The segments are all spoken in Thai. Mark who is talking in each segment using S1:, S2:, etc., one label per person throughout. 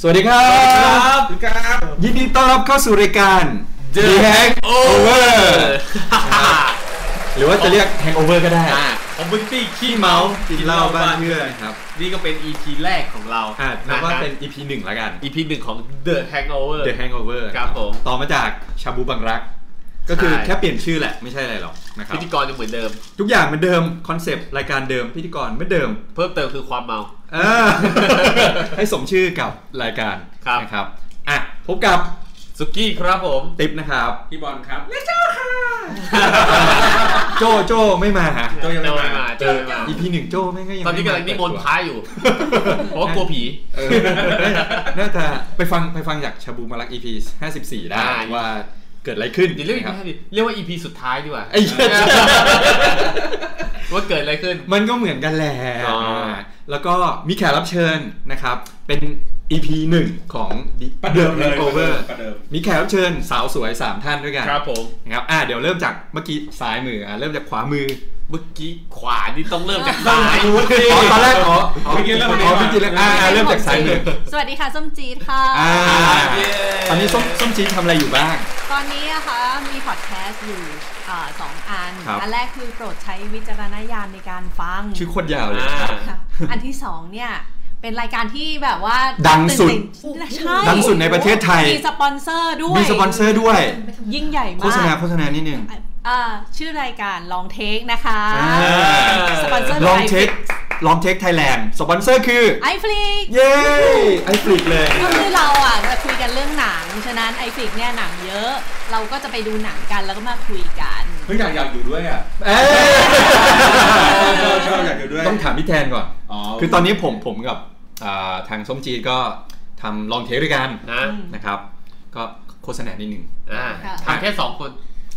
S1: สวัสดีครับ
S2: สวัสดีครับ
S1: ยินดีต้อนรับเข้าสู่รายการ
S2: The
S1: The Hangover
S2: อ่า
S1: หรือว่าจะเรียก Hangover ก็ได้
S2: คอมมูนิตี้ขี้
S1: พี่
S2: เมา
S1: เมา
S2: ส์
S1: กินเหล้าบ้านเพื่อนครับ
S2: นี่ก็เป็น EP แรกของเรา
S1: อ่ะนับว่าเป็น
S2: ะครั
S1: EP หนึ่งละกัน
S2: บ EP หนึ่งของ The Hangover
S1: The Hangover
S2: ครับผม
S1: ต่อมาจากชาบูบังรัก ก็คือ
S2: ใช่
S1: แค่เปลี่ยนชื่อแหละไม่ใช่อะไรหรอกนะครับ
S2: พิธีกรยังเหมือนเดิม
S1: ทุกอย่างเหมือนเดิม คอนเซปต์รายการเดิมพิธีกรเหมือนเดิม
S2: เพิ่มเติมคือความเมา
S1: เออ ให้สมชื่อกับรายการ
S2: ครับ
S1: นะครับอ่ะพบกับ
S2: สุกี้ครับผม
S1: ติ๊บนะครับ
S3: พี่บอลครับ
S1: โจโจไม่มาฮะ
S3: โจ้ยังไม่มา
S2: โจยังไม่มา
S1: EP หนึ่งโจแม่งก็ยัง
S2: ตอนนี้กำลังนิมนต์พระอยู่ เพราะว่ากลัวผี
S1: เออน่าจะไปฟังไปฟังจากชาบูมารัก EP 54 ได้
S2: อ่า
S1: ว่าเกิดอะไรขึ้น
S2: เดี๋ยวเรียกอีก
S1: นะครับ
S2: ไม่ดิเรียกว่า EP สุดท้ายดีกว่า
S1: ไอ้เหี้ย
S2: ว่าเกิดอะไรขึ้น
S1: มันก็เหมือนกันแหละ
S2: อ๋ออ่
S1: าแล้วก็มีแขกรับเชิญนะครับ เป็น EP 1 ของ The
S3: ประเดิมเลย
S1: Hangover
S3: ประเดิม
S1: มีแขกรับเชิญสาวสวย 3 ท่านด้วยกัน
S2: ครับผม
S1: นะครับอ่าเดี๋ยวเริ่มจากเมื่อกี้ซ้ายมืออ่ะเริ่มจากขวามือ
S2: เมื่อกี้ขวานี่ต้องเริ่มจากซ้าย
S1: อ๋อตอนแรกอ๋อ
S3: เมื่อกี้เริ่ม
S1: อ๋อเมื่อกี้เริ่มอ่าเริ่มจากซ้ายมือ
S4: สวัสดีค่ะส้มจีดค่ะ
S1: อ่า
S2: เย้
S1: ตอนนี้ส้มส้มจีนทำอะไรอยู่บ้าง
S4: ตอนนี้นะคะมีพอดแคสต์อยู่อ่าสองอัน
S1: ครับ
S4: อันแรกคือโปรดใช้วิจารณญาณในการฟัง
S1: ชื่อโคตรยาวเลย
S2: อ่า
S4: ค่ะอันที่สองเนี่ย เป็นรายการที่แบบว่า
S1: ดังสุด
S4: ตื่นเต้นใช่
S1: ดังสุดในประเทศไทย
S4: มีสปอนเซอร์ด้วย
S1: มีสปอนเซอร์ด้วย
S4: ยิ่งใหญ่มาก
S1: โฆษณาโฆษณานิดนึง
S4: อ่าชื่อรายการลองเทคนะคะ
S1: อ่า
S4: สปอนเซอร์
S1: ลองเช็คลองเช็คไทยแลนด์สปอนเซอร์คือ
S4: ไอฟลิก
S1: เย้ไอฟลิกเลย
S4: ก็คือเราอ่ะจะคุยกันเรื่องหนัง ฉะนั้นไอฟิกเนี่ยหนังเยอะ เราก็จะไปดูหนังกันแล้วก็มาคุยกัน
S3: เพิ่งอยากอยากอยู่ด้วยอ่ะ
S1: เอ้ย
S3: ชอบชอบอยากอยู่ด้วย
S1: ต้องถามพี่แทนก่อน
S3: อ๋อ
S1: คือตอนนี้ผมผมกับอ่าทางส้มจีนก็ทำลองเทคด้วยกัน
S2: นะ
S1: นะครับ ก็โฆษณานิดนึง
S2: อ่า
S4: ค่ะ
S2: ทำแค่สองคน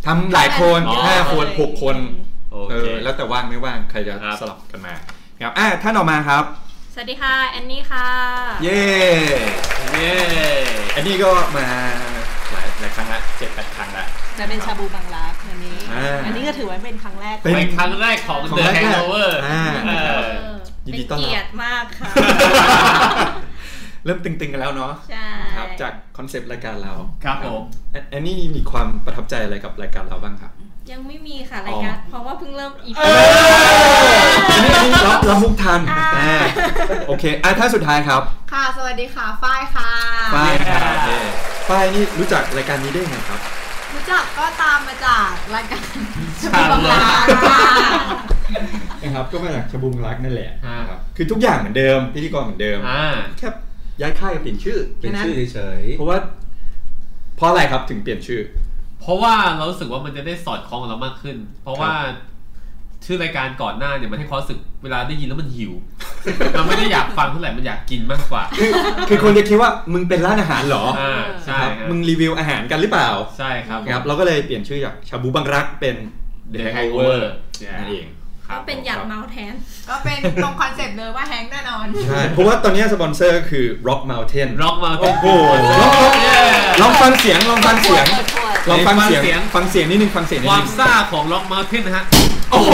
S1: ทำหลายคน
S2: อ๋อ
S1: ห้าคนหกคน
S2: โอ
S1: เอ
S2: เค
S1: อแล้วแต่ว่างไม่ว่างใครจะ
S2: ครับ
S1: สลับกันมาครับอ่ะท่านออกมาครับ
S4: สวัสดีค่ะ แอนนี่ค่ะ
S1: เย้
S2: เย้
S1: อันนี้ก็มาหลายหลายครั้งละเจ็ดแปดครั้งละ
S4: จะเป็นชาบูบางรักอันนี้
S1: อ่า
S4: อันนี้ก็ถือว่าเป็นครั้งแรก
S1: เป็น
S2: เป็นครั้งแรกของ
S1: ของ
S2: The
S1: แรก
S2: Hangover
S1: อ่า
S2: เออ
S5: เออ
S1: ยิน
S5: เป็
S1: ดี
S5: น
S1: ต้อนรับ
S5: เกียรติมาก ค่ะ
S1: เริ่มตึงๆกันแล้วเนาะ
S5: ใช่
S1: ครับจากคอนเซปต์รายการเรา
S2: ครับผม
S1: แอนแอนนี่มีความประทับใจอะไรกับรายการเราบ้างครับ
S5: ยังไม่มีค่ะรายการเพราะว่าเพิ่งเริ่มอีก
S1: อันนี้อันนี้รับรับมุกทัน
S5: อ่า
S1: อ่าโอเคอ่ะท่านสุดท้ายครับ
S5: ค่ะ สวัสดีค่ะ ฝ้ายค่ะ
S1: ป้ายครับเย้ป้ายนี่รู้จักรายการนี้ได้ยังไงครับ
S5: รู้จักก็ตามมาจากรายการ
S2: ชาบูรัก
S5: ค่ะ
S1: นะครับก็มาจากชบุงรักนั่นแหละ
S2: อ่า
S1: ครับคือทุกอย่างเหมือนเดิมพิธีกรเหมือนเดิม
S2: อ่า
S1: แค่ย้ายค่ายเปลี่ยนชื่อ
S3: เป็นชื่อ
S1: แค่
S3: เฉย
S1: นั้นเพราะว่า เพราะอะไรครับถึงเปลี่ยนชื่อ
S2: เพราะว่าเรารู้สึกว่ามันจะได้สอดคล้องกับเรามากขึ้น เพราะว่า ชื่อรายการก่อนหน้าเนี่ยมันให้ความรู้สึกเวลาได้ยินแล้วมันหิว มันไม่ได้อยากฟังเท่าไหร่มันอยากกินมากกว่า
S1: คือคือคนจะคิดว่ามึงเป็นร้านอาหารเหรอ
S2: อ่าใช่
S1: ครับ
S2: ฮะ
S1: มึงรีวิวอาหารกันหรือเปล่า
S2: ใช่ครับ
S1: ครับ เราก็เลยเปลี่ยนชื่อจากชาบูบังรักเป็น
S2: เด
S1: The
S2: อะแฮง
S1: Hangover
S2: โอเวอร์
S1: นั่นเอง
S2: ครับ
S5: ก็เป็นอยากเมาแทน
S6: ก็เป็นตรงคอนเซปต์เลยว่าแฮงค์แน่นอน
S1: ใช่เพราะว่าตอนนี้สปอนเซอร์คือ Rock Mountain
S2: ร็อกมา
S1: โอ้โหลองฟังเสียงลองฟังเสียงลองฟังเสียงฟังเสียงนิดนึงฟังเสียงนิ
S2: ค
S1: ด
S2: วา
S1: นึ
S2: ม
S1: ง
S2: ซ่าของร็อกมาเทนนะฮะ
S1: โอ้โห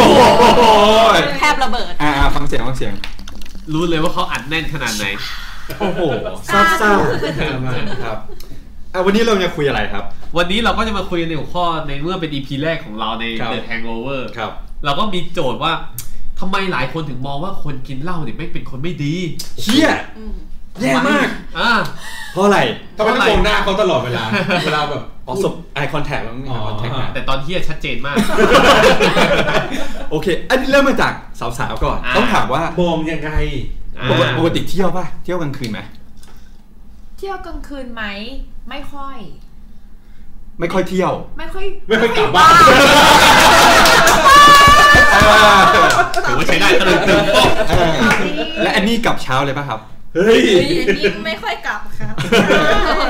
S4: แทบระเบิด
S1: อ่าอ่าฟังเสียงฟังเสียง
S2: รู้เลยว่าเขาอัดแน่นขนาดไหน
S1: โอ้โหซาบซ่ามาครับอ่ะวันนี้เราจะคุยอะไรครับ
S2: วันนี้เราก็จะมาคุยกันในหัวข้อในเมื่อเป็น EP แรกของเราใน
S1: ครับ
S2: The Hangover
S1: ครับ
S2: เราก็มีโจทย์ว่าทำไมหลายคนถึงมองว่าคนกินเหล้าเนี่ยไม่เป็นคนไม่ดี
S1: เฮียแย่มาก
S2: อ่า
S1: เพราะอะไร
S3: ทำไมต้องมองหน้าเขาตลอดเวลา เวลาแบบ
S1: อ๋อสบไอคอนแทคแล้วไม่
S3: อ๋อ
S1: คอนแทคนะ
S2: แต่ตอนเฮียชัดเจนมาก
S1: โอเค อันนี้เริ่มมาจากสาวๆก่อน
S2: อ่า
S1: ต้องถามว่า
S3: โบมยังไง
S1: ปกติปกติเที่ยวป่ะ เที่ยวกลางคืนไหม
S6: เที่ยวกลางคืนไหม ไม่ค่อย
S1: ไม่ค่อยเที่ยว
S6: ไม่ค่อย
S3: ไม่ค่อยกลับบ้าน
S2: ถือว่าใช้ได้ตะลึงตึงโป๊ะ
S1: และอันนี้กลับเช้าเลยป่ะครับ
S3: เฮ้ย
S5: อันนี้ไม่ค่อยกลับค่ะ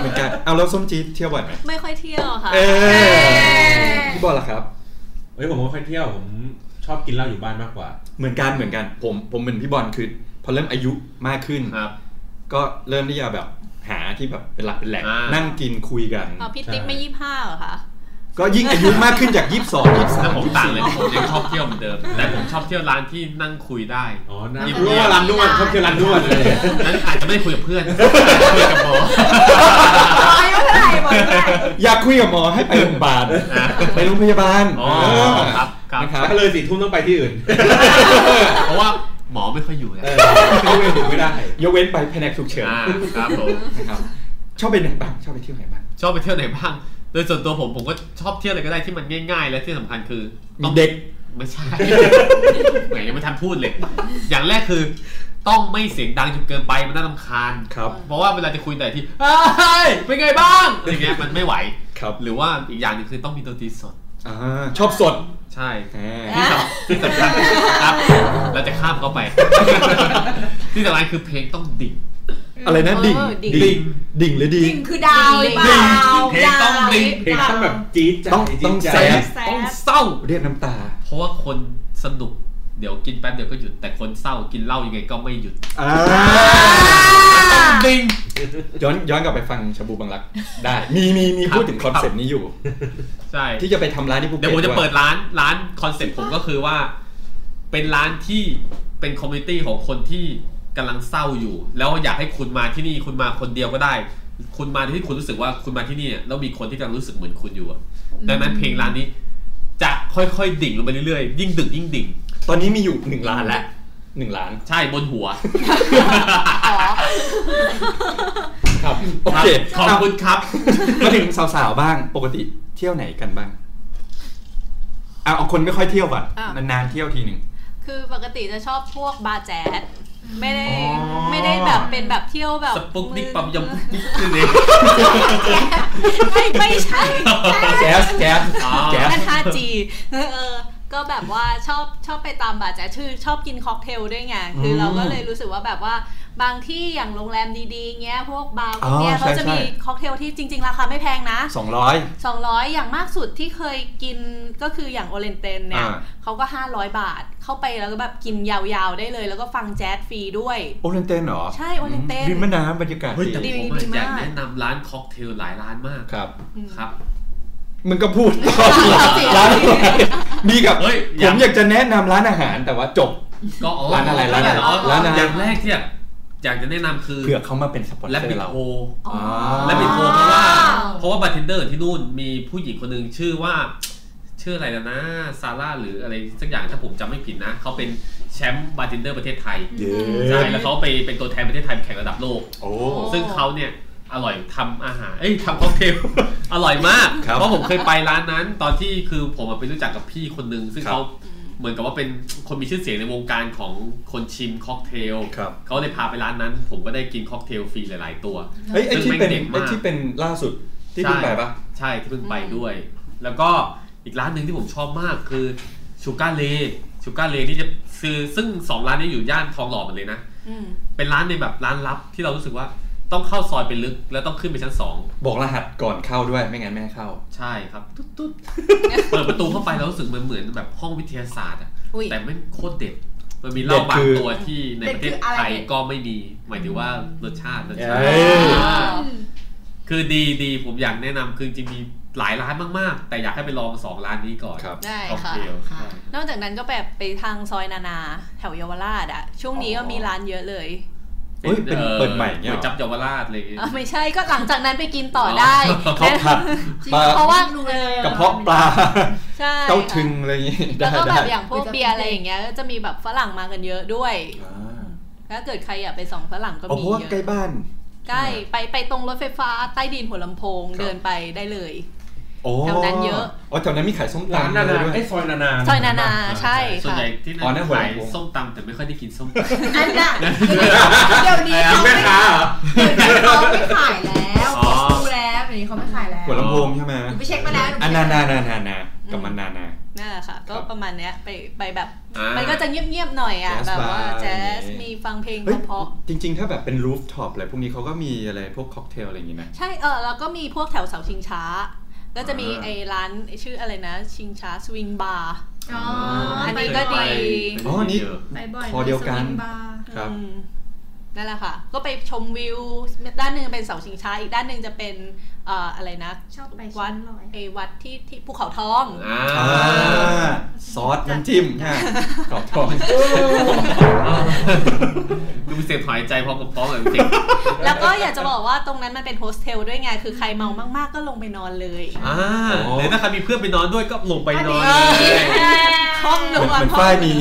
S1: เหมือนกัน เอาแล้วส้มจี๊ดเที่ยวบ่อยไหม
S4: ไม่ค่อยเที่ยวค่ะ
S1: เออพี่บอลล่ะครับ
S3: เฮ้ยผมไม่ค่อยเที่ยวผมชอบกินเหล้าอยู่บ้านมากกว่า
S1: เหมือนกันเหมือนกัน ผมผมเหมือนพี่บอลคือ พอเริ่มอายุมากขึ้น
S2: ครับ
S1: ก็เริ่มที่จะแบบหาที่แบบเป็นหลักเป็นแหล่ง
S2: อ่านั่
S1: นั่งกินคุยกัน
S4: เอาพี่ติ๊ก
S3: ใช่
S4: ไม่ยี่ห้าเหรอคะ
S1: ก็ยิ่งอายุมากขึ้นจาก 22
S2: แต่ผม
S1: 23
S2: ต่างเลยผมยังชอบเที่ยวเหมือนเดิม แต่ผมชอบเที่ยวร้านที่นั่งคุยได้
S3: อ๋อนะ
S2: หยิบ
S3: รู้ว่าร้านนวดเขาคือร้านนวดเลย
S2: นั้นอาจจะไม่ได้คุยกับเพื่ อนคุยกับหมอ
S4: บอกอายุเท่าไหร่บอกอายุเท่าไหร่
S1: 24 อยากคุยกับหมอให้ไปโรงพยาบาลไปโรงพยาบาล
S2: อ๋อครับครับ
S1: นะครับ
S3: ถ้าเลยสี่ทุ่มต้องไปที่อื่น
S2: เพราะว่าหมอไม่ค่อยอยู่แล้ว
S3: เออเขาไปถึงไม่ได้
S1: ยกเว้นไปแผนกฉุกเฉิน
S2: อ่าครับผม
S1: นะครับชอบไปไหนบ้างชอบไปเที่ยวไหนบ้าง
S2: ชอบไปเที่ยวไหนบ้าง โดยส่วนตัวผมผมก็ชอบเที่ยวอะไรก็ได้ที่มันง่าย ๆ และที่สำคัญคือ
S1: มีเด็ก
S2: ไม่ใช่ แหมยังไม่ทันพูดเลย อย่างแรกคือ ต้องไม่เสียงดังจนเกินไปมันน่ารำคาญ
S1: ครับ
S2: เพราะว่าเวลาจะคุยแต่ละที่เฮ้ยเป็นไงบ้างอะไรเงี้ยมันไม่ไหว
S1: ครับ
S2: หรือว่าอีกอย่างหนึงคือต้องมีดนตรีสด
S1: อ่าชอบสด
S2: ใช่
S1: อ่า
S2: ที่สำที่สำคัญครับเราจะข้ามเข้าไป ที่สำคัญคือเพลงต้องดิ่ง
S1: อะไรนะดิ่ง
S4: เออดิ่ง
S1: ดิ่งดิ่งหรือดี
S6: ดิ่งคือดาวหรือเปล่า
S2: ดิ่งเพลงต้องดิ่ง
S3: เพลงต้องแบบจี๊ดจ้า
S1: ต้อง
S3: จี๊ด
S1: ต้อง
S3: จ๊า
S1: แซ่บ
S6: แซ
S2: ต้อง
S6: ด
S2: เศร้า
S1: เรียกน้ำตา
S2: เพราะว่าคนสนุกเดี๋ยวกินแป๊บเดียวก็หยุด แต่คนเศร้ากินเหล้ายังไงก็ไม่หยุด
S1: อ่า
S2: ต้องดิ่ง
S1: ย้อนย้อนกลับไปฟังชาบูบังรัก ได้ มีมีมี
S2: ครับ
S1: พูดถึง
S2: ค
S1: ครับ อนเซปต์นี้อยู่
S2: ใช่
S1: ที่จะไปทำร้านที่ภูเก็ต
S2: เดี๋ยวผมจะ
S1: า
S2: เปิดร้านร้านคอนเซ็ปต์ผมก็คือว่า เป็นร้านที่เป็นคอมมูนิตี้ของคนที่กำลังเศร้าอยู่ แล้วอยากให้คุณมาที่นี่คุณมาคนเดียวก็ได้ คุณมาที่คุณรู้สึกว่าคุณมาที่นี่อะแล้วมีคนที่กำลังรู้สึกเหมือนคุณอยู่อะดังนั้นเพลงร้านนี้ จะค่อยๆดิ่งลงไปเรื่อยๆยิ่งดึกยิ่งดิ่ง
S1: ตอนนี้มีอยู่หนึ่งล้านแล้วหนึ่งล้าน
S2: ใช่บนหัว
S4: อ๋อ
S1: ครับโอเค
S2: ขอบคุณครับ
S1: มาถึงสาวๆบ้างปกติเที่ยวไหนกันบ้างอ่ะเอาคนไม่ค่อยเที่ยวก่อน
S4: อ่ะ
S1: นานๆเที่ยวทีหนึ่ง
S4: คือปกติจะชอบพวกบาร์แจ๊สไม่ได้
S1: อ๋อ
S4: ไม่ได้แบบเป็นแบบเที่ยวแบบ
S2: สปุกนิกปั๊มยำปุ๊กนิกนี่เลย
S4: ไม่ไม่ใช่
S1: แจ๊สแจ๊ส
S2: อ๋อ
S1: แจ๊ส
S4: นั่น 5G เออ ก็แบบว่าชอบชอบไปตามบาร์แจ๊สชื่อชอบกินค็อกเทลด้วยไง คือเราก็เลยรู้สึกว่าแบบว่าบางที่อย่างโรงแรมดีๆ เงี้ย พวกบาร์พวกเนี้ย
S1: อ๋อใช่
S4: เขาจะมี
S1: ใช่
S4: ค็อกเทลที่จริง ๆ ราคาไม่แพงนะ
S1: สองร้อย
S4: 200 อย่างมากสุดที่เคยกินก็คืออย่างโอเลนเตนเนี่ย
S1: อ่า
S4: เขาก็ 500 บาท เข้าไปแล้วก็แบบกินยาวๆได้เลย แล้วก็ฟังแจ๊สฟรีด้วย
S1: โอเรนเตนเหรอ
S4: ใช่โอเรนเตน
S1: ริมแม่น้ำบรรยากาศ
S2: เฮ้ยแต่
S1: ดี
S2: ผมอะอยากแนะนำร้านค็อกเทลหลายร้านมาก
S1: ครับ
S2: ครับ
S1: มึงก็พูด ร้านมีกับ
S2: เฮ้ย
S1: ผ
S2: อย่า
S1: มอยากจะแนะนำร้านอาหารแต่ว่าจบ
S2: ก็อ๋อ
S1: ร้านอะไรร้านอะไร
S2: อ๋อ
S1: ร้านอะไร
S2: อย่างแรกที่อยากจะแนะนำคือ
S1: เผื่อเขามาเป็นสปอนเซ
S2: และ
S1: อ
S2: บิ
S1: ร์
S2: ด
S1: เรา
S2: โฮ
S4: อ๋อ
S2: และบิดโฮเพ
S4: อ๋อ
S2: ราะว่าเพราะว่าบาร์เทนเดอร์ที่นู่นมีผู้หญิงคนหนึ่งชื่อว่า ชื่ออะไรนะ ซาร่าหรืออะไรสักอย่างถ้าผมจำไม่ผิดนะเขาเป็นแชมป์บาร์เทนเดอร์ประเทศไทย
S1: เยอ
S2: ใช่
S1: ะ
S2: แล้วเขาไปเป็นตัวแทนประเทศไทยไปแข่งระดับโลก
S1: โอ้
S2: ซึ่งเขาเนี่ยอร่อยทำอาหาร เอ้ยทำค็อกเทล อร่อยมาก
S1: ครับ
S2: เพราะผมเคยไปร้านนั้น ตอนที่คือผมอะไปรู้จักกับพี่คนหนึ่งซึ่ง
S1: ครับ
S2: เขาเหมือนกับว่าเป็นคนมีชื่อเสียงในวงการของคนชิมค็อกเทล
S1: ครับ
S2: เขาเลยพาไปร้านนั้น ผมก็ได้กินค็อกเทลฟรีหลาย ๆ ตัว
S1: เอ้ยไอ้ที่เป็น
S2: ซึ่งแม่งเด็ก
S1: ไอ้
S2: มาก
S1: ที่เป็นล่าสุดที่คุณไปปะ
S2: ใช่ที่เพิ่งไปด้วย แล้วก็อีกร้านหนึ่งที่ผมชอบมากคือชูการ์เลชูการ์เลนี่จะซื้อซึ่งสองร้านนี้อยู่ย่านทองหล่อหมดเลยนะ
S4: อืม
S2: เป็นร้านในแบบร้านลับที่เรารู้สึกว่าต้องเข้าซอยไปลึกแล้วต้องขึ้นไปชั้นสอง
S1: บอกรหัสก่อนเข้าด้วยไม่งั้นไม่ให้เข้า
S2: ใช่ครับตุ๊ดตุ๊ดเปิด ประตูเข้าไปแล้วรู้สึกมันเหมือนแบบห้องวิทยาศาสตร์อะ
S4: อุ๊ย
S2: แต่ไม่งโคตรเด็ด มันมีเห
S1: เด็
S2: ล้า
S1: ด
S2: บา
S1: คื
S2: ง
S1: อ
S2: ตัวที่ในประเทศ
S6: เด็ดคืออะไร
S2: ไทยก็ไม่มี หมายถึงว่ารสชาติรสชาติ
S1: เอ้ย
S2: อ่า
S6: อืม
S2: คือดีดีผมอยากแนะนำคือจริงๆมีหลายร้านมากๆ แต่อยากให้ไปลองสองร้านนี้ก่อน
S1: ครับ
S4: ได้
S2: ของ
S4: ค่ะ
S2: เดียว
S4: นอกจากนั้นก็แบบไปทางซอยนานาแถวเยาวราชอะช่วงนี้ก็มีร้านเยอะ เลย
S1: เฮ้ยเป็นเปิดใหม่เงี้ยเหรอ
S2: ก๋วจับเยาวราชอะไรอย่างเงี้ย
S4: อ่ะไม่ใช่ก็หลังจากนั้นไปกินต่อได้
S1: เขาผัดปลา
S4: เพราะว่าเออก
S1: ระเพาะปลา
S4: ใช่
S1: เต้าถึงอะไรอย่างงี้
S4: แล้
S1: ได้
S4: วก็แบ
S1: ได้
S4: บอย่างพวกเบียร์อะไรอย่างเงี้ยก็จะมีแบบฝรั่งมากันเยอะด้วย
S1: อ่า
S4: ถ้าเกิดใครอยากไปส่องฝรั่งก็
S1: เอา
S4: มี
S1: เพราะว่า
S4: เยอะ
S1: ใกล้บ้าน
S4: ใกล้ไปไปตรงรถไฟฟ้าใต้ดินหัวลำโพง
S1: ครับ
S4: เดินไปได้เลย
S1: โอ้
S4: แถวนั้นเยอะ
S1: อ๋อแถวนั้นมีขายส้ม
S3: ร้าน
S1: ตำ
S3: นานา
S1: ด้วย
S3: ไอ้ยซอยนานา
S4: ซอยนานาใช่
S2: ส่วน
S4: ค่ะ
S2: ใหญ่ที่
S1: อ๋อ
S2: นั่น
S1: นั่นหัว
S2: ขาย
S1: ลำโพง
S2: ส้มตำแต่ไม่ค่อยได้กินส้มต
S6: อันน่ะ
S2: ำ
S6: เดี๋ยวนี้เขา
S3: แม่
S6: ไม่
S3: ค้า
S6: ขาย
S3: เหรอ
S6: เดี๋ยวนี้เขาไม่ขายแล้ว
S2: อ๋อ
S6: เขาดูแล้วเดี๋ยวนี้เขาไม่ขายแล้ว
S1: หัวลำโพงใช่ไหม
S6: หนูไปเช็คมาแล้วห
S1: อัน
S6: ไป
S1: นา
S6: เช็ค
S1: นานานานากลับมันนานา
S4: น่นแหละค่ะ ก็
S1: ครับ
S4: ประมาณเนี้ยไปไปแบบ
S2: อ่ามั
S4: มันก็จะเงียบๆหน่อยอ่ะ
S1: Jazz
S4: แบบว่า
S1: bar
S4: แจ๊ส
S1: อย่างงี้
S4: มีฟังเพลง
S1: เฮ้ย
S4: เพราะ
S1: จริง ๆ ถ้าแบบเป็นรูฟท็อปอะไรพวกนี้เขาก็มีอะไรพวกค็อกเทลอะไรอย่างงี้นะ
S4: ๆใช่เออแล้วก็มีพวกแถวเสาชิงช้า ก็จะมี
S1: อ่า
S4: ไอ้ร้านไอ้ชื่ออะไรนะ ชิงช้าสวิงบาร์
S6: อ๋อ
S4: อั
S6: อั
S4: น
S6: น
S4: นี้
S6: นี้
S4: ก็
S6: ก็
S4: ดี
S6: ดี
S1: อ๋ออันนี่
S6: ไปบ่อย
S1: คอเดียวกัน
S6: สมบาร์
S1: ครับ
S4: นั่นแหละค่ะ ก็ไปชมวิว ด้านหนึ่งเป็นเสาชิงช้า อีกด้านหนึ่งจะเป็น เอ่ออะไรนะ
S6: ชอบไป
S4: วั
S6: ชั้
S4: ด
S6: นลอย
S4: ไอ้วัดที่ที่ภูเขาทอง
S2: อ่า
S7: อ่าซอสน้ำจิ้มฮะกรอบทอง
S2: ดูเสียงหายใจพร้อมกับฟ้องแบบจริง
S4: แล้วก็อยากจะบอกว่าตรงนั้นมันเป็นโฮสเทลด้วยไง คือใครเมามากๆก็ลงไปนอนเลย
S2: อ่าหรือถ้าใครมีเพื่อนไปนอนด้วยก็ลงไปนอน
S6: อันนี้
S2: เลย
S4: ห้อง
S7: เห
S4: น
S7: มือน
S4: ว
S7: เห
S4: น
S7: มือน
S4: ห้อง
S7: ฝ้ายมี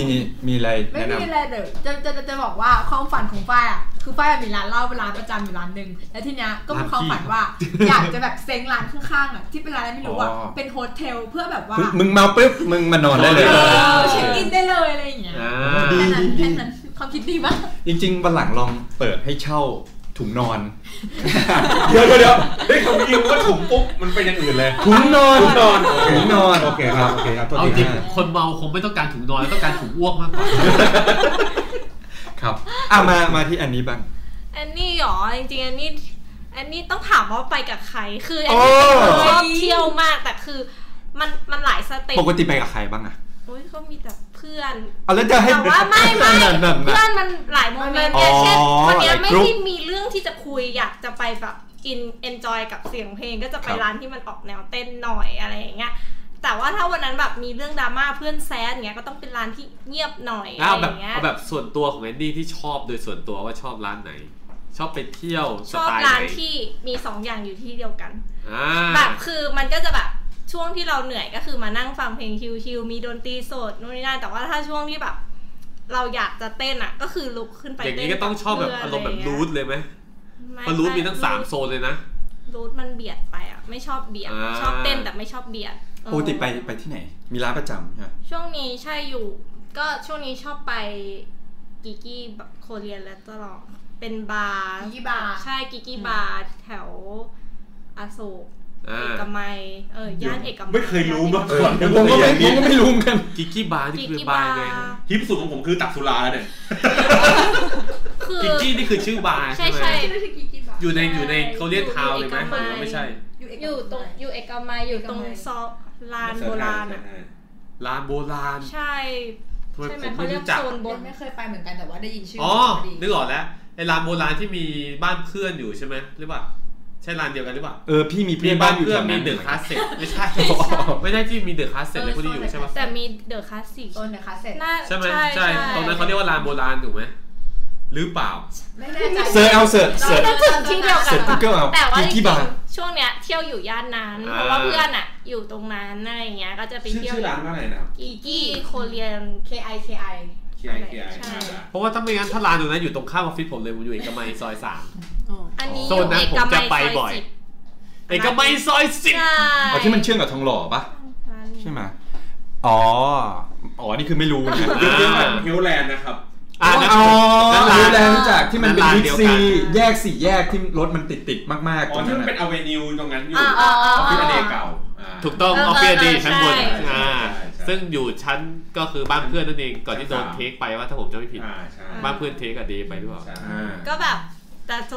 S7: มีอะไร
S6: ไม่
S7: แนะ
S6: มีอะ
S7: นำ
S6: ไรเดี๋ยวจะจะจะจะบอกว่าความฝันของฝ้ายอ่ะคือฝ้ายมีร้านเหล้าเป็นร้านประจำอยู่ร้านหนึ่งแล้วทีเนี้ยก็มีความฝันว่า อยากจะแบบเซ้งร้านข้างๆอ่ะที่เป็นร้านอะไรไม่รู้อ่ะเป็นโฮสเทลเพื่อแบบว่า
S7: มึงมึงเมาปุ๊บมึงมานอนได้เลย
S6: เออเช็คอินได้เลยอะไรอย่างเงี้ย
S2: อ่า
S7: ดี
S6: แค่นั้นแค่นั้นความคิดดีมาก
S7: จริงๆวันหลังลองเปิดให้เช่าถุงนอน
S3: เดี๋ยวเดี๋ยวเดี๋ยวได้คำนี้ผมว่าถุงปุ๊บมันเป็นอย่างอื่นเลย
S7: ถุงนอน
S3: ถุงนอน
S7: ถุงนอน
S3: โอเคครับโอเคครับตัว
S2: เอา
S3: ดี
S2: จริง
S3: ฮะ
S2: คนเมาคงไม่ต้องการถุงนอนต้องการถุงอ้วกมากกว่า
S7: ครับอ่ะมามาที่อันนี้บ้าง
S8: อันนี้หรอจริงๆอันนี้อันนี้ต้องถามว่าไปกับใครคืออัน
S7: โอ้
S8: นี้เป็นคนชอบเที่ยวมากแต่คือมันมันหลายสเต็ป
S7: ปกติไปกับใครบ้างอะ
S8: โอ้ยก็มีแต่เพื่อน
S7: เอาแล้วจะให้
S8: แต่ว่าไม่ไม่
S7: นั่นนั่นนั่น
S8: เพื่อนมันหลายโมเมนต์
S7: อ๋อ
S8: เนี่ยเช่นวันเนี้ย
S7: หลาย
S8: ไม่
S7: กรุ๊ป
S8: ได้มีเรื่องที่จะคุยอยากจะไปแบบอินเอนจอยกับเสียงเพลงก็จะไป
S7: ครับ
S8: ร้านที่มันออกแนวเต้นหน่อยอะไรอย่างเงี้ยแต่ว่าถ้าวันนั้นแบบมีเรื่องดราม่าเพื่อนแซดอย่างเงี้ยก็ต้องเป็นร้านที่เงียบหน่อยอะ
S2: เอา
S8: ไร
S2: แบ
S8: อบ ย่างเงี้ย
S2: เอาแบบส่วนตัวของแอนดี้ที่ชอบโดยส่วนตัวว่าชอบร้านไหน ชอบไปเที่ยวส
S8: ชอบ
S2: ไตล์ไหน
S8: ร้านที่มีสองอย่างอยู่ที่เดียวกัน
S2: อ่า
S8: แบบคือมันก็จะแบบช่วงที่เราเหนื่อยก็คือมานั่งฟังเพลงชิวๆมีดนตรีสดนู่นนี่นั่นแต่ว่าถ้าช่วงที่แบบ เราอยากจะเต้นอ่ะ ก็คือลุกขึ้นไป
S2: อย่าง
S8: เต้
S2: นี้
S8: น
S2: ก็ต้องชอบแบบ
S8: กั
S2: อารมณ์แบบ
S8: เพื่
S2: รูทเลยไหม
S8: ไ
S2: เพราะรูทมีทั้งสาม
S8: รูท
S2: โซนเลยนะ
S8: รูทมันเบียดไปอ่ะไม่ชอบเบียด
S2: อ่า
S8: ชอบเต้นแต่ไม่ชอบเบียดเออ
S7: ปกติไปไปที่ไหน มีร้านประจำใช่ไหม
S8: ช่วงนี้ใช่อยู่ ก็ช่วงนี้ชอบไปกิกี้แบบโคเรียนแล้วตลอดเป็นบาร์
S6: กิกิบาร์
S8: ใช่กิกี้บาร์แถวอโศก
S2: อ่า
S8: เอกมัย เออย่านเอกมัย
S3: ไม่เคยรู้มาก่อน
S8: ย่
S7: ผมก็ไม่ผมก็ไม่รู้เหมือนกัน
S2: กิกกี้บาร์
S8: าน
S2: นี่
S8: เอกมัย
S2: คือ
S8: กิกิ
S2: บา
S8: บา
S2: ร์
S8: ร์
S2: ไง
S3: ฮิปสุดของผมคือตักสุราแล้วเนี่ย
S8: คือ
S2: กิกกี้นี่คือชื่อบาร์
S8: ใช่
S2: ใช่ไหม
S8: ใช่
S6: ไม่ใช่กิกิบา
S2: อยู่ในอยู่ในเขาเรียกทาวน์เลยไหมหรือว่าไม่ใช่
S8: อยู่ตรงอยู่เอกมัยอยู่ตรงซอกลานโบราณอ่ะ
S2: ร้านโบราณ
S8: ใช่
S2: ทำไม
S8: ใช่ไหม
S2: ผม
S8: เขา
S2: ไม่
S8: เรียก
S2: รู้จัก
S8: โซนบน
S6: ไม่เคยไปเหมือนกันแต่ว่าได้ยินชื่อ
S2: อ๋อ
S6: ดี
S2: นึกออกแล้วไอ้ร้านโบราณที่มีบ้านเพื่อนอยู่ใช่ไหมหรือเปล่าใช่ร้านเดียวกันหรือเปล่า
S7: เออพี่มี
S2: มี
S7: เพื่อนบ้า
S2: บ้าน น
S7: อยู่
S2: เพื่อ
S7: แถ
S2: น
S7: ว
S2: มี
S7: นั้น
S2: เดอะคลาสสิกไม่ใช่ไม่ใช่ที่มีเดอะคลาสสิกอะไรพวกนี้อยู่ใช่ปะ
S8: แต่มีเดอะคลาสสิก
S6: ต้นนะคะเสร็จ
S8: น่า
S2: ใช่ไหม
S8: ใช่
S2: ใช่ตรงนั้นเขาเรียกว่าลานโบราณถูกไหมหรือเปล่า
S6: ไม่แน่ใจ
S7: เสิร์ชเอาเสิร์ชเสิร์ช
S8: น่าจะที่เดียวกั
S7: เสิร์
S8: น
S7: ช Google เอา
S8: แต่ว่า
S7: ที่
S8: จ
S7: ที่
S8: ริง
S7: บาร์
S8: ๆช่วงเนี้ยเที่ยวอยู่ย่านนั้น
S2: อ่า
S8: เพราะว่าเพื่อนอ่ะ อยู่ตรงนั้นอะไรอย่างเงี้ยก็จะไป
S3: ชื่อ
S8: เที่ยว
S3: ชื่อร้านว่าอะไรนะ
S8: กิกี้โคเรียน
S6: K I K I
S3: เคียเคีย
S8: ใช่
S2: เพราะว่าถ้าไม่งั้นถ้าลานตรงนั้นอยู่ตรงข้ามออฟฟิศผมเลยผมอยู่เอกมัยซอยสาม
S8: อันนี้อ
S2: โซน
S8: ยู่
S2: นั้น
S8: เอ
S2: ผม
S8: กมั
S2: จะ
S8: ย
S2: ไป
S8: ซ
S2: บ่
S8: อ
S2: อย ย
S8: สิบ
S2: เอกมัยซอยสิบ
S8: ใช่
S7: เอาที่มันเชื่อมกับทองหล่อปะ
S8: ร้านนี้
S7: ใช่ไหมอ๋ออ๋อนี่คือไม่รู้นะ
S3: ชื่อเรื่องแบบฮิวแลนด์นะครับ
S2: อ่านะ
S7: อ๋อ
S2: นั่นร้าน
S7: รู้แล้วรู้จักที่มันเป็น
S2: นั่นร้าน
S7: บิ๊ก
S2: เดียว
S7: ซี
S2: กัน
S7: แยกสี่แยกที่รถมันติดติดๆมากๆ
S3: อ๋
S7: ตร
S3: อ
S7: ง
S3: ที่
S7: นั้น
S3: มันเป็น
S7: อะ
S3: อเวนิวตรงนั้นอยู่
S8: อ่า
S3: อ
S8: อ่า
S3: อ
S8: อ่า
S3: ฟฟิศอเนกเก่าอ่า
S2: ถูกต้องอ
S8: เออ
S2: อฟฟิศดี
S8: เออ
S2: ชั้นบน
S8: ใช่
S2: อ่า
S3: ใช่ใช่
S2: ซึ่งอยู่ชั้นก็คือบ้านเพื่อนนั่นเองก่อนที่โดน
S3: ชั้นสาม
S2: เทคไปว่าถ้าผมจะไม่ผิด
S3: อ่าใช่
S2: บ้านเพื่อนเทคกับเดย์ไปหรือเปล่า
S3: ใช่
S7: อ่า
S8: ก็แบบแต่โซ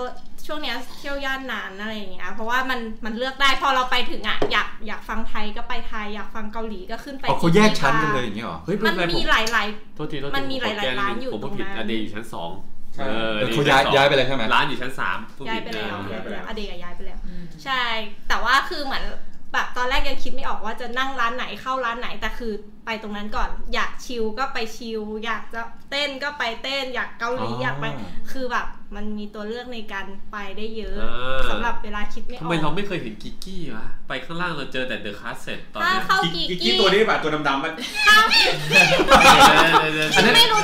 S8: ช่วงเนี้ยเที่ยวย่านนานอะไรอย่างเงี้ยเพราะว่ามันมันเลือกได้พอเราไปถึงอ่ะอยากอยากฟังไทยก็ไปไทยอยากฟังเกาหลีก็ขึ้นไป
S7: อ๋อเขา
S8: ที่
S7: แยกชั้นกันเลยอย่างเงี้ยเหรอ
S2: เฮ้ย
S8: มั
S2: เป็น
S8: น
S2: ไรผ
S8: มี
S2: ม
S8: หลายหลาย
S2: โทษทีโทษที
S8: มันมีหลายๆ
S2: ผแก้
S8: ร้านอยู่
S2: ผมเพิ่งผิด
S8: ตรงนั้น
S2: อะเดย์อยู่ชั้นสอง
S3: ใช่
S2: เออ
S7: เออ
S2: เด
S7: เขา
S2: ชั้
S7: ย้าย
S2: นสอง
S7: ย้ายไปเลยใช่ไหม
S2: ร้านอยู่ชั้นสามเพิ่ง
S8: ย้าย
S2: ผิด
S8: ไปแล้ว
S2: เออ
S3: ย้ายไปแล้ว
S8: อเดกย้ายไปแล้ว
S6: อืม
S8: ใช่ แต่ว่าคือเหมือนแบบตอนแรกยังคิดไม่ออกว่าจะนั่งร้านไหนเข้าร้านไหนแต่คือไปตรงนั้นก่อน อยากชิลก็ไปชิลอยากจะเต้นก็ไปเต้น อยากเกาหลี
S7: อ๋ออ
S8: อยากไป คือแบบมันมีตัวเลือกในการไปได้เยอะ
S2: เออ
S8: สำหรับเวลาคิดไม่อ
S2: ทำ
S8: อ
S2: ไมเรา
S8: ก
S2: ไม่เคยเห็นกิกกี้วะ ไปข้างล่างเราเจอแต่เดอะคลาสเซ็ตตอน
S8: ถ้า
S2: เนี้ย
S8: เข้า
S3: กิ๊ก
S8: กี
S3: กิ๊ก
S8: กี
S3: กิ๊กตัวนี้ป่ะตัวดำๆป่ะ
S2: เดี๋ยวๆๆๆ
S7: อันนั้น
S8: ไม่รู้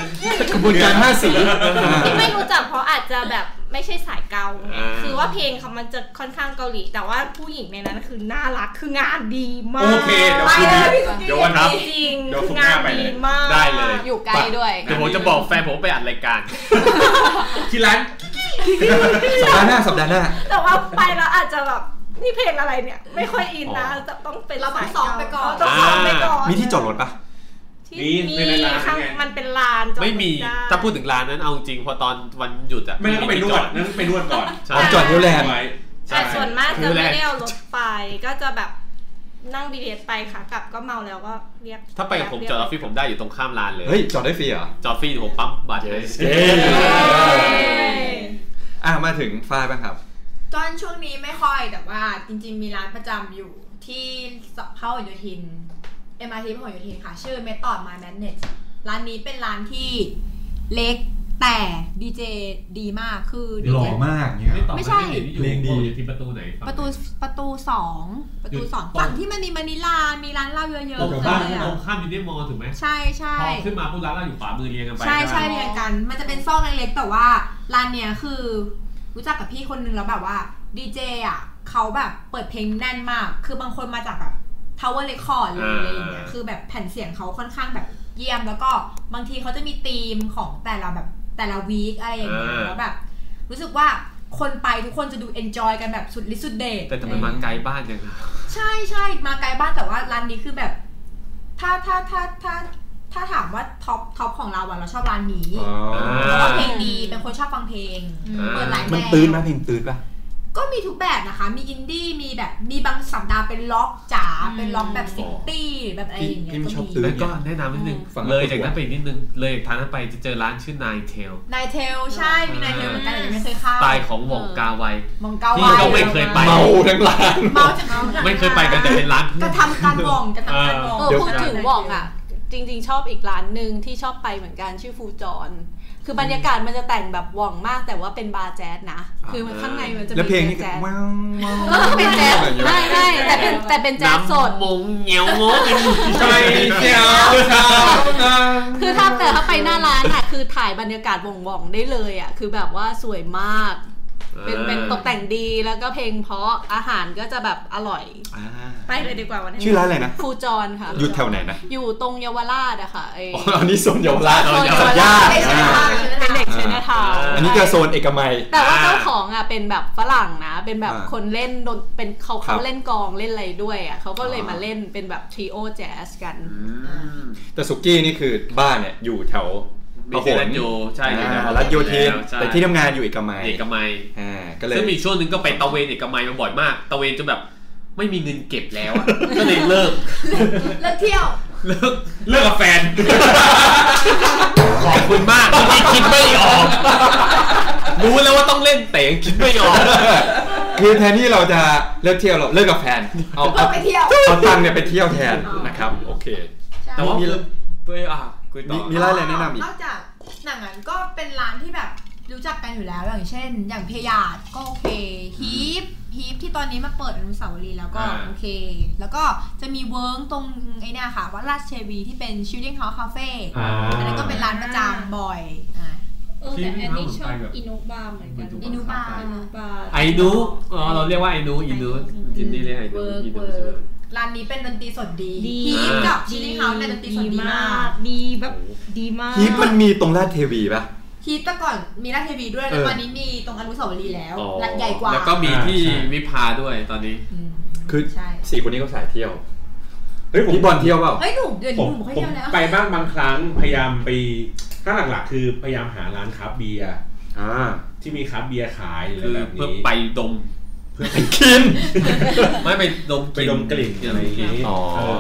S7: กระบวนการห้าสีอ่า
S8: ที่ไม่รู้จักเพราะอาจจะแบบไม่ใช่สายเกาไง
S2: อ่า
S8: คือว่าเพลงเขามันจะค่อนข้างเกาหลี แต่ว่าผู้หญิงในนั้นคือน่ารักคืองานดีมาก
S3: โอเคเดี๋ยวคืนนี้ เดี๋ยววันครับ
S8: จริง
S3: เดี๋ยวผ
S8: ๆคื
S3: ม
S8: องาน
S3: หน้าไปเล
S8: ดี
S3: ย
S8: มาก
S2: ได้เลย
S4: อยู่ไกลด้วย
S2: เดี๋ยวผมจะบอกแฟนผมว่าไปอัดรายการ
S3: ที่ร้าน
S7: สัปดาห์หน้าสัปดาห์หน้า
S8: แต่ว่าไปแล้วอาจจะแบบนี่เพลงอะไรเนี่ย ไม่ค่อยอินนะ
S7: อ๋อ
S8: จะต้องเป็น
S6: เราต้อง
S8: สย
S6: ซ้อมไปก่อน
S8: ต้องซ้อมไปก่อน
S7: มีที่จอดรถปะ
S8: ที่
S3: มี
S8: มี
S3: ไม่เป็นร้าน
S8: ข้าง
S3: ไง
S8: มันเป็นลานจอด
S2: ไม่มี
S8: ด้
S2: ถ้าพูดถึงร้านนั้นเอาจริงพอตอนวันหยุดอะ
S3: ไม่งั้นก็ไปน
S2: ที่
S3: ว
S2: จ
S3: ด
S2: อ
S3: นั่นไปนวดก่อน
S2: ใช่
S7: อ๋อจอดเที่ยวแลนด์
S3: ไว้ใช่
S8: แต่ส่วนมาก
S2: คื
S8: จะ
S2: อแร
S8: ไม่
S2: ก
S8: ได้เอารถไปก็จะแบบนั่งบีเอสไปค่ะกลับก็เมาแล้วก็เรียก
S2: ถ้าไปกับผมจอดออฟฟิศผมได้อยู่ตรงข้ามร้านเลย
S7: เฮ้ย จอดได้ฟรีเหรอ
S2: จอดฟรีอยู่ผมปั๊มบัตรให้
S7: อ่ะมาถึงฝ้ายบ้างครับ
S6: ตอนช่วงนี้ไม่ค่อยแต่ว่าจริงๆมีร้านประจำอยู่ที่พหลโยธิน MRT พหลโยธินค่ะ ชื่อ Method My Madness ร้านนี้เป็นร้านที่เล็กแต่ดีเจดีมากคือดี
S7: หล่อ
S6: เจ
S7: มากเนี่ย
S2: ไม่ตอบ
S6: ไม่ใช่
S2: อยู่
S7: เพลงดี
S2: อยู่ที่ประตูไหนฟัง
S6: ประตูประตูสองประตูสอง
S2: อยู่ตรง
S6: ฝั่งที่มันมีมานิลา มีร้านเหล้าเยอะๆ
S2: ตรง
S6: เลย
S2: ข้าม
S6: อะ
S2: ตรงข้ามยูนิมอลถูกไหม
S6: ใช่ใช่
S2: พอขึ้นมาปุ๊บร้านเราอยู่ขวามือเรียงกันไป
S6: ใช่
S2: ไหม
S6: ใช่เรียงกัน มันจะเป็นซอกเล็กๆแต่ว่าร้านเนี้ยคือ รู้จักกับพี่คนนึงแล้วแบบว่าดีเจอ่ะเขาแบบเปิดเพลงแน่นมาก คือบางคนมาจากแบบทาวเวอร์เรคคอร์ดเลยอะไรอย่างเงี้ยคือแบบแผ่นเสียงเขาค่อนข้างแบบเยี่ยม แล้วก็บางทีเขาจะมีธีมของแต่ละแบบแต่ละวีคอะไรอย่างเงี้ยแล้วแบบ รู้สึกว่าคนไปทุกคนจะดูเอนจอยกันแบบสุดฤทธิ์สุดเดช
S2: แต่ทำไมมาไกลบ้านยัง
S6: ใช่ใช่มาไกลบ้านแต่ว่าร้านนี้คือแบบ ถ้าถ้าถ้าถ้าถ้าถามว่าท็อปท็อปของเราอะเราชอบร้านนี้
S7: อ๋อ
S6: เพราะว่าเพลงดีเป็นคนชอบฟังเพลง เปิดหลายแน
S7: มัน
S6: ว
S7: ตื้นไหมเพลงตื้นป่ะ
S6: ก็มีทุกแบบนะคะ มีอินดี้มีแบบมีบางสัปดาห์เป็นล็อกจ๋าเป็นล็อกแบบซิตี้แบบอะไรอย่างเงี้ย
S7: พี่ไม่ช
S6: ก็
S7: อบตื้
S6: มี
S2: แล้วก็แนะนำนิดนึง
S7: ฟัง
S2: เลยจากนั้นไปอีกนิดนึงเลยจากทางนั้นไปจะเจอร้านชื่อนายเทล
S6: นายเทลใช่มีนายเทลเหมือนกันแต่ยังไม่เคยเข้า
S2: สไตล์ของวงกาไว
S6: มองเกา
S2: ที่
S6: ไว้
S2: ก็ไม่เคยไป
S7: เมาทั้งร้าน
S6: เมาจากเมาจาก
S2: ไม่เคยไปกันแต่เป็นร้านเพื่
S6: ก
S2: อน
S6: ระทำการบ่องกระทำการบ่อง
S4: เออพูดถึงว่องอ่ะ จริง ๆ ชอบอีกร้านหนึ่งที่ชอบไปเหมือนกันชื่อฟูจอนคือบรรยากาศมันจะแต่งแบบว่องมากแต่ว่าเป็นบาร์แจ๊สนะ คือมันข้างในมันจะมี
S7: แล้วเพลงนี่ก็
S4: แจ๊ส
S7: ว้าวว้าว
S4: เออเป็นแจ๊สไม่ไม่แต่เป็นแต่เป็นแจ๊สสด
S2: น้ำมงเหนียวงอเป็น
S7: ใจเจ้าเจ้านะ
S4: คือถ้าแต่ถ้าไปหน้าร้านอ่ะ คือถ่ายบรรยากาศว่องๆได้เลยอ่ะ คือแบบว่าสวยมาก เป็นเป็นตกแต่งดีแล้วก็เพลงเพราะอาหารก็จะแบบอร่อย
S7: อ่า
S8: ไปเลยดีกว่าวันนี้
S7: ชื่อร้านอะไรนะ
S4: ฟูจอนค่ะ
S7: อยู่แถวไหนนะ
S4: อยู่ตรงเยาวราชอะค่ะไอ้
S7: อ๋ออันนี้โซนเยาวราช
S4: โซนเยา
S7: สั
S4: ว
S7: ญ
S4: รา
S7: ญาณ
S4: ชเป็น
S7: อ่า
S4: เด็กเชนทาว
S7: อันนี้จะโซนเอกมัย
S4: แต่ว่าเจ้าของอ่ะเป็นแบบฝรั่งนะ เป็นแบบ
S7: อ่า
S4: คนเล่นดนเป็นเขา
S7: ครั
S4: เขา
S7: บ
S4: เล่นกลองเล่นอะไรด้วยอ่ะเขาก็เลย
S7: อ่าม
S4: มาเล่นเป็นแบบทริโอแจ๊สกัน
S7: แต่สุกี้นี่คือบ้านเนี่ยอยู่แถว
S2: มีเซนโยใช่อยู่แถว
S7: อ่ารัฐโยธิน
S2: ใช่
S7: แต่ที่ทำงานอยู่เอกมัย
S2: เอกมัย
S7: อ่าก็เลย
S2: ซึ่งมีช่วงหนึงก็ไปตะเวนเอกมัยมาบ่อยมาก ตะเวนจนแบบไม่มีเงินเก็บแล้วอะก็เลยเลิก
S6: แล้วเที่ยว
S2: เลิกเลิกกับแฟน ขอบคุณมากที่คิดไม่ออก รู้แล้วว่าต้องเล่นแต่ยังคิดไม่ออก
S7: คือแทนที่เราจะเลิกเที่ยวเราเลิกกับแฟนเอา
S6: ก็ไปเที่ยว
S7: เอาตังค์เนี่ยไปเที่ยวแทนนะครับโอเค
S2: แต่ว่า
S7: มี
S2: เฮ้ยอ่ะคุยต่อ
S7: มีร้านอะไรแนะนำอีก
S6: นอกจากหนังนั้นก็เป็นร้านที่แบบรู้จักกันอยู่แล้วอย่างเช่น อย่างเพยาดก็โอเคฮีปฮีปที่ตอนนี้มาเปิดอนุสาวรีย์แล้วก็
S2: อ่า
S6: โอเค แล้วก็จะมีเวิร์กตรงไอ้เนี่ยค่ะวัดราชเชวีที่เป็นชิลลิ่งเฮาส์คาเฟ่
S7: อ่า
S6: อันนั้นก็เป็นร้านประจำบ่อยอ่า
S8: เออแต่แอนนี่ชอบอินุบาเหมือนกัน
S6: อินุบา
S8: อินุบา
S2: ไอ้นูอ๋อเราเรียกว่าไอ้นูอีนูจินนี่เรียกไอ้นู
S6: เวิร์ก
S2: อีนู
S6: เวิ
S2: ใช่ไหม
S6: ร์กร้านนี้เป็นดนตรีสดดี
S8: ดี
S6: ฮีปกับชิลลิ่งเฮาส์เป็นยดนตรีสดดีมาก
S8: ดีแบบดีมาก
S7: ฮีปมันมีตรงลาดเทวีป่ะ
S6: ฮีปแต่ก่อนมีราชเทวีด้วย
S7: เอ
S6: แล้ว
S7: อ
S6: ตอนนี้มีตรงอนุสาวรีย์แล้ว
S2: อ๋อ
S6: ร้านใหญ่กว่า
S2: แล้วก็มีที่
S3: ใช่
S2: วิภาด้วยตอนนี้
S6: อืม
S7: คือ
S6: ใช่
S7: สี่คนนี้ก็สายเที่ยว
S3: เฮ้ยผม
S7: พี่บอลเที่ยวเปล่า
S6: เฮ้ยหนุ่มเดี๋ยว
S3: ผ
S6: นี้
S3: ม
S6: หนุ่มค่อย
S3: ผม
S6: เที่ยวแล้ว
S3: ไปบ้างบางครั้งพยายามไปถ้าหลักๆคือพยายามหาร้านคราฟต์เบียร์
S7: อ่า
S3: ที่มีคราฟต์เบียร์ขายหรือ
S2: คือ
S3: แบบ
S2: เพื่อ
S3: นี้
S2: ไปดม
S7: กิน
S2: ไม่ไปดม
S3: ไปดมกลิ่นอะไรอย่างนี้
S7: อ๋อ
S3: เออ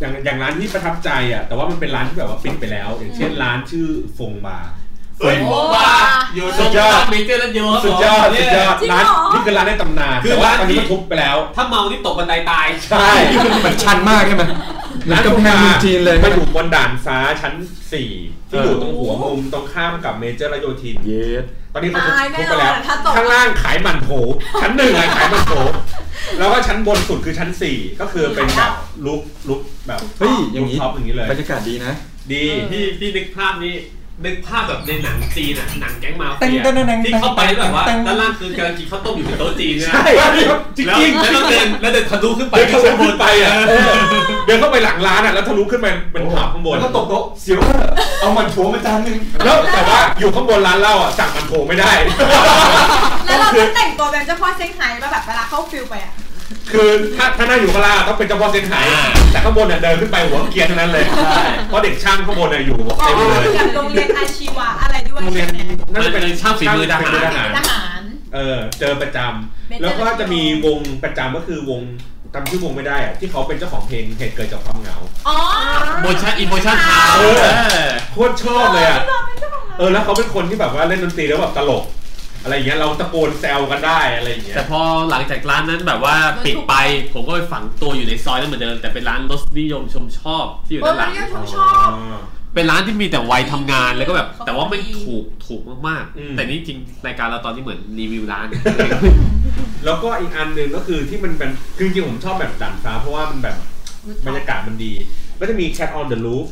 S3: อย่างอย่างร้านที่ประทับใจอ่ะแต่ว่ามันเป็นร้านที่แบบว่าปิดไปแล้ว อย่างเช่นร้านชื่อฟงบาร์
S2: เฮ้ย
S6: โอ้
S2: บ้าอยู่ตรง
S7: สุดยอด
S2: มีเจอแล้วเยอะ
S3: สุดยอด
S2: เนี่
S3: สุดยอด
S6: จริงเหรอ
S3: ร้านนี่คือร้านในตำนาน
S2: คือ
S3: แต่ว่า
S2: ร้าน
S3: ตอนนี้
S2: ที่
S3: มันทุบไปแล้ว
S2: ถ้าเมานี่ตกบันไดตาย
S7: ใช่มันชันมากใช่ไหมเหมือนกำแพงเมืองจีนเลย
S3: มันอยู่บนด่านฟ้าชั้น 4 ที่อยู่ตรงหัวมุมตรงข้ามกับเมเจอร์ระโยธิน
S7: เย็ด
S3: ตอนนี้เขาทุบ
S6: ตายแน่
S3: ไปแล้ว
S6: นอนถ้าตก
S3: ข้างล่างขายหมันโถชั้นหนึ่งอะขายหมันโถแล้วก็ชั้นบนสุดคือชั้น 4 ก็คือเป็นแบบลุกลุกแบบ
S7: เฮ้ยอย่างนี้
S3: นี้ท็อปอย่างนี้เลย
S7: บรรยากาศดีนะ
S3: ดี
S2: พี่พี่นึกภาพนี้นึกภาพแบบในหนังจีนอ่ะหนังแก๊งมาเฟียที่เข้าไปแล้วแบบว่าด้านล่างคือกำลังกินข้าวต้มอยู่บนโต๊ะจีนนะ
S3: ใช่จริง
S2: แล้ว
S3: จริง
S2: แล้วก็เดินแล้วเดินทะลุขึ้นไป
S3: เดินเข้าไป
S2: ชั้นบ
S3: ขึ้
S2: น
S3: นไปอ่ะเออเดินเข้าไปหลังร้านอ่ะแล้วทะลุขึ้นไปเป็นผับข้างบน
S7: แล้วก็ตกโต๊ะเสียวเอามันโถมาจานหนึง
S3: แล้วแต่ว่าอยู่ข้างบนร้านเหล้าอ่ะสั่งมันโถไม่ได้
S6: แล้วเราก็แต่งตัวเป็นเจ้าพ่อเซี่ยงไฮ้แล้วแบบเวลาเข้าฟิลไปอ่ะ
S3: คือถ้าถ้าหน้าอยู่ข้างล่างต้องเป็นเจ้าพ่อเซนไห่แต่ข้างบนเนี่ยเดินขึ้นไปหัวเกรียนเท่านั้นเลยเพราะเด็กช่างข้างบนเนี่ยอยู่หัว
S6: อ๋อ
S3: เต็มเลย
S6: กับโรงเรียนอาชีวะอะไรด้วย
S3: โรงเรียน
S6: ใช่ไหม
S3: น่าจะเป็น
S6: เป็น
S3: หาร
S6: ทหาร
S3: เออเจอประจำ
S6: เป็น
S3: แล้วก็จะมีวงประจำก็คือวงจำชื่อวงไม่ได้อ่ะที่เขาเป็นเจ้าของเพลงเหตุเกิดจากความเหงา
S6: อ๋อ
S2: โมชั่นอินโมชั่นเท้า
S3: เออ โคตรชอบเลยอ่ะเออแล้วเขาเป็นคนที่แบบว่าเล่นดนตรีแล้วแบบตลก อะไรอย่างเงี้ยเราตะโกนแซวกันได้อะไรอย่างเงี้ย
S2: แต่พอหลังจากร้านนั้นแบบว่าปิดไป ผมก็ไปฝังตัวอยู่ในซอยนั้นเหมือนเดิมแต่เป็นร้านรสนิยมชมชอบที่อยู่
S9: เออน
S2: ด้าห
S9: มัน
S2: ลัง
S9: เรียกชมชอบ
S2: เป็นร้านที่มีแต่วัยทำงานแล้วก็แบบ แต่ว่าไม่ถูกถูกมาก
S3: อืม
S2: ๆ แต่นี่จริงรายการเราตอนที่เหมือนรีวิวร้าน
S3: แล้วก็อีกอันหนึ่งก็คือที่มันเป็นคือจริงๆผมชอบแบบดันฟ้าเพราะว่ามันแบบบรรยากาศมันดีก็จะมี Cat on the Roof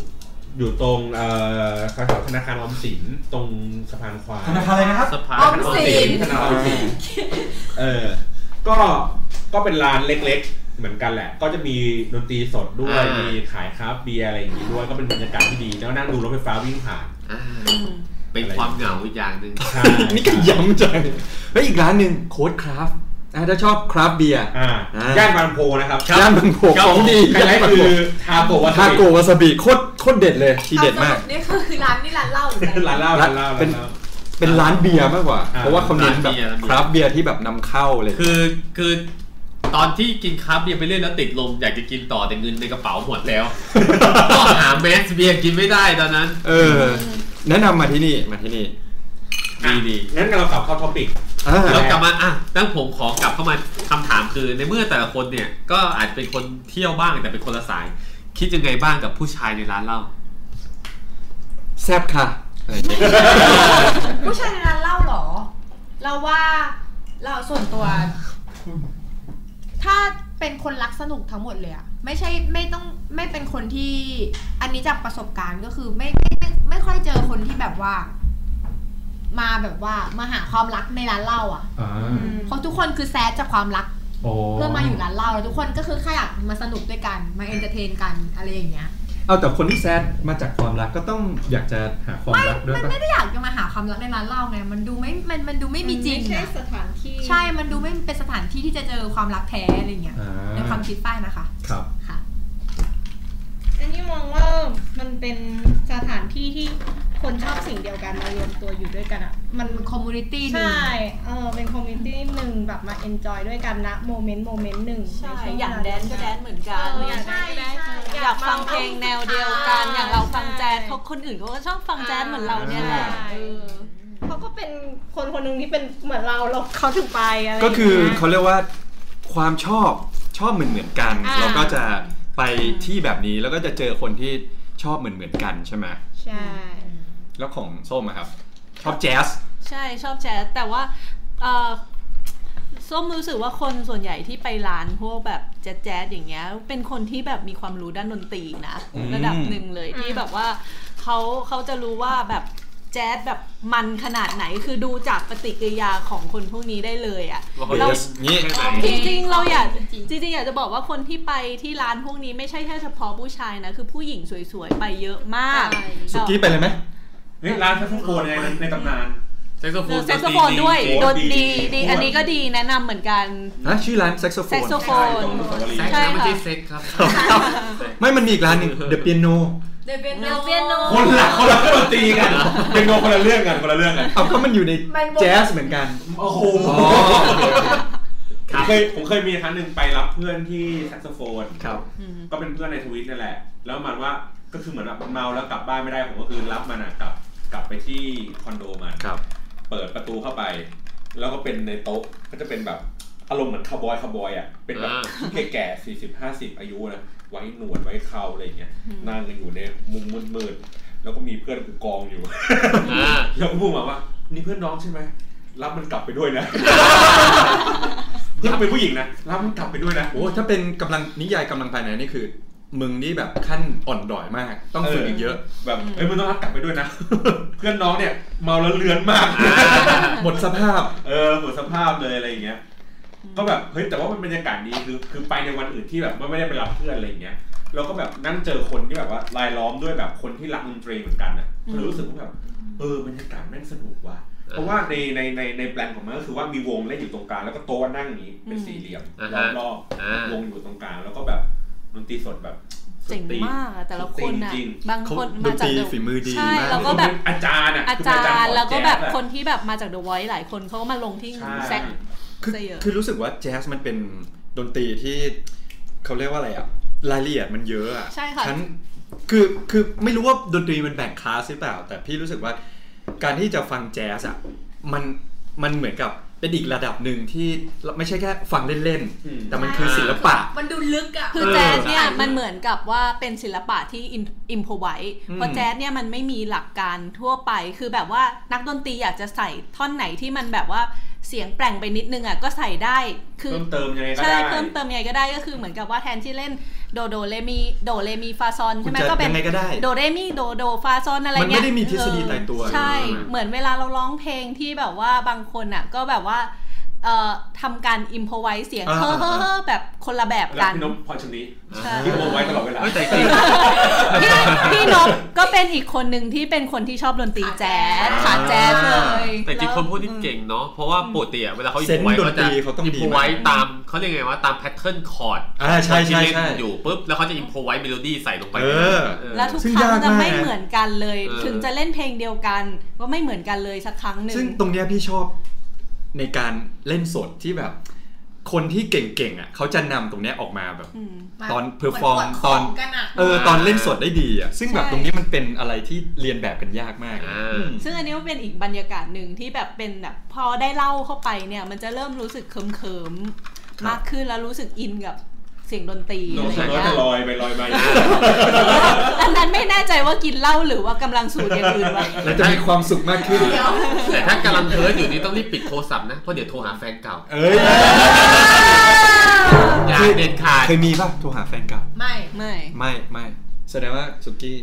S3: อยู่ตรงเอ่อแถวๆธนาคารออมสินตรงสะพานควาย
S1: ธนาคารอะไรนะครับ
S2: สภา
S9: ออม
S2: น
S9: สิน
S3: ธนาคารออมสินเออก็ก็เป็นร้านเล็กๆ เหมือนกันแหละ ก็จะมีดนตรีสดด้วยมีขายคราฟต์เบียร์อะไรอย่างงี้ด้วยก็เป็นบรรยากาศที่ดีแล้วก็นั่งดูรถไฟฟ้าวิ่งผ่าน
S2: อ่าเป็นความเหงาอีกอย่างหนึ่ง
S3: ใช่
S1: นี่ก็ย้ำจังแล้วอีกร้านหนึ่งโค้ดคราฟต์อ่ะถ้าชอบคราฟต์เบียร์
S3: อ่า
S1: อ่า
S3: ย่านบางโพนะครับ
S2: ครับ
S1: ย่านบางโพ
S2: ครับ
S1: ของดี
S3: ไฮไลท์คือทาโกวาซา
S1: ทา
S3: บิ
S1: โกวาซาบิโคตรโคตรเด็ดเลยทีเด็ดมาก
S9: สรุปนี่คือร้านนี่ร้านเหล้าหรืออะไร
S3: ร้านเหล้าร้านเหล้า
S1: เป็น
S3: ร้านเหล้า
S1: เป็นร้านเบียร์มากกว่า
S3: อ่า
S1: เพราะว่าเขาเน้นแบบ
S2: ร้านเบียร์
S1: คราฟต์เบียร์ที่แบบนำเข้าเลย
S2: คือคือตอนที่กินครับเบียร์ไปเรื่อยแล้วติดลมอยากจะกินต่อแต่เงินในกระเป๋าหมดแล้ว ก็หาแมสเบียร์กินไม่ได้ตอนนั้น
S1: เออ แนะนำมาที่นี่มาที่นี่
S2: ดีดี
S3: งั้นเรากลับเข้าท็อปิก
S1: อ่า
S2: ๆแล้วกลับมาอ่ะตั้งผมขอกลับเข้ามาคำถามคือในเมื่อแต่ละคนเนี่ย ก็อาจเป็นคนเที่ยวบ้างแต่เป็นคนละสาย คิดยังไงบ้างกับผู้ชายในร้านเหล้า
S1: แซบค่ะอะไรอย่างเงี้ย
S6: ผู้ชายในร้านเหล้าเหรอ เราว่าเราส่วนตัว ถ้าเป็นคนรักสนุกทั้งหมดเลยอะไม่ใช่ไม่ต้องไม่เป็นคนที่อันนี้จากประสบการณ์ก็คือไม่ไม่ไม่ไม่ค่อยเจอคนที่แบบว่า มาแบบว่ามาหาความรักในร้านเหล้าอะเพราะทุกคนคือแซดจากความรัก เพื่อมาอยู่ร้านเหล้าแล้วทุกคนก็คือแค่อยากมาสนุกด้วยกันมาเอนเตอร์เทนกันอะไรอย่างเงี้ย
S1: เอาแต่คนที่แซดมาจากความรักก็ต้องอยากจะหาความรักด้วย
S6: มัน
S1: ปะ
S6: ไม่ได้อยากจะมาหาความรักในร้านเหล้าไง มันดูไม่ มันมันดูไม่มีจริง
S8: ไม่ใช่
S6: อะ
S8: สถานที่
S6: ใช่ มันดูไม่เป็นสถานที่ที่จะเจอความรักแท้อะไรเงี้ย
S1: อ่า
S6: ในความคิดป้ายนะคะ
S1: ครับ
S6: ค่ะ
S8: อันนี้มองว่ามันเป็นสถานที่ที่คนชอบสิ่งเดียวกันมารวมตัวอยู่ด้วยกันอ่ะ
S6: มันคอมมูนิตี้หนึ่ง
S8: ใช่ เออ เป็นคอมมิชชั่นหนึ่งแบบมาเอนจอยด้วยกันนะโมเมนต์โมเมนต์หนึ่ง
S4: ใช่
S8: ในว
S4: อยาก
S8: เวล
S4: แดนซ์ก็แดนซ์เหมือนกัน
S8: เอออยากแดนซ์ก็แดนซ์
S4: อยากฟังเพลงแนวเดียวกัน อย่างเราฟังแจ๊สเขาคนอื่นเขาก็ชอบฟังแจ๊สเหมือนเราเนี่ยแหละเออ
S8: เขาก็เป็นคนคนหนึ่งที่เป็นเหมือนเราเราเขาถึงไปอะไร
S1: ก็คือ
S8: อย่างเงี้ย
S1: เขาเรียกว่าความชอบชอบเหมือนเหมือนๆกัน
S8: อ่า
S1: เราก็จะไปที่แบบนี้แล้วก็จะเจอคนที่ชอบเหมือนเหมือนๆกันใช่ไหม
S8: ใช่
S1: แล้วของส้มอะครับ ชอบแจ๊ส
S4: ใช่ชอบแจ๊สแต่ว่าเออส้มรู้สึกว่าคนส่วนใหญ่ที่ไปร้านพวกแบบแจ๊สแจ๊สอย่างเงี้ย เป็นคนที่แบบมีความรู้ด้านดนตรีนะ
S1: อืม
S4: ระดับหนึ่งเลยที่แบบว่าเขาเขาจะรู้ว่าแบบแจ๊สแบบมันขนาดไหนคือดูจากปฏิกิริยาของคนพวกนี้ได้เลยอ่ะ
S2: ว่าเขา
S1: เบ
S2: จะ
S1: สนี้
S2: แค่ไหน
S4: จริงๆ เราอยากจริงๆ อยากจะบอกว่าคนที่ไปที่ร้านพวกนี้ไม่ใช่แค่เฉพาะผู้ชายนะ คือผู้หญิงสวยๆ ไปเยอะมาก
S1: สุกี้ไปเลยไหม
S3: นี่ร้านแซฟโกนในในตำนาน
S2: เซ็กโซโฟ
S4: เออน แซกโซโฟนด้วย
S3: โอ้
S4: ด
S3: ย
S4: น
S3: ดีดี
S4: ดีดีอันนี้ก็ดีแนะนำเหมือนกัน
S1: นะชื่อร้านแซกโซโฟ
S4: แซก
S1: น
S4: โซโฟน
S3: ตรงสวนรี
S2: แซ็ก
S4: ใช่
S2: นะไม่
S4: ค่ะ
S2: ใช่เซ็กครับ
S1: ไม่มันมีอีกร้านหนึงเด e p เปียโน
S9: เดเปียโน
S4: เปียโน
S3: คนละคนละคนละตีกัน เป็นโนคนละเรื่องกันคนละเรื่องกัน
S1: เอาก็มันอยู่ใน
S9: มันวง
S1: แจ๊สเหมือนกัน
S3: โอ้โห
S1: อ๋อ
S3: ผมเคยผมเคยมีครั้งหนึ่งไปรับเพื่อนที่แซกโซโฟน
S1: ครับ
S3: ก็เป็นเพื่อนในทวิตนั่นแหละ แล้วมันว่าก็คือเหมือนแบบมันเมาแล้วกลับบ้านไม่ได้ผมก็คือรับมันอะกลับกลับไปที่คอนโดมัน
S1: ครับ
S3: เปิดประตูเข้าไป แล้วก็เป็นในโต๊ะก็จะเป็นแบบอารมณ์เหมือนคาวบอยคาวบอยอ่ะเป็นแบบแก่สี่สิบห้าสิบอายุนะไว้หนวดไว้เคราอะไรอย่างเงี้ยนั่งกันอยู่ในมุมมืดๆแล้วก็มีเพื่อนกูกองอยู่
S2: อ่า
S3: แล้วก็พูดมาว่า นี่เพื่อนน้องใช่ไหมรับมันกลับไปด้วย นะ เพื่อนเป็นผู้หญิงนะรับมันกลับไปด้วยนะ
S1: โอ้ถ้าเป็นกำลังนิยายกำลังภายในนี่คือ มึงนี่แบบขั้นอ่อนดอยมาก ต้องฝึกอีกเยอะ
S3: แบบเอ้ยมึงต้องรับกลับไปด้วยนะ เพื่อนน้องเนี่ยเมาแล้วเลือนมาก
S1: หมดสภาพ
S3: เออหมดสภาพเลยอะไรอย่างเงี้ย ก็แบบเฮ้ยแต่ว่ามันบรรยากาศดีคือคือไปในวันอื่นที่แบบว่าไม่ได้ไปรับเพื่อนอะไรอย่างเงี้ยเราก็แบบนั่งเจอคนที่แบบว่ารายล้อมด้วยแบบคนที่รักดนตรีเหมือนกันอ่ะ
S4: อืม
S3: เรารู้สึกว่าแบบเออบรรยากาศแม่งสนุกว่ะ
S2: เออ
S3: เพราะว่าในในในในแปลนของมันก็คือว่ามีวงเล่นอยู่ตรงกลางแล้วก็โต๊ะนั่งอย่างนี้เป็นสี่เหลี่ยม
S2: อ่าฮะ
S3: ล้อมรอบ
S2: อ่า
S3: วงอยู่ตรงกลางแล้วก็แบบดนตรีสดแบบสุ
S4: เจ๋
S3: ด
S4: ง
S3: ตีน
S4: มากอะแต่ละคนอะ
S3: จริง
S4: บางคน
S1: เขา
S4: มาจา
S1: ดนต
S4: ก
S1: รี
S4: The-
S1: ฝีมือดี
S4: ใช่
S1: มาก
S4: แล้วก็แบบ
S3: อาจารย์อ่ะ
S4: อา
S3: คือ
S4: จา
S3: เป็นข
S4: รย์
S3: อง
S4: แล้วก็แบบ
S3: จ๊สอะ
S4: คนที่แบบมาจาก The Voice หลายคนเขาก็มาลงที่
S3: ใช่
S4: แซก
S1: คือ
S4: ซะเยอะ
S1: คือรู้สึกว่าแจ๊สมันเป็นดนตรีที่เขาเรียกว่าอะไรอะรายละเอียดมันเยอะอะ
S4: ใช่ค่ะ
S1: ชั้นคือคือไม่รู้ว่าดนตรีมันแบ่งคลาสหรือเปล่า แต่พี่รู้สึกว่าการที่จะฟังแจ๊สอะมัน มันเหมือนกับเป็นอีกระดับหนึ่งที่ไม่ใช่แค่ฟังเล่น
S3: อืม
S1: ๆ แต่มันคือศิลปะ
S6: มันดูลึกอะ
S4: คือแจ๊สเนี่ยมันเหมือนกับว่าเป็นศิลปะที่อิมพอไว้
S1: อืม
S4: เพราะแจ๊สเนี่ยมันไม่มีหลักการทั่วไป คือแบบว่านักดนตรีอยากจะใส่ท่อนไหนที่มันแบบว่าเสียงแปลงไปนิดนึงอ่ะก็ใส่ได้ คือ
S3: เพิ่มเติมยังไงก็
S4: ใช่
S3: ได้
S4: เพิ่มเติมยังไงก็ได้ก็คือเหมือนกับว่าแทนที่เล่นโดโดเลมีโดเลมีฟาซอน
S1: คุณ
S4: ใช่ไหม
S1: จะ
S4: ก็เป็น
S1: ยังไงก็ได้
S4: โดเรมีโดโดฟาซอนอะไรเงี้ย
S1: มันไม่ได้มีทฤษฎีตายตัว
S4: เออใช่ เหมือนเวลาเราร้องเพลงที่แบบว่าบางคนอ่ะก็แบบว่าเอ่อทำการอิมพอไว้เสียงเฮ้อเฮ้อเฮ้อแบบคนละแบบ
S3: แล้ว
S4: กัน
S3: พี่นพพรชนี
S4: ใช่
S3: พี่โมไว้ตลอดเวลา
S2: ไม่แต่จริง
S4: พี่พี่นพก็เป็นอีกคนหนึ่งที่เป็นคนที่ชอบดนตรีแจ๊สขาแจ๊สเลย
S2: แต่จริง
S4: ล้ว
S2: คนพวกนี้เก่งเนาะ เพราะว่าปกติอะเวลาเขาอิ
S1: เซน
S2: น
S1: ส์
S2: โฟ
S1: ด
S2: ไว้
S1: นต
S2: เขาจะ
S1: รีเขาต้อง
S2: อิน
S1: ดี
S2: โฟไว้
S1: มาก
S2: ตามเขาเรียกไงว่าตามแพทเทิร์นคอร์ด
S1: อ่าใช่ใช่
S2: ที่เล่น
S1: ใช่
S2: อยู่ปุ๊บแล้วเขาจะอินโฟไว้เมโลดี้ใส่ลงไป
S1: เออ
S2: เออ
S4: แล้วทุก
S1: ซึ่ง
S4: ครั้
S1: ยาก
S4: ง
S1: มาก
S4: จะไม่เหมือนกันเลย
S2: เออ
S4: ถึงจะเล่นเพลงเดียวกัน ก็ไม่เหมือนกันเลยสักครั้งหนึ่ง
S1: ซึ่งตรงเนี้ยพี่ชอบในการเล่นสดที่แบบ คนที่เก่งๆอ่ะเขาจะนำตรงเนี้ยออกมาแบบ
S4: อืม
S1: ตอน perform
S6: หมื
S1: ตอน
S6: ขงกันอะ
S1: เออตอนเล่นสดได้ดีอ่ะซึ่งแบบ
S4: ใช่
S1: ตรงนี้มันเป็นอะไรที่เรียนแบบกันยากมาก
S2: อ่า
S1: อืม
S4: ซึ่งอันนี้มันเป็นอีกบรรยากาศหนึ่งที่แบบเป็นแบบพอได้เล่าเข้าไปเนี่ย มันจะเริ่มรู้สึกเขิมเขิมๆ
S1: ครับ
S4: มากขึ้นแล้วรู้สึกอินกับเสียงดนตรี
S3: โน้
S4: อะ
S3: ต
S4: ไรอย่าง
S3: โน้ต
S4: เงี้ย
S3: จะลอยไปลอยมาอย่างนี้
S4: อันนั้นไม่แน่ใจว่ากินเหล้าหรือว่ากำลังสูดอย่างอื่นไว้
S1: แล้วจะมีความสุขมากขึ้น
S2: แต่ถ้ากำลังเฮิร์ตอยู่นี่ต้องรีบปิดโทรศัพท์นะ เพราะเดี๋ยวโทรหาแฟนเก่า
S1: เอ้ย
S2: อย่าเด็ดขาด
S1: เคยมีป่ะโทรหาแฟนเก่า
S6: ไม่
S4: ไม่
S1: ไม่ไม่แสดงว่าสุกี้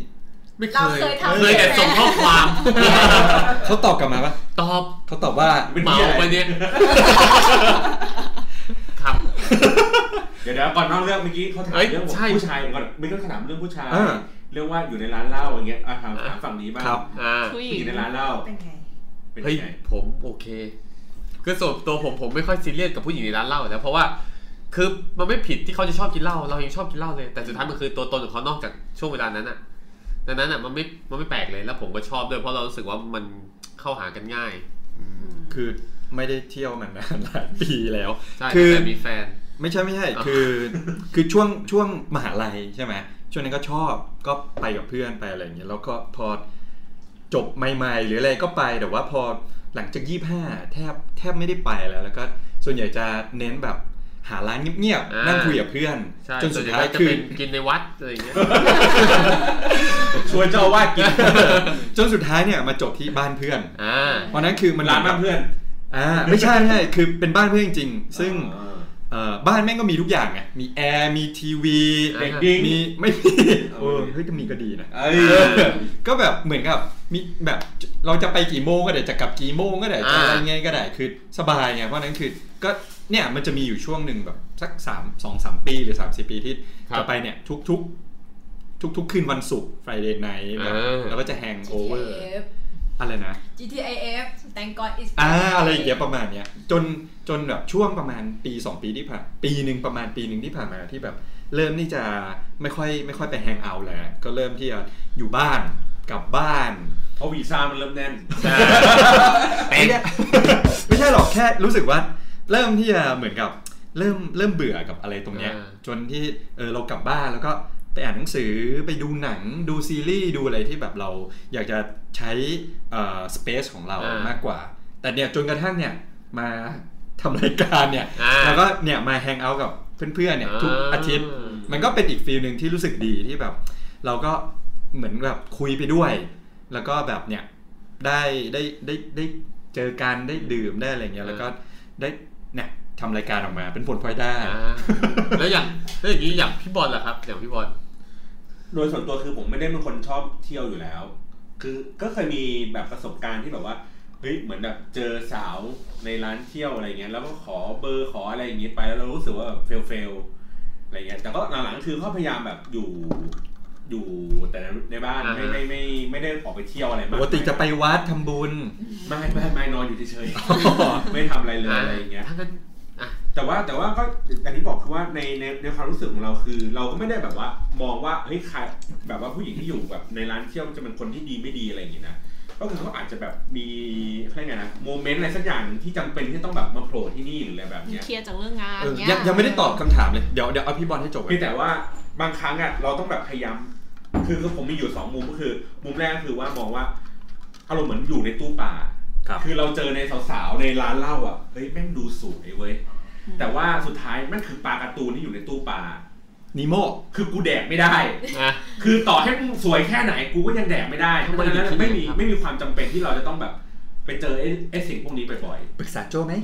S2: ไม่เค
S6: เรา
S2: ย
S6: เคยทำ
S2: เคยแต่ส่งข้อ ความ
S1: เขาตอบกลับมาป่ะ
S2: ตอบ
S1: เขาตอบว่า
S3: เป็น
S2: เมา
S3: ที่อะไร
S2: ไปเนี่ยครับ
S3: เดี๋ยวเดี๋ยวก่อนนอกเรื่องเมื่อกี้เขาถาม
S2: เอ้ย
S3: เรื่อง
S2: ใช่
S3: ผู้ชายก่อนเมื่อกี้เขาถามเรื่องผู้ชาย
S1: อ่า
S3: เรื่องว่าอยู่ในร้านเหล้าอย่างเงี้ยอ่ะถาม
S2: อ่ะ
S3: ถามฝั่งนี้บ้าง
S1: ครับ
S2: อ่า
S4: ผู้ห
S3: อ
S4: ญิง
S3: ยู่ในร้านเหล้า
S6: เป็นไง
S3: เป็น
S2: เฮ้ย
S3: ไง
S2: ผมโอเคคือส่วนตัวผมผมไม่ค่อยซีเรียสกับผู้หญิงในร้านเหล้าอยู่แล้วเพราะว่าคือมันไม่ผิดที่เขาจะชอบกินเหล้าเรายังชอบกินเหล้าเลยแต่สุดท้ายมันคือตัวตนของเขานอกจากช่วงเวลานั้นอ่ะดังนั้นอ่ะมันไม่มันไม่แปลกเลยแล้วผมก็ชอบด้วยเพราะเรารู้สึกว่ามันเข้าหากันง่าย
S1: คือไม่ได้เที่ยวมันมานหลายปีแล้ว
S2: ใช่
S1: คือ
S2: แต่มีแฟน
S1: ไม่ใช่ไม่ ใช่
S2: อ่ะ
S1: คือ คือช่วงช่วงมหาลัยใช่ไหมช่วงนั้นก็ชอบก็ไปกับเพื่อนไปอะไรอย่างเงี้ยแล้วก็พอจบใหม่ ๆ หรืออะไรก็ไปแต่ว่าพอหลังจากยี่ห้าแทบแทบไม่ได้ไปแล้ว แล้วก็ส่วนใหญ่จะเน้นแบบหาร้านเงียบๆนั่งคุยกับเพื่อน
S2: ใช่
S1: จนสุด
S2: ส่วนใหญ่
S1: ท้าย
S2: ก็จะ
S1: คือ
S2: เป็นกินในวัดอะไรอย่างเงี้ย
S3: ชวนเจ้าอาว่าสกิน
S1: จนสุดท้ายเนี่ยมาจบที่บ้านเพื่อน
S2: อ่า
S1: เพราะนั้นคือมัน
S3: ร้านบ้านเพื่อน
S1: อ่าไม่ใช่ไม่ใช่คือเป็นบ้านเพื่อนจริงๆซึ่ง
S3: อ่า
S1: เอ่อบ้านแม่งก็มีทุกอย่างไงมีแอร์มีทีวี
S2: เด็กดิ้ง
S1: มีไม่มี
S3: เอา
S1: เออเฮ้ยจะมีก็ดีนะ
S3: เอ้ย
S1: ก็แบบเหมือนกับมีแบบเราจะไปกี่โมงก็ได้จะกลับกี่โมงก็ได้จะ
S2: อ่า
S1: อะไรไงก็ได้คือสบายไงเพราะฉะนั้นคือก็เนี่ยมันจะมีอยู่ช่วงหนึ่งแบบสักสามสองสามปีหรือสามสี่ปีที่จะไปเนี่ยทุกทุกทุกทุกๆคืนวันศุกร์ Friday night แบบแล้วก็จะแฮงโอเวอร์
S6: GTAF
S1: อะไรนะ
S6: GTAF Thank God is
S1: อ่าอะไรอย่างเงี้ยประมาณเนี้ยจนจนแบบช่วงประมาณปี 2 ปีที่ผ่านปีหนึ่งประมาณปีหนึ่งที่ผ่านมาที่แบบ เริ่มที่จะไม่ค่อยไม่ค่อยไปแฮงเอาท์แล้วก็เริ่มที่จะอยู่บ้านกลับบ้าน
S3: เพราะวีซ่ามันเริ่มแน่น
S1: ไม่ใช่ ไม่ใช่หรอกแค่รู้สึกว่า เริ่มที่จะเหมือนกับ เริ่มเริ่มเบื่อกับอะไรตรงเนี้ย
S2: อ่า
S1: จนที่เออเรากลับบ้านแล้วก็ไปอ่านหนังสือไปดูหนังดูซีรีส์ดูอะไรที่แบบเราอยากจะใช้เอ่อสเปซของเรามากกว่า แต่เนี่ยจนกระทั่งเนี่ยมาทำรายการเนี่ย
S2: อ่า
S1: แล้วก็เนี่ยมาแฮงเอาท์กับเพื่อนๆเนี่ยทุกอาทิตย์ มันก็เป็นอีกฟีลหนึ่งที่รู้สึกดีที่แบบ เราก็เหมือนแบบคุยไปด้วย แล้วก็แบบเนี่ยได้ได้ได้ได้เจอกันได้ดื่มได้อะไรเงี้ยแล้วก็ได้เนี่ยทำรายการออกมาเป็นผลพลอยได้
S2: อ่าแล้วอย่างแล้วอย่างนี้อย่างพี่บอลล่ะครับอย่างพี่บอล
S3: โดยส่วนตัวคือผมไม่ได้เป็นคนชอบเที่ยวอยู่แล้ว คือก็เคยมีแบบประสบการณ์ที่แบบว่า เฮ้ย เหมือนแบบเจอสาวในร้านเที่ยวอะไรเงี้ย แล้วก็ขอเบอร์ขออะไรอย่างงี้ไป แล้วเรารู้สึกว่าแบบเฟลเฟลอะไรเงี้ย แต่ก็หลังๆคือเขาพยายามแบบอยู่ อยู่แต่ในบ้าน
S2: อ่า
S3: ไม่ไม่ไม่ไม่ได้ออกไปเที่ยวอะไร
S1: ป
S3: มามาย
S1: กติจะไปวัดทำบุญ
S3: ไม่ไม่ไม่นอนอยู่เฉยๆ ไม่ทำอะไรเลยอะไรอย่างเงี้ย
S2: ถ้างั้น
S3: แต่ว่าแต่ว่าก็อย่างที่บอกคือว่าในในในความรู้สึกของเราคือ เราก็ไม่ได้แบบว่ามองว่าเฮ้ยใครแบบว่าผู้หญิงที่อยู่แบบในร้านเที่ยวจะเป็นคนที่ดีไม่ดีอะไรอย่างงี้นะก็คือเขาอาจจะแบบมีอะไรยกไงนะโมเมนต์อะไรสักอย่างหนึ่งที่จำเป็นที่จะต้องแบบมาโผล่ที่นี่หรืออะไรแบบเนี้ย
S4: เคลียร์จากเรื่องงาน
S1: เออ
S4: เนี้
S1: ยังยังไม่ได้ตอบคำถามเลย เดี๋ยวเดี๋ยวเอาพี่บอลให้จบก่อน
S3: เพียงแต่ว่าบางครั้งอ่ะเราต้องแบบพยายามคือคือผมมีอยู่สองมุมก็คือ มุมแรกก็คือว่ามองว่าอารมณ์เหมือนอยู่ในตู้ปลา
S7: ครับ
S3: คือเราเจอในสาวๆในร้านเหล้าอ่ะเฮ้ยแม่งดูสวยเว้ยแต่ว่าสุดท้ายแม่งคือปลาการ์ตูนที่อยู่ในตู้ปลา
S1: นิโม
S3: คือกูแดกไม่ได้
S2: นะ
S3: คือต่อให้มึงสวยแค่ไหนกูก็ยังแดกไม่ได้เพราะฉะนั้นไม่มีไม่มีความจำเป็นที่เราจะต้องแบบไปเจอไอ้ไอ้สิ่งพวกนี้บ่อย
S1: ปรึกษาโจ้ไหม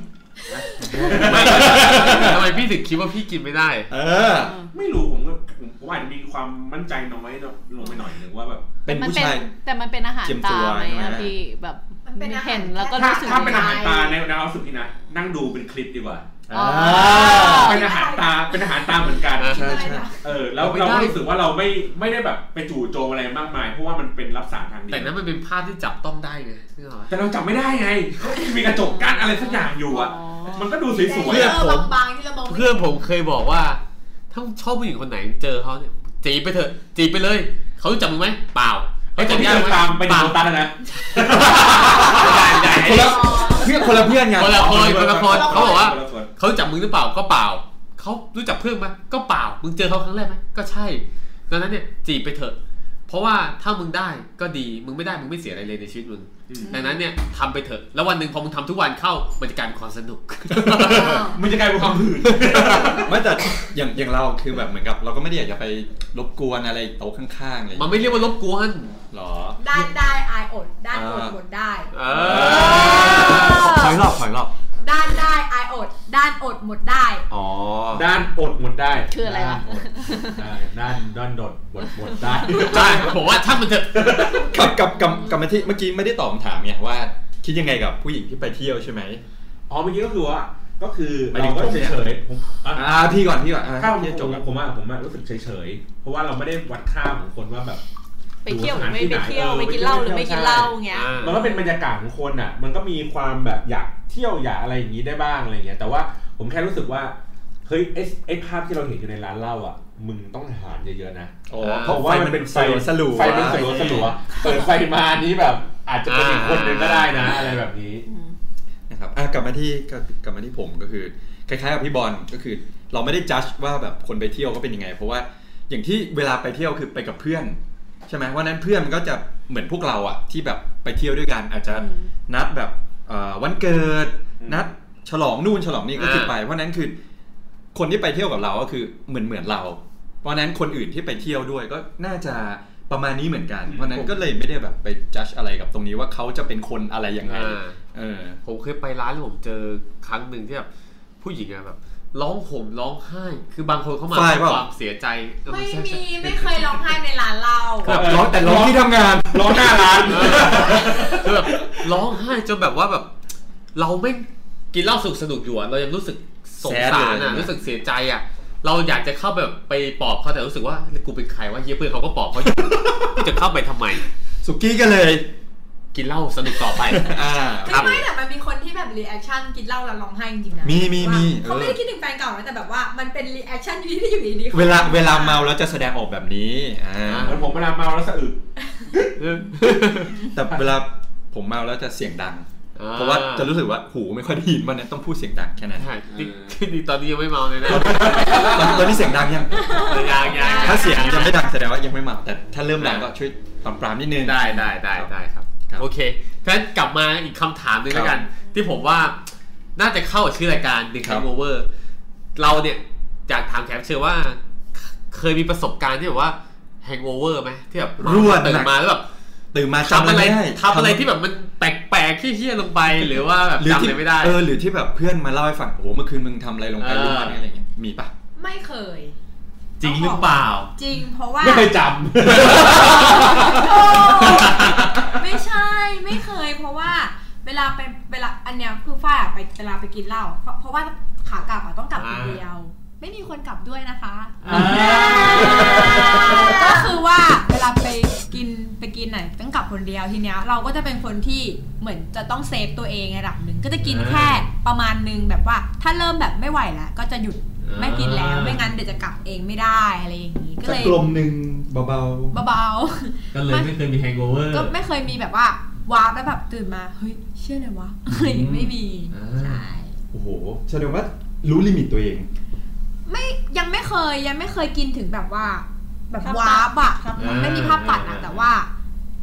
S2: ทำไมพี่ถึงคิดว่าพี่กินไม่ได้
S1: เออ
S3: ๆไม่รู้ผมก็ผมผมอาจจะมีความมั่นใจน้อยลงไปหน่อยนึงว่าแบบ
S1: เป็น
S4: มัน
S1: ผู้
S4: เป็น
S1: ชาย
S4: แต่มันเป็นอาหาร
S1: เจียม
S4: ตา
S1: ตัว
S4: ไหม
S1: ใช่
S4: อะ
S1: ไหม
S4: พี่แบบ
S10: มันเป็นอาหาร
S4: เห็นแล้วก็
S3: ถ้า
S4: รู้สึก
S3: ถ้าเป็นอาหาร
S4: ไม่
S3: ตา
S4: ได้
S3: ในในความรู้สึกพี่นะ นั่งดูเป็นคลิปดีกว่า
S4: อ๋อ
S1: า
S3: เป็นอาหารตาเป็นอาหารตาเหมือนกัน
S2: อ่า
S1: ใช่ใช่
S3: เออแล้ว
S2: ไม่ได้
S3: เราก็รู้สึกว่าเราไม่ไม่ได้แบบไปจู่โจมอะไรมากมาย เพราะว่ามันเป็นรับสารทางเดียว
S2: แต่นั้นมันเป็นภาพที่จับต้องได้ไงนึกออกไหม
S3: แต่เราจับไม่ได้ไง มีกระจกกั้นอะไรสักอย่างอยู่อ่ะ
S4: อ๋อ
S3: มันก็ดู
S10: เ
S3: สวย
S1: เพื่
S3: ๆ
S1: อ
S3: อะ
S1: ผม
S10: บางๆที่เรามองไม่
S2: เพื่อนผมเคยบอกว่า ถ้าชอบผู้หญิงคนไหนเจอเขาเนี่ยจีบไปเถอะจีบไปเลย เขารู้จักมึงไหมเปล่า
S3: ไอ้
S2: เขาจะ
S3: คนที่
S2: ยาก
S3: เดิน
S2: ไหม
S3: ตาม
S2: เปล่า
S3: ไปดูโลตัสอะนะ
S2: ใหญ่
S1: คนละเพื่อนคนละเพื่อนไง
S2: คนละคนคนละคนเขาบอกว่า
S3: คนละคน
S2: เขารู้จักมึงหรือเปล่าก็เปล่า เขารู้จักเพื่อนไหมก็เปล่า มึงเจอเขาครั้งแรกไหมก็ใช่ ดังนั้นเนี่ยจีบไปเถอะ เพราะว่าถ้ามึงได้ก็ดี มึงไม่ได้มึงไม่เสียอะไรเลยในชีวิตมึง ดังนั้นเนี่ยทำไปเถอะ แล้ววันหนึ่งพอมึงทำทุกวันเข้ามันจะกลายเป็นความสนุก
S3: มันจะกลายเป็นความหื่น
S1: ไม่แต่อย่างอย่างเราคือแบบเหมือนกับ เราก็ไม่ได้อยากจะไปรบกวนอะไรโต๊ะข้างๆอะไรอย่าง
S2: มัน
S1: เงี้ย
S2: ไม่เรียกว่ารบกวน
S1: หรอ
S10: ด้านได้อายอด ด้านอด
S1: อ่า
S10: อดได้
S2: เออ
S1: ถอยรอบถอยรอบ
S10: ด้านได้อายอด ด้านอดหมดได้
S1: อ๋อ
S3: ด้านอดหมดได้
S4: คืออะไรวะ
S7: ด้านด้านโดดบดบดได้
S2: ใช่ผมว่าช่างมันเถอะ
S1: กลับกลับกลับกลับมาที่เมื่อกี้ไม่ได้ตอบคำถามไงว่า คิดยังไงกับผู้หญิงที่ไปเที่ยวใช่ไหม
S3: อ๋อเมื่อกี้ก็คือว่า ก็คือ
S1: ไม่ได้
S3: เราก็
S1: ผมเนี่ย
S3: เฉยๆผมอ่ะ
S1: อ่าพี่ก่อนพี่ก่อนอ่ะ
S3: ถ้าผม
S1: พี่จะ
S3: จ
S1: จ
S3: บบ กับผมอะผมอะรู้สึกเฉยๆ เพราะว่าเราไม่ได้วัดค่าของคนว่าแบบ
S4: ไปเที่ยวหรือไม่ไปเที่ยวไปกินเหล้าหรือไม่กินเหล้าเงี้ย
S3: มันก็เป็นบรรยากาศของคนอะมันก็มีความแบบอยากเที่ยวอยากอะไรอย่างนี้ได้บ้างอะไรอย่างเงี้ย แต่ว่าผมแค่รู้สึกว่า เฮ้ยไอ้ไอ้ภาพที่เราเห็นอยู่ในร้านเหล้าอะมึงต้องหารเยอะๆนะ
S1: โอ้
S2: อ่า
S1: เพ
S3: เพ
S1: ราะ
S3: ราะ
S1: ว่า
S3: ว่า
S1: มั
S3: มัน น
S1: เป็
S3: เป็น น
S1: ส
S3: ไฟ
S1: ลัวสลัว
S3: ไฟมันสลัวสลัวเปิดไฟมานี้แบบ อาจจะเป็นอีกคนหนึ่งก็ได้นะอะไรแบบนี้
S1: นะครับอ่ะกลับมาที่กลับกลับมาที่ผมก็คือคล้ายๆกับพี่บอลก็คือ เราไม่ได้จัดว่าแบบคนไปเที่ยวก็เป็นยังไง เพราะว่าอย่างที่เวลาไปเที่ยวคือไปกับเพื่อนใช่ไหมวันนั้นเพื่อนมันก็จะเหมือนพวกเราอะที่แบบไปเที่ยวด้วยกันอาจจะนัดแบบเอ่อวันเกิด
S3: อืม
S1: นัดฉลองนู่นฉลองนี่ก็คืออา ไป เพราะฉะนั้นคือคนที่ไปเที่ยวกับเราก็คือเหมือนเหมือนเรา เพราะฉะนั้นคนอื่นที่ไปเที่ยวด้วยก็น่าจะประมาณนี้เหมือนกัน เพราะฉะนั้นก็เลยไม่ได้แบบไปจัดอะไรกับตรงนี้ว่าเขาจะเป็นคนอะไรยังไง
S2: อ่า
S1: เออ
S2: ผมเคยไปร้านแล้วผมเจอครั้งหนึ่งที่แบบผู้หญิงอะแบบร้องห่มร้องไห้ คือบางคนเข้ามา
S1: ใช่
S2: ด้วย
S1: เปล่า
S2: ความเสียใจเออ
S10: ไม่
S2: ใช่
S10: มี
S2: ใช่
S10: ไม่เคยร้องไห้ในร้านเรา
S2: ครับ
S1: ร้องแต่ร้องที่ทำงาน
S3: ร้องหน้าร้าน
S2: คือแบบร้องไห้จนแบบว่าแบบ เราไม่กินเหล้าสนุกสนุกอยู่อะเรายังรู้สึกสงสาร
S1: แซดเลย
S2: อะ
S1: นะ
S2: รู้สึกเสียใจอะเราอยากจะเข้าแบบไปปลอบเขาแต่รู้สึกว่ากูเป็นใครวะเฮียเพื่อนเขาก็ปลอบเขาอยู่ กูจะเข้าไปทำไม
S1: สุกี้กันเลย
S2: กินเหล้าสนุกต่อไป
S1: อ่า
S2: ครับ
S10: ไม่แต่มันมีคนที่แบบรีแอคชั่นกินเหล้าแล้วร้องไห้จริงๆนะ
S1: มีมีมี
S10: ว่าเขาไม่ได้
S1: เออ
S10: คิดถึงแฟนเก่านะแต่แบบว่ามันเป็นรีแอคชั่นที่อยู่ดีๆข
S1: เวลาเวลาเมาแล้วจะแสดงออกแบบนี้ อ่า
S3: เหมือนผมเวลาเมาแล้วสะอึก
S1: แต่เวลาผมเมาแล้วจะเสียงดัง
S2: อ่า
S1: เพราะว่าจะรู้สึกว่าหูไม่ค่อยได้ยินวันนั้นต้องพูดเสียงดังแค่นั้น
S2: ใช่นี่นี่ตอนนี้ยังไม่เมาเลยนะ
S1: ตอนตอนนี้เสียงดังยัง
S2: ยังยัง
S1: ถ้าเสียงยังไม่ดังแสดงว่ายังไม่เมาแต่ถ้าเริ่มดังก็ช่วยปรามปรามนิดนึง
S2: ได้ได้ได้ได้ครับ
S1: ครับ
S2: โอเคฉะนั้นกลับมาอีกคำถามหนึ่งแล้วกัน ที่ผมว่าน่าจะเข้ากับชื่อรายการดึง
S1: ครั
S2: แ a
S1: บ
S2: m โอเวอร์เราเนี่ยอยากถามแขกรับเชื่อว่า เคยมีประสบการณ์ที่แบบว่าแฮงโอเวอร์ไหมที่แบบ
S1: รั่ว
S2: ตื่
S1: หนั
S2: น
S1: ก
S2: มาแล้วแบบ
S1: ตื่นมาจำ
S2: ทำ
S1: อะไร
S2: อะไร
S1: ไม่ได้
S2: ทำอะไรที่แบบมันแปลกๆที่เฮี้ยลงไปหรือว่าแบบ
S1: หรือ
S2: จำอะ
S1: ที่
S2: ไรไม่ได้
S1: เออหรือที่แบบเพื่อนมาเล่าให้ฟังโอ้โหเมื่อคืนมึงทำอะไรลงไป
S2: เออ
S1: รู้ไหมอะไรเงี้ยมีปะ
S10: ไม่เคย
S2: จริงหรือเปล่า
S6: จริง เพราะว่า
S3: ไม่เคยจ
S6: ไม่ใช่ไม่เคย เพราะว่าเวลาเป็นเวลาอันเนี้ยคือฝ้ายอะไปเวลาไปกินเหล้าเพราะเพราะว่าขากลับอะต้องกลับคนเดียว ไม่มีคนกลับด้วยนะคะ ก็คือว่าเวลาไปกินไปกินไหนต้องกลับคนเดียวทีเนี้ยเราก็จะเป็นคนที่เหมือนจะต้องเซฟตัวเองระดับหนึ่งก็จะกินแค่ประมาณหนึงแบบว่า ถ้าเริ่มแบบไม่ไหวแล้วก็จะหยุด
S2: อ่า
S6: ไม่กินแล้วไม่งั้นเดี๋ยวจะกลับเองไม่ได้อะไรอย่างนี้ก็
S7: สัก
S6: เลย
S7: กลมหนึ่งเบา
S6: เบา
S2: ก็เลยไม่เคยมีแฮงโอเวอร์
S6: ๆก็ไม่เคยมีแบบว่าวาร์ปแล้วแบบตื่นมาเฮ้ยเชื่อเลยวะเฮ้ยไม่มี
S2: อ่า
S6: ใช่
S7: ๆ โอ้โห แสดงว่ารู้ลิมิตตัวเอง
S6: ไม่ยังไม่เคยยังไม่เคยกินถึงแบบว่า แบบ
S8: ภาพตัด
S6: วาร์ปอะมันไม่มีภาพตัด
S2: อ่า
S6: อะแต่ว่า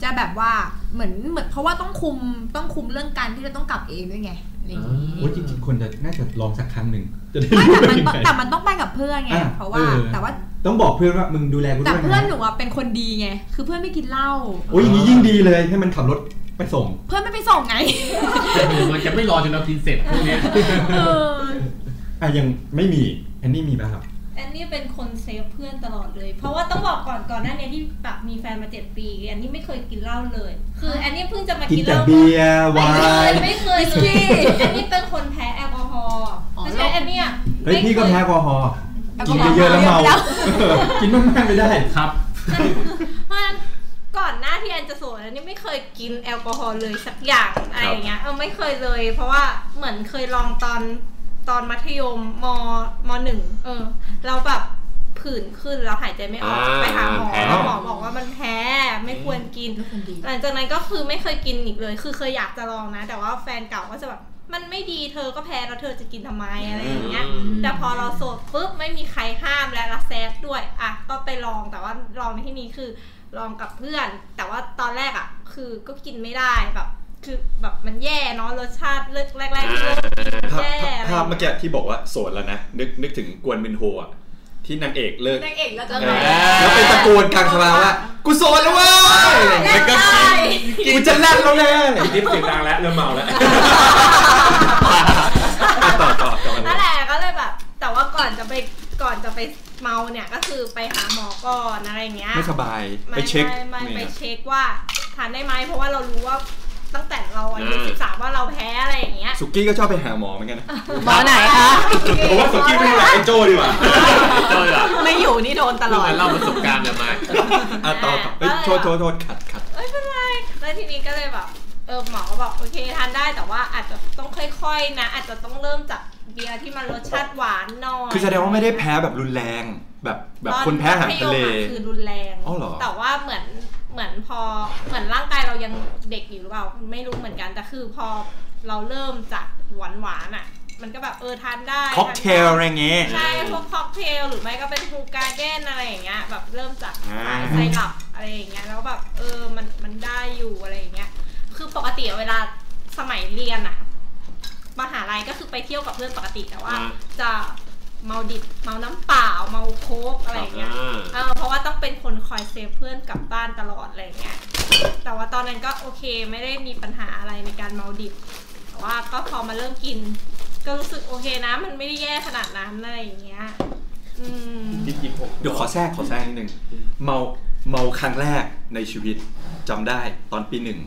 S6: จะแบบว่าเหมือนเหมือนเพราะว่าต้องคุมต้องคุมเรื่องการที่จะต้องกลับเองด้วยไงอะไรอย่างนี้
S7: โอ้ยจริงๆคนจะน่าจะลองสักครั้งหนึ่งจะได้
S6: ไม่
S7: รู้
S6: แต่
S7: ว่า
S6: มัน
S7: เป็นไง
S6: ต้องแต่มันต้องไปกับเพื่อนไง
S7: อ่ะ
S6: เพราะว่า
S7: เออ
S6: แต่ว่า
S7: ต้องบอกเพื่อนว่ามึงดูแลกู
S6: แต่
S7: ด้วย
S6: เพื่อนห
S7: นะ
S6: นูอ่ะเป็นคนดีไง คือเพื่อนไม่กินเหล้า
S7: โอ้ยอย่างนี้ยิ่งดีเลยให้มันขับรถไปส่ง
S6: เพื่อนไม่ไปส่งไง
S2: มันจะไม่รอจนเรากินเสร็จพวกเนี้ย
S6: เออ
S7: อ่ะยังไม่มีอันนี้มีป่ะครับ
S8: แอนนี่เป็นคนเซฟเพื่อนตลอดเลย เพราะว่าต้องบอกก่อนก่อนหน้านี้ที่แบบมีแฟนมาเจ็ดปีแอนนี่ไม่เคยกินเหล้าเลย คือแอนนี่เพิ่งจะมา
S7: กิน
S8: กินเห
S7: แต่
S8: ล้า
S7: เบียร์
S8: ไม่
S7: วา
S8: เคย
S7: ย
S8: ไม่เคยเลยแอนนี่เป็นคนแพ้แอลกอฮอล์เพราะฉะนั้นแอนเนี่ย
S7: เฮ้ยพี่ก็แพ้แอลกอฮอล์กินเยอะๆแล้วเมา กินมากๆไม่ได้
S2: ครับ
S8: เพราะฉะนั้นก่อนหน้าที่แอนจะโสดแอนนี่ไม่เคยกินแอลกอฮอล์เลยสักอย่างอะไรอย่างเงี้ยเออไม่เคยเลย เพราะว่าเหมือนเคยลองตอนตอนมัธยมมมหนึ่งเออเราแบบผื่นขึ้นแล้วหายใจไม่ออก
S2: อ่า
S8: ไปหาหมอ
S2: แพ้
S8: แล้วหมอบอกว่ามันแพ้ไม่ควรกิน
S6: เป็นคนดี
S8: หลังจากนั้นก็คือไม่เคยกินอีกเลย คือเคยอยากจะลองนะ แต่ว่าแฟนเก่าก็จะแบบ มันไม่ดีเธอก็แพ้แล้วเธอจะกินทำไมอะไรอย่างเงี้ย
S2: อืม
S8: แต่พอเราโสดปุ๊บไม่มีใครห้ามและละแซดด้วย อ่ะ ก็ไปลอง แต่ว่าลองในที่นี้คือลองกับเพื่อน แต่ว่าตอนแรกอ่ะ คือก็กินไม่ได้แบบ คือแบบมันแย่เนาะ รสชาติเลิกแรกๆที่เลิกกินมัน
S1: ภาพ
S8: แย่
S1: ภาพ
S8: อะไร
S1: ภาพเมื่อกี้ที่บอกว่าโสดแล้วนะ นึกนึกถึงกวนมินโฮอะที่นางเอกเลิก
S6: นางเอกแล้วก็
S1: เออแล้วไปตะโกนกลางสภาว่า กูโสดแล้วเว้ยแล้วก็กูจะแล่นแล้วเลย
S3: ดิฟเสียงดังแล้วเริ่มเมาแล้ว
S1: อ่ะต่อต่อต่อ
S8: นั่นแหละก็เลยแบบ แต่ว่าก่อนจะไปก่อนจะไปเมาเนี่ยก็คือไปหาหมอก่อนอะไรอย่างเงี้ย
S1: ไม่สบายไปเช็ค
S8: ไม่ไม่
S1: เนี่
S8: ไป
S1: ย
S8: เช็คว่าทานได้ไหมเพราะว่าเรารู้ว่าตั้งแต่เราอายุ
S2: อ่า
S8: สิบสามว่าเราแพ้อะไรอย่างเงี้ย
S1: สุกี้ก็ชอบไปหาหมอเหมือนกันนะ
S4: หมอไหนคะ
S1: ผมว่าสุกี้ไม่หลายโจดีกว่า
S2: เจอเหรอ
S4: ไม่อยู่นี่โดนตล
S2: เรื่อ
S4: อง
S2: การ
S4: ด
S2: เล่าประสบการณ์เนี่ยมา
S1: อ่ะต่อต่อเฮ้ยโทษโทษโทษขัดขัด
S8: เอ้ยไม่เป็นไรแล้วทีนี้ก็เลยแบบเออหมอก็บอกโอเคทานได้แต่ว่าอาจจะต้องค่อยๆนะ อาจจะต้องเริ่มจากเบียร์ที่มันรสชาติหวานหน่อย
S1: คือแสดงว่าไม่ได้แพ้แบบรุนแรงแบบแบบ
S8: ตอ
S1: คนแพ้อาหารทะเล
S8: มัธยมอคือรุนแรง
S1: อ๋อเหรอ
S8: แต่ว่าเหมือนเหมือนพอเหมือนร่างกายเรายังเด็กอยู่หรือเปล่าไม่รู้เหมือนกันแต่คือพอเราเริ่มจากหวานๆอ่ะ มันก็แบบเออทานได้
S1: ค็อกเทล
S8: ทาน
S1: อะไร
S8: ได้
S1: เงี้ย
S8: ใช่พวกค็อกเทลหรือไม่ก็เป็นฮูการ์เด้นอะไรอย่างเงี้ยแบบเริ่มจาก
S1: อ่า
S8: สายไซรัปอะไรอย่างเงี้ยแล้วแบบเออมันมันได้อยู่อะไรอย่างเงี้ย คือปกติเวลาสมัยเรียนอะมหาลัยก็คือไปเที่ยวกับเพื่อนปกติแต่ว่า
S2: อ่า
S8: จะเมาดิบเมาน้ำเปล่าเมาโค้กอะไรอย่างเงี้ย
S2: อ่า
S8: เออเพราะว่าต้องเป็นคนคอยเซฟเพื่อนกลับบ้านตลอดอะไรอย่างเงี้ย แต่ว่าตอนนั้นก็โอเคไม่ได้มีปัญหาอะไรในการเมาดิบ แต่ว่าก็พอมาเริ่มกิน ก็รู้สึกโอเคนะ มันไม่ได้แย่ขนาดนั้นอะไรอย่างเงี้ย อืม
S1: เดี๋ยวขอแทรกขอแทรกนิดนึงเมาเมาครั้งแรกในชีวิตจำได้ตอนปีหนึ่ง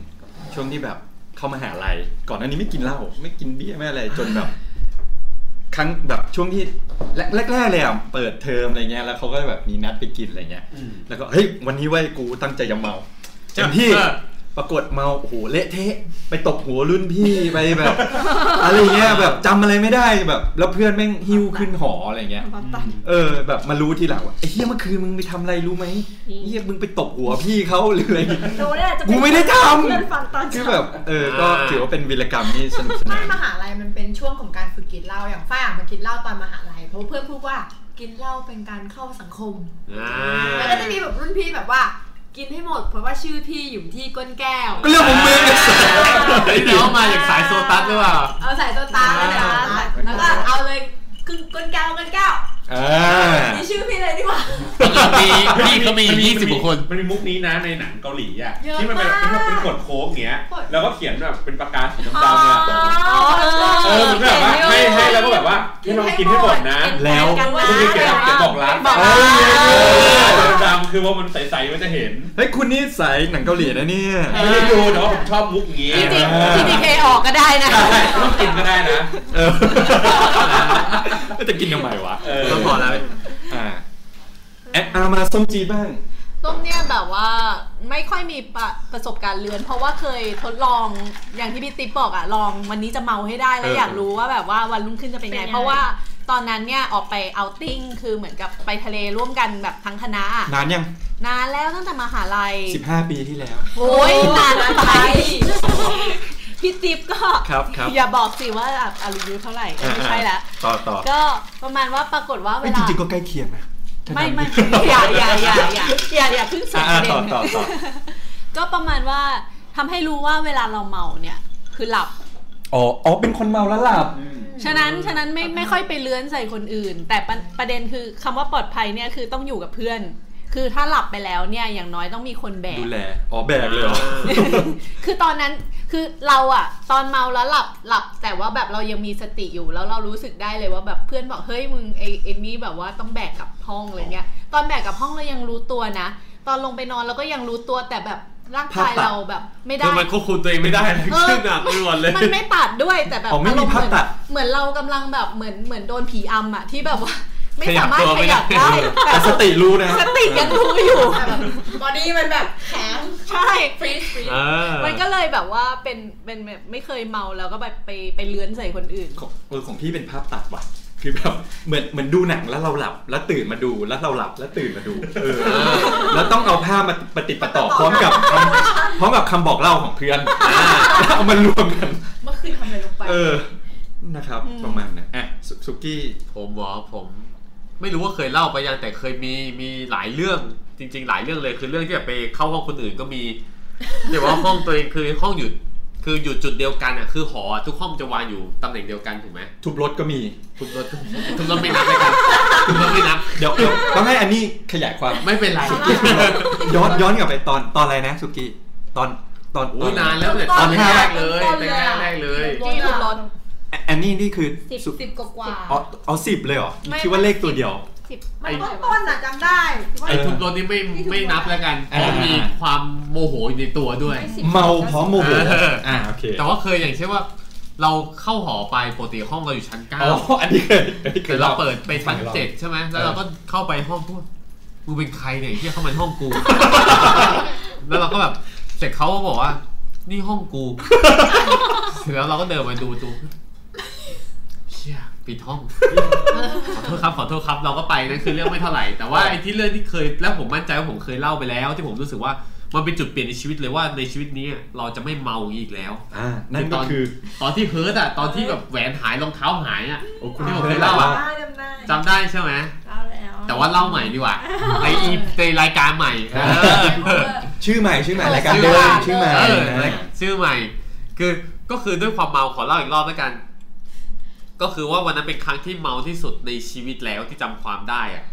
S1: ช่วงที่แบบเข้ามหาลัยก่อนหน้านี้ไม่กินเหล้าไม่กินเบียร์ไม่อะไรจนแบบ ครั้งแบบช่วงที่แรกแรกๆเลยอ่ะเปิดเทอมอะไรเงี้ยแล้วเขาก็แบบมีนัดไปกินอะไรเงี้ย แล้วก็เฮ้ยวันนี้เว้ยกูตั้งใจจะเมาเต็มที่
S2: เออ
S1: ปรากฏเมาโอ้โหเละเทะ ไปตบหัวรุ่นพี่ ไปแบบ อะไรเงี้ยแบบจำอะไรไม่ได้แบบ แล้วเพื่อนแม่งหิ้วขึ้นหออะไรเงี้ย เออแบบมารู้ทีหลังว่าไอ้เฮียเมื่อคืนมึงไปทำอะไรรู้ไหม
S8: อืม
S1: เฮียมึงไปตบหัวพี่เขาหรืออะไรอย่างเงี้ย
S8: โดนแล้วจะ
S1: กูไม่ได้ทำ
S8: เพื่อนฟังตอน
S1: คือ
S8: เช้า
S1: แบบเออก็ถือว่าเป็นวีรกรรมที่สนุกสนา
S6: ไม่
S1: น
S6: มหาลัยมันเป็นช่วงของการฝึกกินเหล้าอย่างฝ้ายอ่ะมากินเหล้าตอนมหาลัยเพราะเพื่อนพูดว่ากินเหล้าเป็นการเข้าสังคม
S2: อ่า
S6: แล้วก็จะมีแบบรุ่นพี่แบบว่า กินให้หมด เพราะว่าชื่อพี่อยู่ที่ก้นแก้ว
S1: ก็เรื่องของมึงไอ้สัส
S2: เฮ้ยน้องมาจากสายโซตัสหรือเปล่า
S6: เอาใส่ตัวตาแล้วนะแล้วก็เอาเลยกึ่งก้นแก้วก้นแก้ว
S1: อ่า
S6: มีชื่อพี่เลยดีกว่า
S2: มีพี่เขามียี่สิบกว่าคน
S3: มันมีมุกนี้นะในหนังเกาหลีอ่ะ
S6: เยอะ
S3: ที่มันเป็น
S6: มาก
S3: ที่มันเป็นกดโค้งเงี้ย แล้วก็เขียนแบบเป็นปากกาสีดำๆเนี่ยเออมันก็แบบว่าให้ให้แล้วก็แบบว่าให้เรากินให้หมดนะ
S1: แล้ว
S3: ไม่ได้เขียนเขียนบอกรัก
S1: เอ้ย
S3: เออดำๆคือว่ามันใสๆมันจะเห็น
S1: เฮ้ยคุณนี่สายหนังเกาหลีนะเนี่ย
S3: ไม่ได้ดูแต่ว่าผมชอบมุกนี้
S4: จริง
S1: ๆ
S4: ๆ TTK ออกก็ได้นะ
S3: ใช่ต้องกินก็ได้นะ
S1: เออจะกินทำไมวะ
S3: เออ
S2: ต้องบอกแล้ว
S1: อ่าแอะเอามาส้มจีบ้าง
S4: ส้มเนี่ยแบบว่าไม่ค่อยมีประประสบการณ์เลือน เพราะว่าเคยทดลองอย่างที่พี่ติ๊บบอกอะลองวันนี้จะเมาให้ได้แล้ว
S1: เออ
S4: อ
S1: อ
S4: ยากรู้ว่าแบบว่าวันรุ่งขึ้นจะเป็น
S8: เป็น
S4: ไง
S8: ไง
S4: เพราะว่าตอนนั้นเนี่ยออกไปเอาท์ติ้งคือเหมือนกับไปทะเลร่วมกันแบบทั้งคณะอะ
S1: นานยัง
S4: นานแล้วตั้งแต่มหาลัย
S1: 15 ปีที่แล้ว
S4: โอ้ยนานไปพี่ติ๊บก็
S1: ครับครับ
S4: อย่าบอกสิว่าแบบอายุเท่าไหร่ไม่ใช่ละ
S1: ต่อต่อ
S4: ก็ประมาณว่าปรากฏว่าเว
S1: ไม่จ
S4: ลา
S1: ริงๆก็ใกล้เคียงนะถ้า
S4: ไม่
S1: จำ
S4: ไม่
S1: ดี
S4: อย่าอย่าอย่าอย่าอย่าอย่าเพิ่งสวน
S1: อ่า
S4: ประเด็
S1: ต่อน ต่อต่อ
S4: ก็ประมาณว่าทำให้รู้ว่าเวลาเราเมาเนี่ย คือหลับ
S1: อ๋ออ๋อเป็นคนเมาแล้วหลับ
S4: ฉะนั้นฉะนั้นไม่ไม่ค่อยไปเลื้อนใส่คนอื่น แต่ประประเด็นคือคำว่าปลอดภัยเนี่ยคือต้องอยู่กับเพื่อน คือถ้าหลับไปแล้วเนี่ยอย่างน้อยต้องมีคนแบก
S1: ดูแล อ๋อแบกเลยเหรอ
S4: คือตอนนั้นคือเราอะตอนเมาแล้วหลับหลับ แต่ว่าแบบเรายังมีสติอยู่แล้วเรารู้สึกได้เลยว่าแบบเพื่อนบอกเฮ้ยมึงไอเอ็นนี่แบบว่าต้องแบกกลับห้องอะไรเงี้ย ตอนแบกกลับห้องเรายังรู้ตัวนะ ตอนลงไปนอนเราก็ยังรู้ตัวแต่แบบร่างกาย
S1: ภาพตัด
S4: เราแบบไม่ได้
S2: คือมันควบคุมตัวเองไม่ได้เลย
S4: เออ
S2: ขึ้นหนักไปก่อนเลย
S4: มันไม่ตัดด้วยแต่แบบ
S1: อ๋อไม่มี
S4: อารณ์
S1: ภาพตัด
S4: เหมือนเหมือนเรากำลังแบบเหมือนเหมือนโดนผีอำอะที่แบบว่า ไม่
S2: ขยับ
S4: สามารถ
S2: ตัว
S4: ข
S2: ไม่
S4: ยับ
S2: ได้
S4: ได้แต่
S1: แต่สติรู้นะ
S4: สติยังรู้อยู่
S6: บอดี้มันแบบแข็ง
S4: ใช่
S6: ฟรีฟรี
S2: เออ
S4: มันก็เลยแบบว่าเป็นเป็นแบบไม่เคยเมาแล้วก็แบบไปไปเลื้อนใส่คนอื่น
S1: ของเออของพี่เป็นภาพตัดว่ะ คือแบบเหมือนเหมือนดูหนังแล้วเราหลับ แล้วตื่นมาดูแล้วเราหลับแล้วตื่นมาดูเออ แล้วต้องเอาภาพมาปฏิดปะต่อพร้อมกับคำพร้อมกับคำบอกเล่าของเพื่อน อ่าแล้วเอามารวมกัน
S6: เมื่อคืนทำอะไรลงไป
S1: เออ นะครับ ประมาณนั้นอ่ะสุสุกี้
S2: ผมเหรอผม ไม่รู้ว่าเคยเล่าไปยังแต่เคยมีมีหลายเรื่องจริง ๆ หลายเรื่องเลยคือเรื่องที่แบบไปเข้าห้องคนอื่นก็มี แต่ว่าห้องตัวเองคือห้องอยู่คืออยู่จุดเดียวกันอ่ะคือหอทุกห้องจะวางอยู่ตำแหน่งเดียวกันถูกไหม
S1: ทุบรถก็มี
S2: ทุกรถทุกรถไม่นับเลยกันทุกรถไม่นับ
S1: เดี๋ยวเดี๋ยวต้องให้อันนี้ขยายความ
S2: ไม่เป็นไร
S1: ย้อนย้อนกลับไปตอนตอนอะไรนะสุกี้ ตอนตอน
S2: โอ้
S1: ตอย น
S2: นานแล้วเนี่ย
S1: ตอนแรก
S2: แรกเลย
S6: ตอน
S2: แต
S6: แรก
S2: ่แรกเลย
S4: ที่ทุบรถ
S1: อ่ะอันนี้นี่คือ
S8: สิบ
S1: สุ
S8: สิบกว่าๆ
S1: อ๋อเอาสิบเลยเหรอ
S4: ไม่
S1: คิดว่าเลขตัวเดียว
S10: มันต้นต้นๆอะจำได้ว่า
S2: ไอ้ทุบรถนี่ไม่ไม่นับแล้วกันเพ
S1: อ่า
S2: ราะมีความโมโหอยู่ในตัวด้วย
S1: เมาพร้อมโมโห
S2: เอออ่
S1: อ่าโอเค
S2: แต่ว่าเคยอย่างเช่นว่า เราเข้าหอไปปกติห้องเราอยู่ชั้นเก้า
S1: อ๋ออันนี้เคยอันนี้ค
S2: แต่
S1: ย
S2: เรา
S1: ล่
S2: เปิดไปชั้นเจ็ดใช่ไหมแล้วเราก็เข้าไปห้องพวกมึงเป็นใครเนี่ยที่เข้ามาในห้อง กู แล้วเราก็แบบเสร็จเขาก็บอกว่า นี่ห้องกู เสร็จแล้วเราก็เดินไปดูประตูเชี่ยปิดห้ องขอโทษครับขอโทษครับเราก็ไปนั่นคือเรื่องไม่เท่าไหร่ แต่ว่าไอ้ที่เรื่องที่เคยแล้วผมมั่นใจว่าผมเคยเล่าไปแล้ว ที่ผมรู้สึกว่ามันเป็นจุดเปลี่ยนในชีวิตเลยว่าในชีวิตนี้เราจะไม่เมาอย่างนี้อีกแล้ว
S1: อ่านั่นก็คือ
S2: ตอนที่เฮิร์ตอ่ะ ตอนที่แบบแหวนหายรองเท้าหายอ่ะ
S1: โอ้
S2: ที่ผม
S1: ค
S2: เค
S1: ย
S2: ยเล่าอะ
S10: จำได้
S2: จำได้ใช่ไหม
S10: เล่าแล้ว
S2: แต่ว่าเล่าใหม่ดีก ว่าในอีในรายการใหม่เออ
S1: ชื่อใหม่ชื่อใหม่รายการเดิมชื่อใหม่
S2: เออ
S1: นะ
S2: ชื่อใหม่ คือก็คือด้วยความเมาขอเล่าอีกรอบแล้วกัน ก็คือว่าวันนั้นเป็นครั้งที่เมาที่สุดในชีวิตแล้วที่จำความได้อะ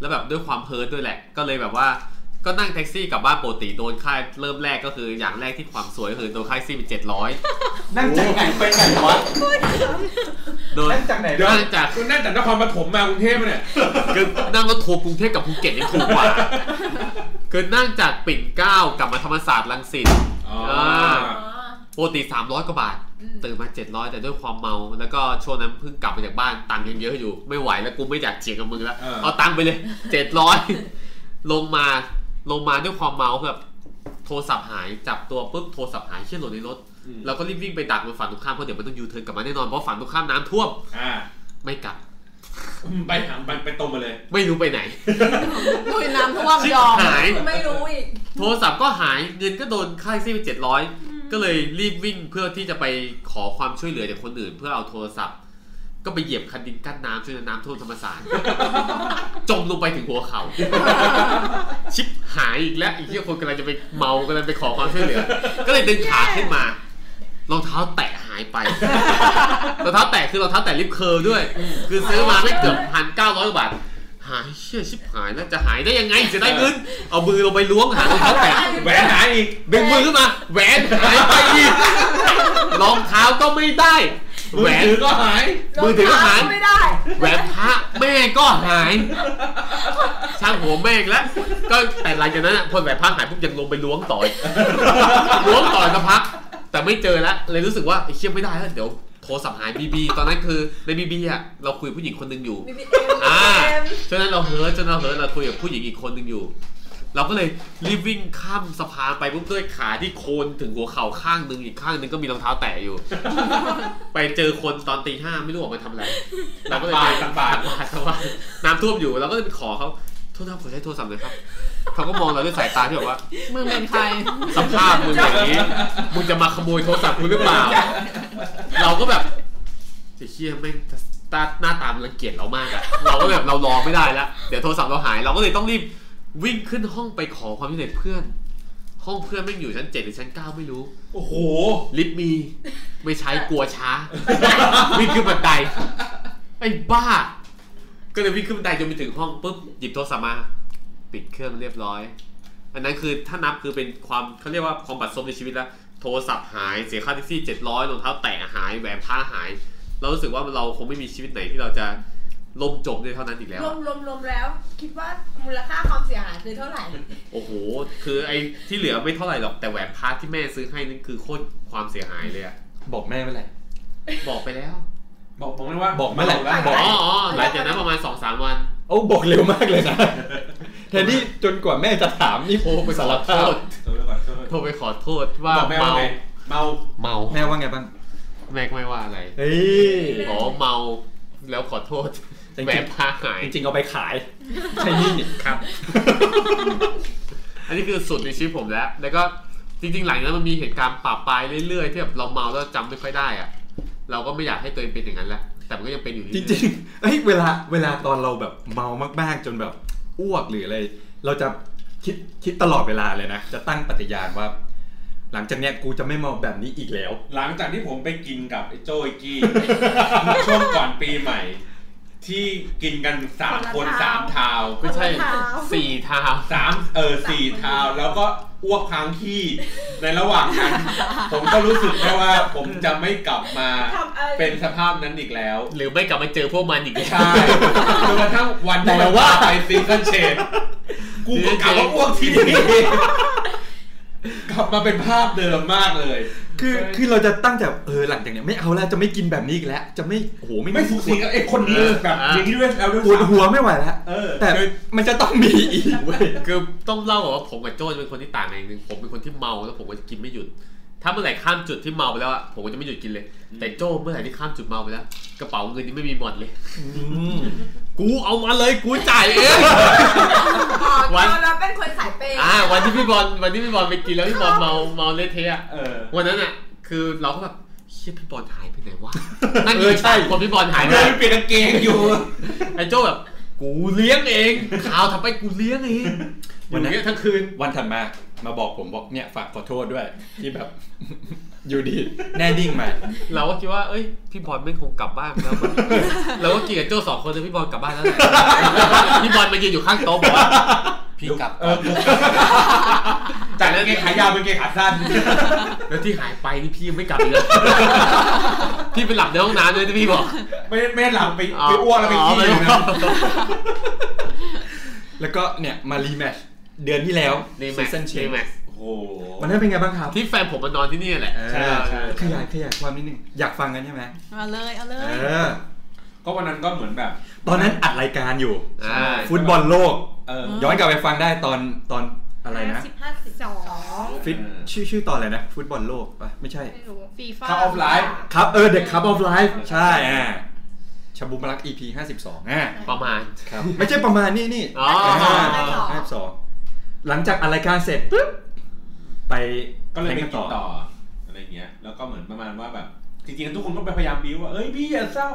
S2: แล้วแบบด้วยความเพ้อด้วยแหละ ก็เลยแบบว่า ก็นั่งแท็กซี่กลับบ้านปกติโดนค่าเริ่มแรกก็คืออย่างแรกที่ความสวยก็คือโดนค่าแท็กซี่เป็นเจ็ดร้อย
S1: นั่งจากไหนไปไหนวะ
S2: โดน
S1: นั่งจากไหน
S2: เดินจาก
S3: คุณนั่นจากนครปฐมมากรุงเทพปะเนี่ย
S2: คือนั่งรถทัวร์กรุงเทพกับภูเก็ตยังถูกกว่าคือนั่งจากปิ่นเกล้ากลับมาธรรมศาสตร์ลังสิต
S3: อ๋อ
S2: ปกติ 300 กว่าบาท ตื่นมา 700 แต่ด้วยความเมา แล้วก็ช่วงนั้นเพิ่งกลับมาจากบ้าน ตังค์ยังเยอะอยู่ ไม่ไหวแล้วกูไม่อยากเจียงกับมึงแล้ว
S3: เออ
S2: เอาตังค์ไปเลย 700 ลงมา ลงมาด้วยความเมาแบบโทรศัพท์หาย จับตัวปุ๊บ โทรศัพท์หายเชี่ยหล่นในรถ เราก็รีบวิ่งไปดักบนฝั่งตรงข้ามเพราะเดี๋ยวมันต้องยูเทิร์นกลับมาแน่นอน เพราะฝั่งตรงข้ามน้ำท่วม
S3: อ่า
S2: ไม่กลับ
S3: ไปหาไปไปตรงมาเลย
S2: ไม่รู้ไปไหน
S4: ลุยน้ำท่วม
S2: ชิบ
S4: ยอม
S2: หาย
S6: ไม่รู้อีก
S2: โทรศัพท์ก็หายเงินก็โดนค่าแท็กซี่ไปเจ็ดร้อยก็เลยรีบวิ่งเพื่อที่จะไปขอความช่วยเหลือจากคนอื่น เพื่อเอาโทรศัพท์ ก็ไปเหยียบคันดินกั้นน้ำช่วยน้ำท่วมธรรมศาสตร์ จมลงไปถึงหัวเขา่า ชิบหายอีกแล้วอีกที่คนกำลังจะไปเมากำลังไปขอความช่วยเหลือ ก็เลยดึงขาขึ้นมารองเท้าแตะหายไป รองเท้าแตะคือรองเท้าแตะลิฟต์เคิร์ลด้วย คือซื้อมาไม่เกือบพันเก้าร้อยกว่าบาทหายเชื่อชิบหายแล้วจะหายได้ยังไงจะได้เงินเอามือลงไปล้วงหารองเท้าแตะ
S3: แหวนหายอีก
S2: ดึงมือขึ้นมาแหวนหายไปอีกรองเท้าก็ไม่ได้ แหว
S3: มือน ถือก็หาย
S2: มือถือก็หายไม่ได้ แหวนพระแม่ก็หาย ช่างหัวแม่งแล้วก็แต่หลังจากนั้นอะพอแหวนพระหายปุ๊บยังลงไปล้วงต่อยล้วงต่อยสักพัก แต่ไม่เจอแล้วเลยรู้สึกว่าไอ้เชี่ยไม่ได้แล้วเดี๋ยวโทรศัพท์หายบีบีตอนนั้นคือในบีบีอะเราคุยกับผู้หญิงคนหนึงอยู่ อ่าฉะนั้นเราเฮิร์ตฉะนั้นเราเฮิร์ตเราคุยกับผู้หญิงอีกคนหนึ่งอยู่ เราก็เลยรีบวิ่งข้ามสะพานไปปุ๊บด้วยขาที่โคนถึงหัวเข่าข้างหนึ่งอีกข้างหนึ่งก็มีรองเท้าแตะอยู่ ไปเจอคนตอนตีห้าไม่รู้ออกมาทำอะไร เราก็เลยไป
S3: ตักบาตร
S2: ตักบาตรตักบาตรน้ำท่วมอยู่เราก็เลยไปขอเขาโทษนะครับขอใช้โทรศัพท์หน่อยครับเขาก็มองเราด้วยสายตาที่แบบว่า
S4: มึงเป็นใคร
S2: สภาพมึงอย่างนี้ มึงจะมาขโมยโทรศัพท์กูหรือเปล่า เราก็แบบจะเชี่ยแม่งตาหน้าตามนรังเกียจเรามากอะเราก็แบบเรารอไม่ได้แล้ว เดี๋ยวโทรศัพท์เราหาย เราก็เลยต้องรีบวิ่งขึ้นห้องไปขอความช่วยเหลือเพื่อน ข ห้องเพื่อนไม่งอยู่ชั้นเจ็ดหรือชั้นเก้าไม่รู้
S3: โอ้โห
S2: ลิฟต์มี ไม่ ใช้กลัวช้า วิ่งขึ้นบันไดไอ้บ้า ก็เลยวิ่งขึ้นบันไดจนไปถึงห้องปุ๊บหยิบโทรศัพท์มา ปิดเครื่องเรียบร้อย อันนั้นคือถ้านับคือเป็นความเขาเรียกว่าความบัดซบในชีวิตแล้ว โทรศัพท์หายเสียค่าแท็กซี่เจ็ดร้อยรองเท้าแตะหายแหวนพระหาย เรารู้สึกว่าเราคงไม่มีชีวิตไหนที่เราจะล่มจมได้เท่านั้นอีกแล้ว
S10: รว
S2: อะ
S10: มรวมรวมแล้ว คิดว่ามูลค่าความเสียหายคือเท่าไหร่
S2: โอ้โห คือไอ้ที่เหลือไม่เท่าไหร่หรอกแต่แหวนพระที่แม่ซื้อให้นั่นคือโคตรความเสียหายเลยอะ
S1: บอกแม่ไปเลย
S2: บอกไปแล้ว
S3: บอกผมเลยว่า
S1: บอกมาแหละ
S3: แล้ว
S2: อ๋ออ๋อหลังจากนั้นประมาณสองสามวัน
S1: โอ้บอกเร็วมากเลยนะแทนที่จนกว่าแม่จะถามนี่โทรไปสารภาพ
S3: เออเดี๋ยวก่อนเดี๋ยวก่อน
S2: โทรไปขอโทษว่า
S3: บอกแม่ว่า
S2: เมา
S3: ไงเมา
S2: เมา
S1: แม่ว่าไงบ้าง
S2: แม่ก็ไม่ว่าอะไร
S1: เฮ้ย
S2: อ๋อเมาแล้วขอโทษ
S1: จริงๆ
S2: แหวนพาหาย
S1: จริงๆเอาไปขายใช่นี่นี่
S2: ครับ อันนี้คือสุดในชีวิตผมแล้ว แล้วก็จริง ๆ หลังจากนั้นมันมีเหตุการณ์ปะปายเรื่อยๆที่แบบเราเมาแล้วจำไม่ค่อยได้อะเราก็ไม่อยากให้ตัวเองเป็นอย่างนั้นแล้วแต่มันก็ยังเป็นอยู่
S1: จริงๆเอ้ยเวลาเวลาตอนเราแบบเมามากๆจนแบบอ้วกหรืออะไรเราจะคิดคิดตลอดเวลาเลยนะจะตั้งปฏิญาณว่า หลังจากเนี้ยกูจะไม่เมาแบบนี้อีกแล้ว
S3: หลังจากที่ผมไปกินกับไอ้โจ้ไอ้กี้ เมื่อช่วงก่อนปีใหม่ ที่กินกันสามคนสามทาว
S2: ๆไม่ใช่
S8: คนละเท้า
S2: สี่เท้า
S3: สามเออสี่ทาวแล้วก็อ้วกค้างที่ในระหว่างนั้น ผมก็รู้สึกแค่ว่าผมจะไม่กลับมา
S10: ทำอะไร
S3: เป็นสภาพนั้นอีกแล้ว
S2: หรือไม่กลับมาเจอพวกมันอีกแล้ว
S3: ใช่จนกระทั่งวันที่มันว่าไปซิงเกิลเชนกูก็กลับว่าอ้วกทีนี้กลับมาเป็นภาพเดิมมากเลย
S1: คือ
S3: ใช่
S1: คือเราจะตั้งแต่เออหลังจากเนี้ยไม่เอาแล้วจะไม่กินแบบนี้อีกแล้ว จะไม่โอ้โหไม่
S3: ไม่สูสีกับไอ้คนนี้แบบอย่างนี้ด้วยแล้วด้วย
S1: ปวด
S3: ซ้ำ
S1: หัวไม่ไหวแล้ว
S3: เออ
S1: แต่มันจะต้องมีอีกเว้ย
S2: คือต้องเล่าก่อนว่าผมกับโจ้เป็นคนที่ต่างกันอย่างหนึ่งผมเป็นคนที่เมาแล้วผมก็จะกินไม่หยุด ถ้าเมื่อไหร่ข้ามจุดที่เมาไปแล้วอะผมก็จะไม่หยุดกินเลย แต่โจ้เมื่อไหร่ที่ข้ามจุดเมาไปแล้ว กระเป๋าเงินนี่ไม่มีหมดเลย กูเอามาเลยกูจ่ายเอง
S10: อ๋อ
S2: วัน
S10: เราเราเป็นคนสายเปย์
S2: อ่าวันที่พี่บอลวันที่พี่บอลไปกินแล้วพี่บอลเมาเมาเละเทะอะ
S3: เออ
S2: วันนั้นอ่ะ คือเราก็แบบเชี่ยพี่บอลหายไปไหนวะนั่งอยู่ใช่คนพี่บอลหายไป
S3: เดินเปลี่ยนกางเกงอยู่
S2: ไอ้โจ้แบบกูเลี้ยงเองข่าวทำไปกูเลี้ยงเองวันนี้ยทั้งคืน
S1: วันถัดมามาบอกผมบอกเนี่ยฝากขอโทษด้วย ที่แบบ อยู่ ดี แน่ดิ่งมา
S2: เราก็คิดว่า เอ้ย พี่บอลไม่งคงกลับบ้านแล้วมั้ง เราก็เกลียดโจ้สองคนเลยพี่บอลกลับบ้านแล้วแหละพี่บอลมายืนอยู่ข้างโต๊ะบอกว่าพี่กลับ
S3: เออจากกางเกงขายาวเป็นกางเกงขาสั้น
S2: แล้วที่หายไปนี่พี่ยังไม่กลับอีกเลยพี่ไปหลับในห้องน้ำเลยที่พี่บอก
S3: ไม่ไม่หลับไปไปอ้วกแล้วไป
S2: อ๋
S3: ขี้
S2: อ
S3: เลยนะ
S1: แล้วก็เนี่ยมารีแมทเดือนที่แล้ว
S2: นี่
S1: ซี
S2: แม็ก
S1: ซันเช
S2: นี่แม็ก
S3: โอ้โห
S1: วันนั้นเป็นไงบ้างครับ
S2: ที่แฟนผมมานอนที่นี่แหละ
S1: เออ
S3: ใช่ใช่
S1: ขยายขยายความนิดนึงอยากฟังกันใช่ไหม
S4: เอาเลยเอาเล
S1: เอย อ
S3: ก็วันนั้นก็เหมือนแบบ
S1: ตอนนั้นอัดรายการอยู่
S2: ใช่
S1: ฟุตบอลโลก
S3: เออ
S1: ย้อนกลับไปฟังได้ตอนตอนอะไรนะ
S8: สิบห้าสิบสอง
S1: ฟิต
S3: เออ
S1: ชื่อชื่อตอนอะไรนะ ฟุตบอลโลกปะไม่ใช่
S8: ไม่รู้
S10: ฟีฟ่า
S3: เข้าออฟไลน์
S1: ครับเออเด็กครับออฟไลฟ์ใช่อ่าชาบูมารัก EP ห้าสิบสองอ่า
S2: ประมาณ
S1: ครับ ไม่ใช่ประมาณนี้นี่
S2: อ๋อ
S1: ห้าสิบสองหลังจากอัดรายการเสร็จปุ๊บไป
S3: ก็เลยไปกิ
S1: ล่
S3: น
S1: น
S3: ต่ออะไรเงี้ย แล้วก็เหมือนประมาณว่าแบบ จริงๆทุกคนก็ไปพยายามบิ้วว่า เอ้ยพี่อย่าเศร้า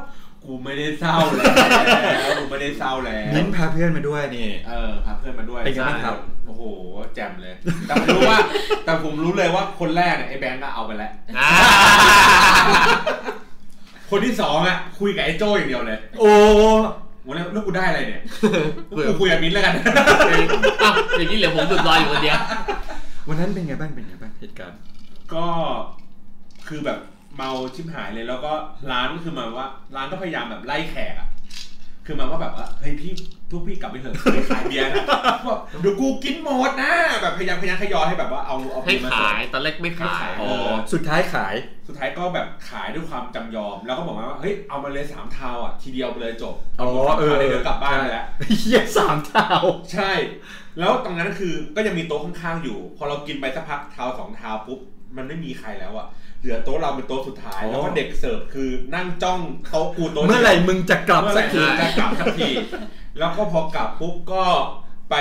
S3: กูไม่ได้เศร้าแล้วกูไม่ได้เศร้าแล้
S1: ต่
S3: ว
S1: อมิ้นท์พาเพื่อนมาด้วยนี่
S3: เออพาเพื่อนมาด้วย
S1: เป็นไงบ้างครับ
S3: โอ้โห แจ่มเลย แต่ผมรู้ว่า แต่ผมรู้เลยว่าคนแรกเนี่ยไอ้แบงค์ก็เอาไปแล้ว
S2: อ่า
S3: คนที่สองอ่ะคุยกับไอ้โจ้อย่างเดียวเลย
S1: โอ้
S3: วันนี้นแล้วกูได้อะไรเนี่ย
S2: เบื่อ
S3: กูคุยกับมิ้นท์แล้วกัน
S2: อ้าวอย่างนี้เหลือผมดุดลอยอยู่คนเดียว
S1: วันนั้นเป็นไงบ้างเป็นไงบ้างเหตุการณ์
S3: ก็คือแบบเมาชิบหายเลยแล้วก็ร้านก็คือหมายว่า ร้านก็พยายามแบบไล่แขกอะคือหมายว่าแบบว่าเฮ้ยพี่ทุกพี่กลับไปเถอะไม่ขายเบียร์นะบอกเดี๋ยวกูกินหมดนะแบบพยายามพยายามขยอให้แบบว่าเอาเอา
S2: ให้
S3: เงินมา
S2: ขา
S3: ส่ง
S2: ยตอนแรกไม่ขาย
S3: ให้ขาย
S2: อ๋อ
S1: สุดท้ายขาย
S3: สุดท้ายก็แบบขายด้วยความจำยอม แล้วก็บอกว่าเฮ้ยเอามาเลยสามเทาวอ่ะทีเดียวไปเลยจบาไปเลยเดี๋ยวกลับบ้านไปแล้ว
S1: เฮียสามเท่า
S3: ใช่ แล้วตรงนั้นคือก็ยังมีโต๊ะข้างๆอยู่ พอเรากินไปสักพักเท้าสองเท้าปุ๊บ มันไม่มีใครแล้วอะเหลือโต๊ะเราเป็นโต๊ะสุดท้าย แล้วก็เด็กเสิร์ฟคือนั่งจ้องโต๊ะกูโต๊ะดียว
S1: เมื่อไหร่มึงจะกลับ
S3: เมื่อไห
S1: สัก
S3: ร่
S1: ที
S3: จะกลับสักที แล้วก็พอกลับปุ๊บก็ไป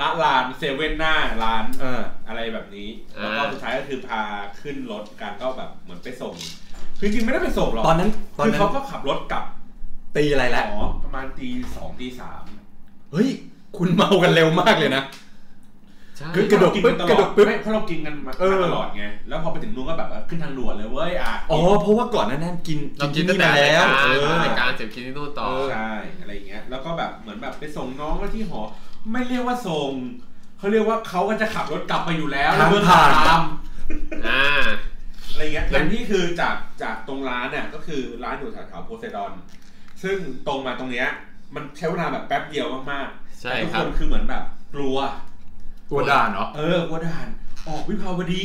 S3: ละลานเซเว่นหน้าร้าน
S1: เออ
S3: อะไรแบบนี้
S2: อ่า
S3: แล้วก็สุดท้ายก็คือพาขึ้นรถกันก็แบบเหมือนไปส่ง คือจริงๆไม่ได้ไปส่งหรอก
S1: ตอนนั้นตอน
S3: คือ
S1: นั้น
S3: เขาก็ขับรถกลับ
S1: ตีอะไรแล้ว
S3: หอประมาณตีสองตีสาม
S1: เฮ้ย คุณเมากันเร็วมากเลยนะ
S2: ใช่
S7: คือกระดก
S3: กิน
S7: ปึ๊
S3: กับ
S7: กระ
S3: นตลอ
S7: ด
S3: ด
S7: กปึ๊บ
S3: ไม่เพราะเรากินกันมา
S7: เออ
S3: ตลอดไง แล้วพอไปถึงนู้นก็แบบเออขึ้นทางด่วนเลยเว้ยอ่ะ
S1: อ๋อเพราะว่าก่อนหนานั้นกิน
S2: เรากิ
S1: ที่
S2: นตั้ง
S1: มาร
S2: แต่าย
S1: แล้ว
S2: การ
S1: เออ
S2: รายการเสร็จกินที่นู่นต่อ
S3: ใช่อะไรอย่างเงี้ย แล้วก็แบบเหมือนแบบไปส่งน้องไว้ที่หอ ไม่เรียกว่าส่งเขาเรียกว่าเขาก็จะขับรถกลับไปอยู่แล้วแล้วเพื่อน
S1: ทางผ่าน
S3: ตาม
S2: อ่า
S3: อะไรเงี้ย
S2: แล้ว
S3: ร้านที่คือจากจากตรงร้านเนี่ยก็คือร้านอยู่แถวๆโพไซดอน ซึ่งตรงมาตรงเนี้ยมันใช้เวลาแบบแป๊บเดียวมากๆ
S2: ใช่
S3: แต่
S2: ค
S3: ทุกครับ นคือเหมือนแบบกลัว
S1: ตัวด่านเหรอ
S3: เออ กลัวด่าน ออกวิภาว ดี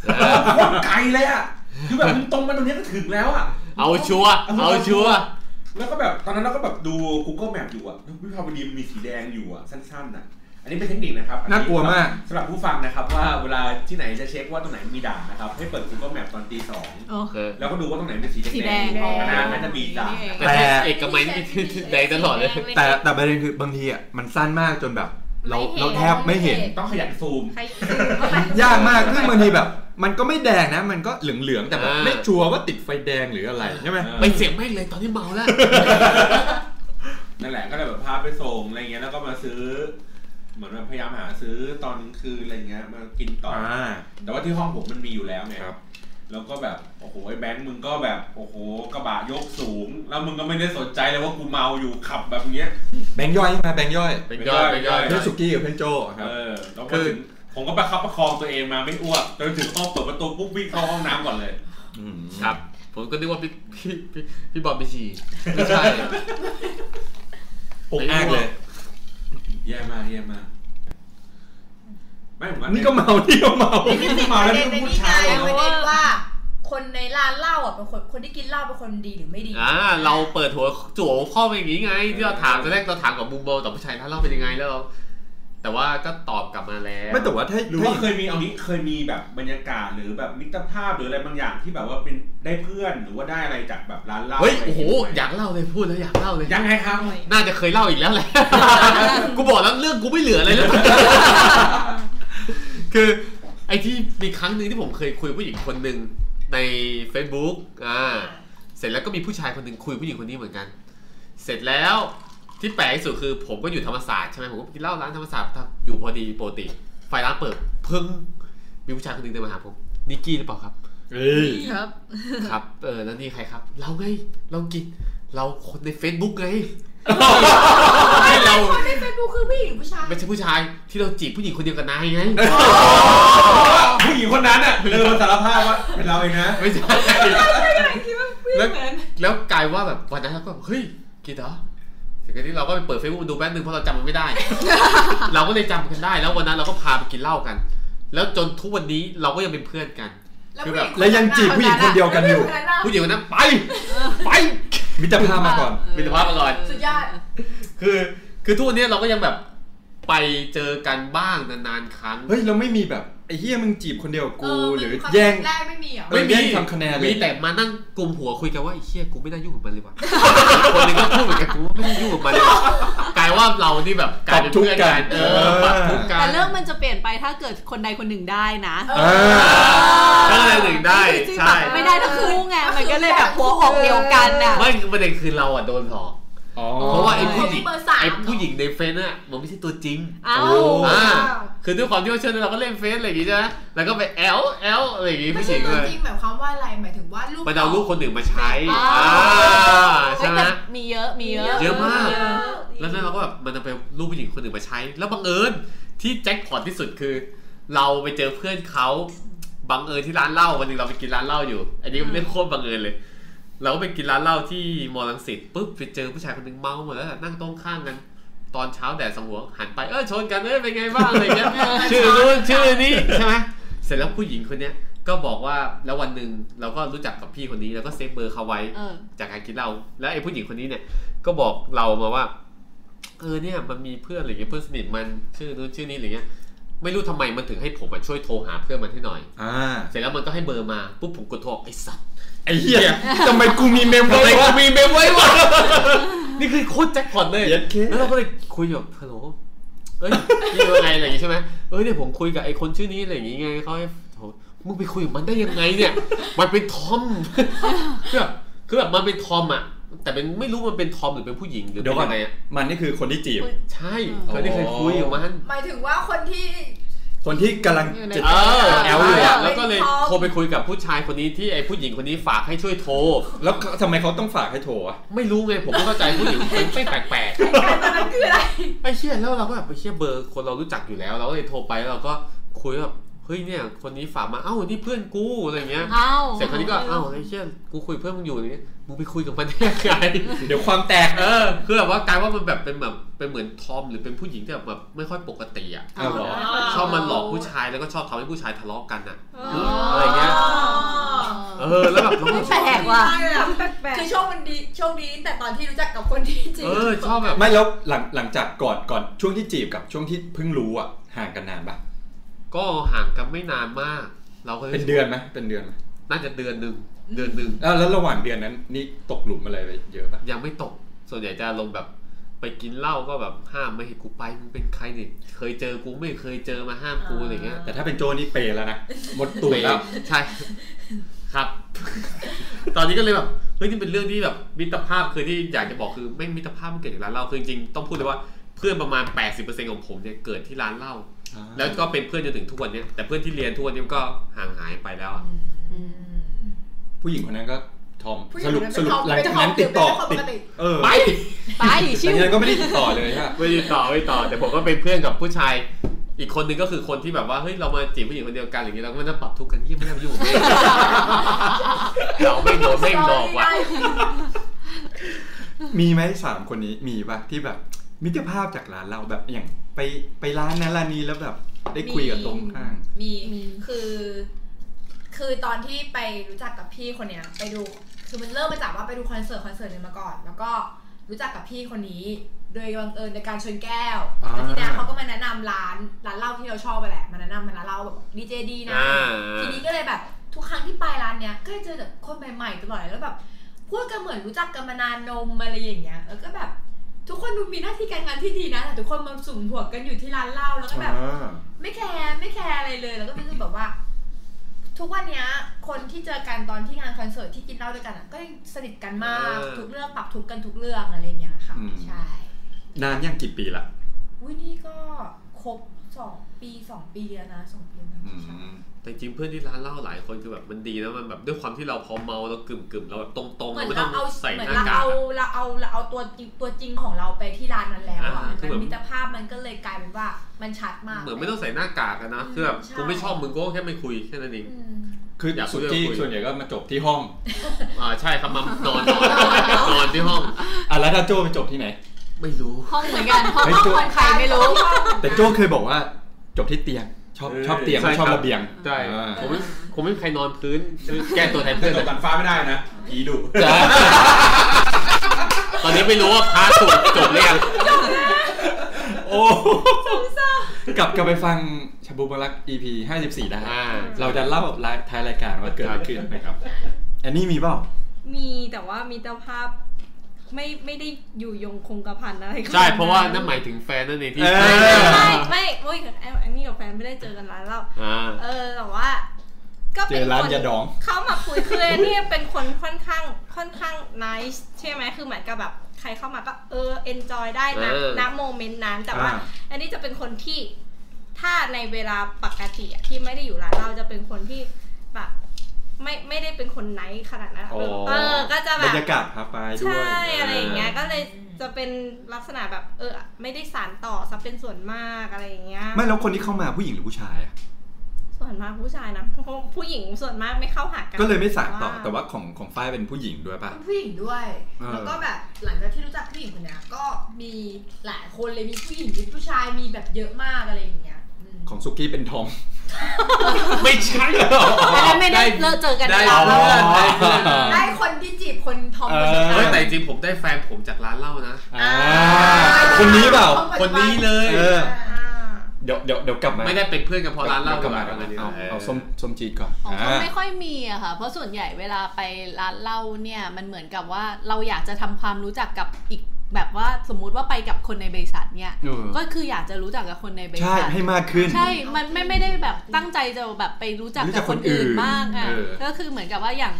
S2: เออ
S3: โคตรไกลเลยอ่ะ คือแบบมึงตรงมาตรงเนี้ยก็ถึงแล้วอ่ะ
S2: เอาชัวร์เอาชัวร์
S3: แล้วก็แบบตอนนั้นเราก็แบบดู Google Map อยู่อ่ะวิภาวดีมันมีสีแดงอยู่อ่ะสั้นๆน่ะ อันนี้เป็นเทคนิคนะครับอั
S1: น่ากลัวมาก
S3: สำหรับผู้ฟังนะครับว่าเวลาที่ไหนจะเช็คว่าตรงไหนมีด่านนะครับให้เปิด Google Map ตอนตีสอง
S2: เออ
S3: แล้วก็ดูว่าตรงไหนเป็นสี
S4: สี
S3: แด
S4: แด
S3: ง
S4: ง
S3: ๆออกมาหน้าน่าจะมีจ้ะ
S1: แต่
S2: แต่เอกมัยนี่แดงตลอดเลย
S1: แต่แต่ประเด็นคือบางทีอ่ะมันสั้นมากจนแบบ เรา
S8: ไม่เห็น
S1: เราแทบไม่เห็น
S3: ต้องขยันซูม
S8: ใครซื้อเข้าไป
S1: ยากมากซึ่งบางทีแบบ มันก็ไม่แดงนะ มันก็เหลืองๆแต่แบบ
S2: อ่า
S1: ไม่ชัวร์ว่าติดไฟแดงหรืออะไรใช่ไหม
S3: เออ
S2: ไปเสียงแม่งเลยตอนที่เมาแล้ว
S3: นั่นแหละก็เลยแบบพาไปส่งอะไรเงี้ยแล้วก็มาซื้อ เหมือนแบบพยายามหาซื้อตอนกลางคืนอะไรเงี้ยมากินต่ออแต่ว่าที่ห้องผมมันมีอยู่แล้วไง
S1: ครับ
S3: แล้วก็แบบโอ้โหไอ้แบงค์มึงก็แบบโอ้โหกระบะยกสูง แล้วมึงก็ไม่ได้สนใจเลยว่ากูเมาอยู่ขับแบบเนี้ย
S1: แบงค์ย่อยใช่ไหมแบงค์ย่อย
S2: เป็นยอดเป็นยอด
S1: เพื่อนสุกี้กับเพื่อนโจค
S3: เอ
S1: รับ
S3: อแล้ว
S1: คื
S3: ก็
S1: อ
S3: ถึงผมก็ประคับประคองตัวเองมาไม่อ้วกจนถึงห้องเปิดประตูปุ๊บวิ่งเข้าห้องน้ำก่อนเลย
S1: ม
S2: ครับ ผมก็นึกว่าพี่พี่พี่พี่บอลไปฉี่ไม่ ใช่
S1: อกแอกเลย
S3: แย่มากแย่มากไม่ผมว่า
S1: นี่ก็เมา นี่ก็เมา
S3: เมาแล้วนี่ก็พูดช้า
S6: แต่
S3: เลย
S6: ประ
S3: เนาะ
S6: เด็นว่า คนในร้านเหล้าอ่ะเป็นคนคนที่กินเหล้าเป็นคนดีหรือไม่ดี
S2: อ่า เราเปิดหัวจั่วข้อไปอย่างนี้ไง ที่เราถามตอนแรกเราถามกับมุมมองต่อผู้ชายท่านเล่าเป็นยังไงแล้วเราแต่ว่าก็ตอบกลับมาแล้ว
S1: ไม่แต่ว่าถ้า
S3: หรือ
S1: ถ้า
S3: ว่าเคยมีเอางี้เคยมีแบบบรรยากาศหรือแบบมิตรภาพหรืออะไรบางอย่างที่แบบว่าเป็นได้เพื่อนหรือว่าได้อะไรจากแบบร้านเหล้า
S2: เฮ้ย โอ้โห
S3: ะไร
S2: อยากเล่าเลยพูดแล้วอยากเล่าเลย
S3: ยังไงครับ
S2: น่าจะเคยเล่าอีกแล้วแหละ กูบอกแล้วเรื่องกูไม่เหลืออะไรแล้ว คือไอ้ที่มีครั้งหนึ่งที่ผมเคยคุยกับผู้หญิงคนหนึ่งใน Facebook อ่า เสร็จแล้วก็มีผู้ชายคนหนึ่งคุยผู้หญิงคนนี้เหมือนกัน เสร็จแล้วที่แปลกที่สุดคือ ผมก็อยู่ธรรมศาสตร์ใช่ไหมผมก็กินเหล้าร้านธรรมศาสตร์อยู่พอดีปกติ ไฟร้านเปิดเพิ่งมีผู้ชายคนหนึ่งเดินมาหาผมนิกกี้หรือเปล่าครับ
S1: เอ้ย
S4: ครับ
S2: ครับ เออ แล้วนี่ใครครับ เราไง เรากิน เราคนใน Facebook ไง ที่เรา
S6: คนในเฟซบุ๊กคือผู้หญิงหรือผู้ชาย
S2: ไม่ใช่ผู้ชายที่เราจีบผู้หญิงคนเดียวกับนายไง
S3: ผู้หญิงคนนั้นอ่ะเดินมาสารภาพว่าเป็นเราเองนะ
S2: ไม่ใช่ แล้วแล้วกลายว่าแบบวันนั้นเราก็แบบเฮ้ยกินเหรอถึงนี้เราก็ไปเปิดเฟซบุ๊กดูแป๊บนึงเพราะเราจำมันไม่ ได้ เราก็เลยจำกันได้ แล้ววันนั้นเราก็พาไปกินเหล้ากัน แล้วจนทุกวันนี้เราก็ยังเป็นเพื่อนกัน คือแบบ
S1: แล้วยังจีบผู้หญิงคนเดียวกันอยู่
S2: ผู้หญิงคนนั้นไปไป
S1: มิตรภาพมาก่อน
S2: มิตรภาพมาก่อน
S6: สุดยอด
S2: คือคือทุกวันนี้เราก็ยังแบบไปเจอกันบ้างนานๆครั้ง
S1: เฮ้ย เราไม่มีแบบไอ้เฮียมึงจีบคนเดียวกับ
S6: เอ
S1: กู
S6: อ
S1: หรือ
S6: มันมีความ
S1: แย่ง
S6: แรกไม่มีเหรอ
S2: ไม่มี
S1: แย่งทำคะแนนเลย
S2: มีแต่มานั่งกลุ่มหัวคุยกันว่าไอ้เชี่ยกูไม่น่ายุ่งกับมันเลยว่ะ คนหนึงก็พูดเหมือนกันกูว่าไม่น่ายุ่งกับมันเลยว่ะกลายว่าเรานี่แบบกลายเป็นเพื่อนกันเออปรับทุกข์กัน
S4: แต่เรื่องมันจะเปลี่ยนไปถ้าเกิดคนใดคนหนึ่งได้นะ
S1: เออ
S2: ก็เลยหนึ่งได้ใช่
S4: ไม่ได้ทั้งคู่ไงมันก็เลยแบบหัวหอกเดียวกันอ่ะ
S2: ไม่คือประเด็นคือเราอ่ะโดนหลอก
S1: อ๋อ
S2: เพราะว่าไอ้ผู้หญิง
S6: เบอร์สาม
S2: ไอ้ผู้หญิงในเฟซน่ะมันไม่ใช่ตัวจริง
S4: เอ้า
S2: อ่า คือด้วยความที่ว่าเชื่อเราก็เล่นเฟซอะไรอย่างงี้ใช่ไหมแล้วก็ไปแอลแอลอะไรอย่างงี้
S6: ไม่
S2: ผู้ห
S6: ใช่
S2: ญิง
S6: ตัว
S2: เลย
S6: จริงหมายความว่าอะไรหมายถึงว่ารูป
S2: มันเอารูปคนอื่นมาใช้
S4: อ๋ออ่
S2: อ่าใช่ไหม
S4: แต่มีเยอะมีเยอะ
S2: เยอะมาก แล้วนั้นเราก็แบบมันจะไปรูปผู้หญิงคนอื่นมาใช้ แล้วบังเอิญที่แจ็คพอตที่สุดคือ เราไปเจอเพื่อนเขาบังเอิญที่ร้านเหล้าวันหนึงเราไปกินร้านเหล้าอยู่ อันนี้มันเรื่องโคตรบังเอิญเลย เราก็ไปกินร้านเหล้าที่มอลังสิตปุ๊บไปเจอผู้ชายคนหนึ่งเมาหมดแล้วนั่งโต๊ะข้างกัน ตอนเช้าแดดสองหัวหันไปเออชนกันเอ้ยเป็นไงบ้างอะไรเงี้ย ชื่อนู้นชื่อนี้ใช่ไหมเสร็จแล้วผู้หญิงคนเนี้ยก็บอกว่าแล้ววันหนึ่งเราก็รู้จักกับพี่คนนี้แล้วก็เซฟเบอร์เขาไว้
S4: เออ
S2: จากการกินเหล้าแล้วไอ้ผู้หญิงคนนี้เนี่ย ก็บอกเรามาว่า เออเนี่ยมันมีเพื่อนอะไรเงี้ยเพื่อนสนิทมันชื่อนู้นชื่อนี้อะไรเงี้ย ไม่รู้ทำไมมันถึงให้ผมมาช่วยโทรหาเพื่อนมันให้หน่อย
S1: อ่า
S2: เสร็จแล้วมันก็ให้เบอร์มาปุ๊บผมกดโทรไอ้สัตว์
S1: ไอ้เฮียทำไมกูมีเมม
S2: ทำ
S1: ไว้
S2: ไม
S1: วะ
S2: กูมีเมมไว้วะ นี่คือโคตรแจ็คพอตเลย
S1: เย็ดเค
S2: แล้วเราก็เลยคุยแบบฮัลโหลเอ้ยนี่ยังไงอะไรอย่างงี้ใช่ไหมเอ้ยเนี่ยผมคุยกับไอ้คนชื่อนี้อะไรอย่างงี้ไงเขาให้โหมึงไปคุยกับมันได้ยังไงเนี่ย มันเป็นทอม คือแบบคือแบบมันเป็นทอมอ่ะ แต่เป็นไม่รู้มันเป็นทอมหรือเป็นผู้หญิงหรือ
S1: เดี๋ยวน ก่
S2: เป็
S1: อน
S2: ยังไงอะ
S1: มันนี่คือคนที่จีบ
S2: ใช่เคยได้เคยคุยกับมัน
S6: หมายถึงว่าคนที่
S1: คนที่กำลัง
S4: อยู่ใน
S1: จะ
S2: เออ
S1: แอลอยู่
S2: ใช่
S1: อะ
S2: แล้วก็เลยโทรไปคุยกับผู้ชายคนนี้ที่ไอ้ผู้หญิงคนนี้ฝากให้ช่วยโทร
S1: แล้วทำไมเขาต้องฝากให้โทรอะ
S2: ไม่รู้ไงผมไม่เข้าใจผู้หญิงเป็นไม่แปลก
S10: ตอนนั้นคืออะไร
S2: ๆไอ้เชี่ยแล้วเราก็แบบไปเชี่ยเบอร์คนเรารู้จักอยู่แล้ว เราก็เลยโทรไปแล้วเราก็คุยแบบเฮ้ยเนี่ยคนนี้ฝากมาเอ้านี่เพื่อนกูอะไรเงี้ย
S4: เอ้า
S2: เสร็จคนนี้ก็เอ้าไอ้เชี่ยกูคุยเพื่อนมึงอยู่นี่มึงไปคุยกับมันได้ยังไง
S1: เดี๋ยวความแตก
S2: เออคือแบบว่ากลายว่ามันแบบเป็นแบบเป็นเหมือนทอมหรือเป็นผู้หญิงที่แบบแบบไม่ค่อยปกติอ่ะ
S1: เอาเหรอ
S2: ชอบมันหลอกผู้ชายแล้วก็ชอบทำให้ผู้ชายทะเลาะกันอ่ะ
S4: อ๋อ
S2: อะไรเงี้ย เออแล้วแบบเราก็
S4: แปลกว่ะ
S6: คือโชคมันดีโชคดีตั้งแต่ตอนที่รู้จักกับคนที่จริง
S2: เออชอบแบบ
S1: ไม่แล้วหลังหลังจากก่อนก่อนช่วงที่จีบกับช่วงที่เพิ่งรู้อ่ะห่างกันนานปะ
S2: ก็ห่างกันไม่นานมาก เราก็ลย
S1: เป็นเดือนไหมเป็นเดือนไหม
S2: น่าจะเดือนหนึ่งเดือนหนึ่ง
S1: แล้วแล้วระหว่างเดือนนั้นนี่ตกหลุมอะไรไปเยอะปะ
S2: ยังไม่ตก ส่วนใหญ่จะลงแบบไปกินเหล้าก็แบบห้ามไม่ให้กูไป มึงเป็นใครเนี่ยเคยเจอกูไม่เคยเจอมาห้ามกูอะไรเงี้ย
S1: แต่ถ้าเป็นโจนี่เปย์แล้วนะหมดตัวแล้ว
S2: ใช่ ครับ ตอนนี้ก็เลยแบบเฮ้ยนี่เป็นเรื่องที่แบบมิตรภาพคือที่อยากจะบอกคือไม่มิตรภาพมันเกิดจากร้านเหล้าคือจริงๆต้องพูดเลยว่าเพื่อนประมาณ 80%ของผมเนี่ยเกิดที่ร้านเหล้าแล้วก็เป็นเพื่อนจนถึงทุกวันเนี้ยแต่เพื่อนที่เรียนทุกวันนี้มันก็ห่างหายไปแล้วอะ
S1: ผู้หญิงคนนั้นก็ทอมสรุปสรุปหลังจากนั้นติดต่อติดเออ
S2: ไป
S4: ไป
S1: หลั
S4: ชิ
S1: ง
S4: ว
S1: จากนั้นก็ไม่ได้ติดต่อเลยใช่ ปะ
S2: ไม่ติดต่อไม่ติดต่อ แต่ผมก็เป็นเพื่อนกับผู้ชาย อีกคนนึงก็คือคนที่แบบว่าเฮ้ยเรามาจีบผู้หญิงคนเดียวกันอย่างนี้เราก็ไม่ต้องปรับทุกข์กันเยี่ยไม่ได้มายุ่งกับแม่ง เราไม่โดนไม่งหลอกว่ะ
S1: มีไหมสามคนนี้มีปะที่แบบมิตรภาพจากร้านเราแบบอย่างไปไปร้านนั้นร้านนี้แล้วแบบได้คุยกับตรงข้าง
S6: มีคือ คือตอนที่ไปรู้จักกับพี่คนเนี้ย ไปดู คือมันเริ่มมาจากว่าไปดูคอนเสิร์ตคอนเสิร์ตหนึงมาก่อน แล้วก็รู้จักกับพี่คนนี้ โดยบังเอิญในการชวนแก้ว
S1: อ่า
S6: แล้วทีเนี้ยเขาก็มาแนะนำร้านร้านเหล้าที่เราชอบไปแหละมาแนะนำมาร้านเหล้าแบบดีเจดีนะ
S2: อ่า
S6: ทีนี้ก็เลยแบบทุกครั้งที่ไปร้านเนี้ยก็จะเจอแต่คนใหม่ๆตลอดเลยแล้วแบบพูดกันเหมือนรู้จักกันมานานนมอะไรอย่างเงี้ยแล้วก็แบบ ทุกคนดูมีหน้าที่การงานที่ดีนะแต่ทุกคนมาสุ่มหัวกันอยู่ที่ร้านเหล้าแล้วก็แบบ
S1: อ่า
S6: ไม่แคร์ไม่แคร์อะไรเลยแล้วก็รู้สึกแบบว่า ทุกวันเนี้ยคนที่เจอกันตอนที่งานคอนเสิร์ตที่กินเหล้าด้วยกันอะก็ยังสนิทกันมาก
S2: เออ
S6: ทุกเรื่องปรับทุกข์กันทุกเรื่องอะไรอย่างเงี้ยค่ะใช่
S1: นานยังกี่ปีละ
S6: อุ้ยนี่ก็ครบสองปีสองปีแล้วนะสองปีแล้วนะ
S1: อื
S6: ใช่
S1: ม
S2: แต่จริงเพื่อนที่ร้านเหล้าหลายคนคือแบบมันดีนะมันแบบด้วยความที่เราพอเมาเรากึ่มกึ่มๆเราแบบตรงๆ
S6: เหมื
S2: เรา
S6: อน
S2: ไม่ต้อ
S6: เรา
S2: ง
S6: เอา
S2: ใส่
S6: เหมื
S2: ห
S6: อน
S2: น้า
S6: เรา
S2: กาก
S6: เอา
S2: อะ
S6: เราเอาเราเอาตัวจริงตัวจริงของเราไปที่ร้านนั้นแล้วอะ
S2: อ่า
S6: มัน
S2: คือแบบ
S6: มิตรภาพมันก็เลยกลายเป็นว่ามันชัดมาก
S2: เหมือนไม่ต้องใส่หน้ากากอะนะ
S6: อืม
S2: คือแบบ
S6: ใช่
S2: กูไม่ชอบมึงก็แค่ไม่คุยแค่นั้นเอง
S6: อืม
S1: คือ
S2: อยากคุ
S1: สุ
S2: ยก็
S1: กี้
S2: คุย
S1: ส่วนใหญ่ก็มาจบที่ห้อง
S2: อ่าใช่ครับมานอนนอนนอนที่ห้อง
S1: อ่ะแล้วถ้าโจไปจบที่ไหน
S2: ไม่รู้
S4: ห้องเหมือนกันห้อง
S1: เฮ้ยจุ๊บ
S4: คนใครไม่รู้
S1: แต่โจเคยบอกว่าจบที่เตียง ชอบ
S3: เออ
S1: ชอบเตียง
S2: ใช่
S1: ไม่ชอบ
S2: ครับ
S1: ระเบียง
S2: ใช่
S1: อ่า
S2: ผมไม่ผมไม่มีใครนอนพื้นคือแก้ตัวแทนเพื่อ
S3: แต่
S2: น
S3: ต
S2: เล
S3: ก
S2: ย
S3: กันฟ้าไม่ได้นะผีดุ
S1: จ้า
S2: ตอนนี้ไม่รู้ว่าพาถูกจบหรือยัง
S1: โอ้กลับกลับไปฟังชาบูบารัก EP 54 ได้
S2: อ่า
S1: เราจะเล่าลายท้ายรายการว่าเกิดอะไรขึ้นนะครับ อันนี้มีเปล่า
S8: มีแต่ว่ามิตรภาพไม่ไม่ได้อยู่ยงคงกระพันอะไรขนดนั้น
S2: ใช่เพราะว่านั่นหมายถึงแฟนนั่นเองที่
S1: เออ
S8: ไม่ไม่โอ้ยแอนแอนนี่กับแฟนไม่ได้เจอกันร้านเหล้า
S2: อ่า
S8: เออแต่ว่า ก็
S1: เจ
S8: เป็น
S1: อร้าน
S8: คน
S1: ยาดอง
S8: เขามาคุยคือแอนนี่เป็นคนค่อนข้างค่อนข้างนิสใช่ไหมคือเหมือนกับแบบใครเข้ามาก็เออเอนจอยได้นะ
S2: เออ
S8: ณโมเมนต์นั้นแต่ว่า
S1: อ่า
S8: อันนี้จะเป็นคนที่ถ้าในเวลาปกติอะที่ไม่ได้อยู่ร้านเราจะเป็นคนที่แบบไม่ไม่ได้เป็นคนไหนขนาดนั้นอะ
S1: อ๋อ
S8: เออก็จะแบบ
S1: ร
S8: บ
S1: รยากาศพาไปด้
S8: ใช
S1: วย่
S8: อะไรอย่างเงี้ยก็เลยจะเป็นลักษณะแบบเออไม่ได้สารต่อซะเป็นส่วนมากอะไรอย่างเงี้ย
S1: ไม่แล้วคนที่เข้ามาผู้หญิงหรือผู้ชายอะ
S8: ส่วนมากผู้ชายนะเพราะผู้หญิงส่วนมากไม่เข้าหากัน
S1: ก็เลยไม่สานต่อแต่ว่าของของฝ้ายเป็นผู้หญิงด้วยป่ะ
S6: เป็นผู้หญิงด้วย
S1: เออ
S6: แล้วก็แบบหลังจากที่รู้จักผู้หญิงคนเนี้ยก็มีหลายคนเลยมีผู้หญิงมีผู้ชายมีแบบเยอะมากอะไรอย่างเงี้ยอืม
S1: ของสุกี้เป็นทอม
S2: ไม่ใช่หรอ
S4: แต่นั้นไม่ได้เลิกเจอกัน
S2: ได้
S4: แล้ว
S2: เพื่อนได้เพื่อน
S6: ได้คนที่จีบคนทอม
S1: เออ
S6: คน
S2: เฮ้ย
S6: นั้น
S2: แต่จริงๆผมได้แฟนผมจากร้านเหล้านะ
S1: อ่าคนนี้เปล่า
S2: คนนี้เลย
S1: เออ
S8: อ่า
S1: เดี๋ยวเดี๋ยวเดี๋ยวกลับมา
S2: ไม่ได้เป็นเพื่อนกันเพอร้านเหล้าก
S1: ลับมา
S2: อะ
S1: กลับ
S2: ไร
S1: มา
S2: เนี่ย
S1: เอาเอาส้มส้มจีดก่อน
S4: ของเขา
S1: อ่า
S4: ไม่ค่อยมีอะค่ะ เพราะส่วนใหญ่เวลาไปร้านเหล้าเนี่ย มันเหมือนกับว่าเราอยากจะทำความรู้จักกับอีกแบบว่าสมมุติว่าไปกับคนในบริษัทเนี่ย
S1: เออ
S4: ก็คืออยากจะรู้จักกับคนในบริ
S1: ใช่
S4: ษัท
S1: ให้มากขึ้น
S4: ใช่ มันไม่ไม่ได้แบบตั้งใจจะแบบไปรู้จัก
S1: รู้จั
S4: กับ
S1: ก
S4: ค
S1: คน นอื่
S4: อื่น
S1: น
S4: มากอ่ะ
S1: เออ
S4: ก็คือเหมือนกับว่าอย่าง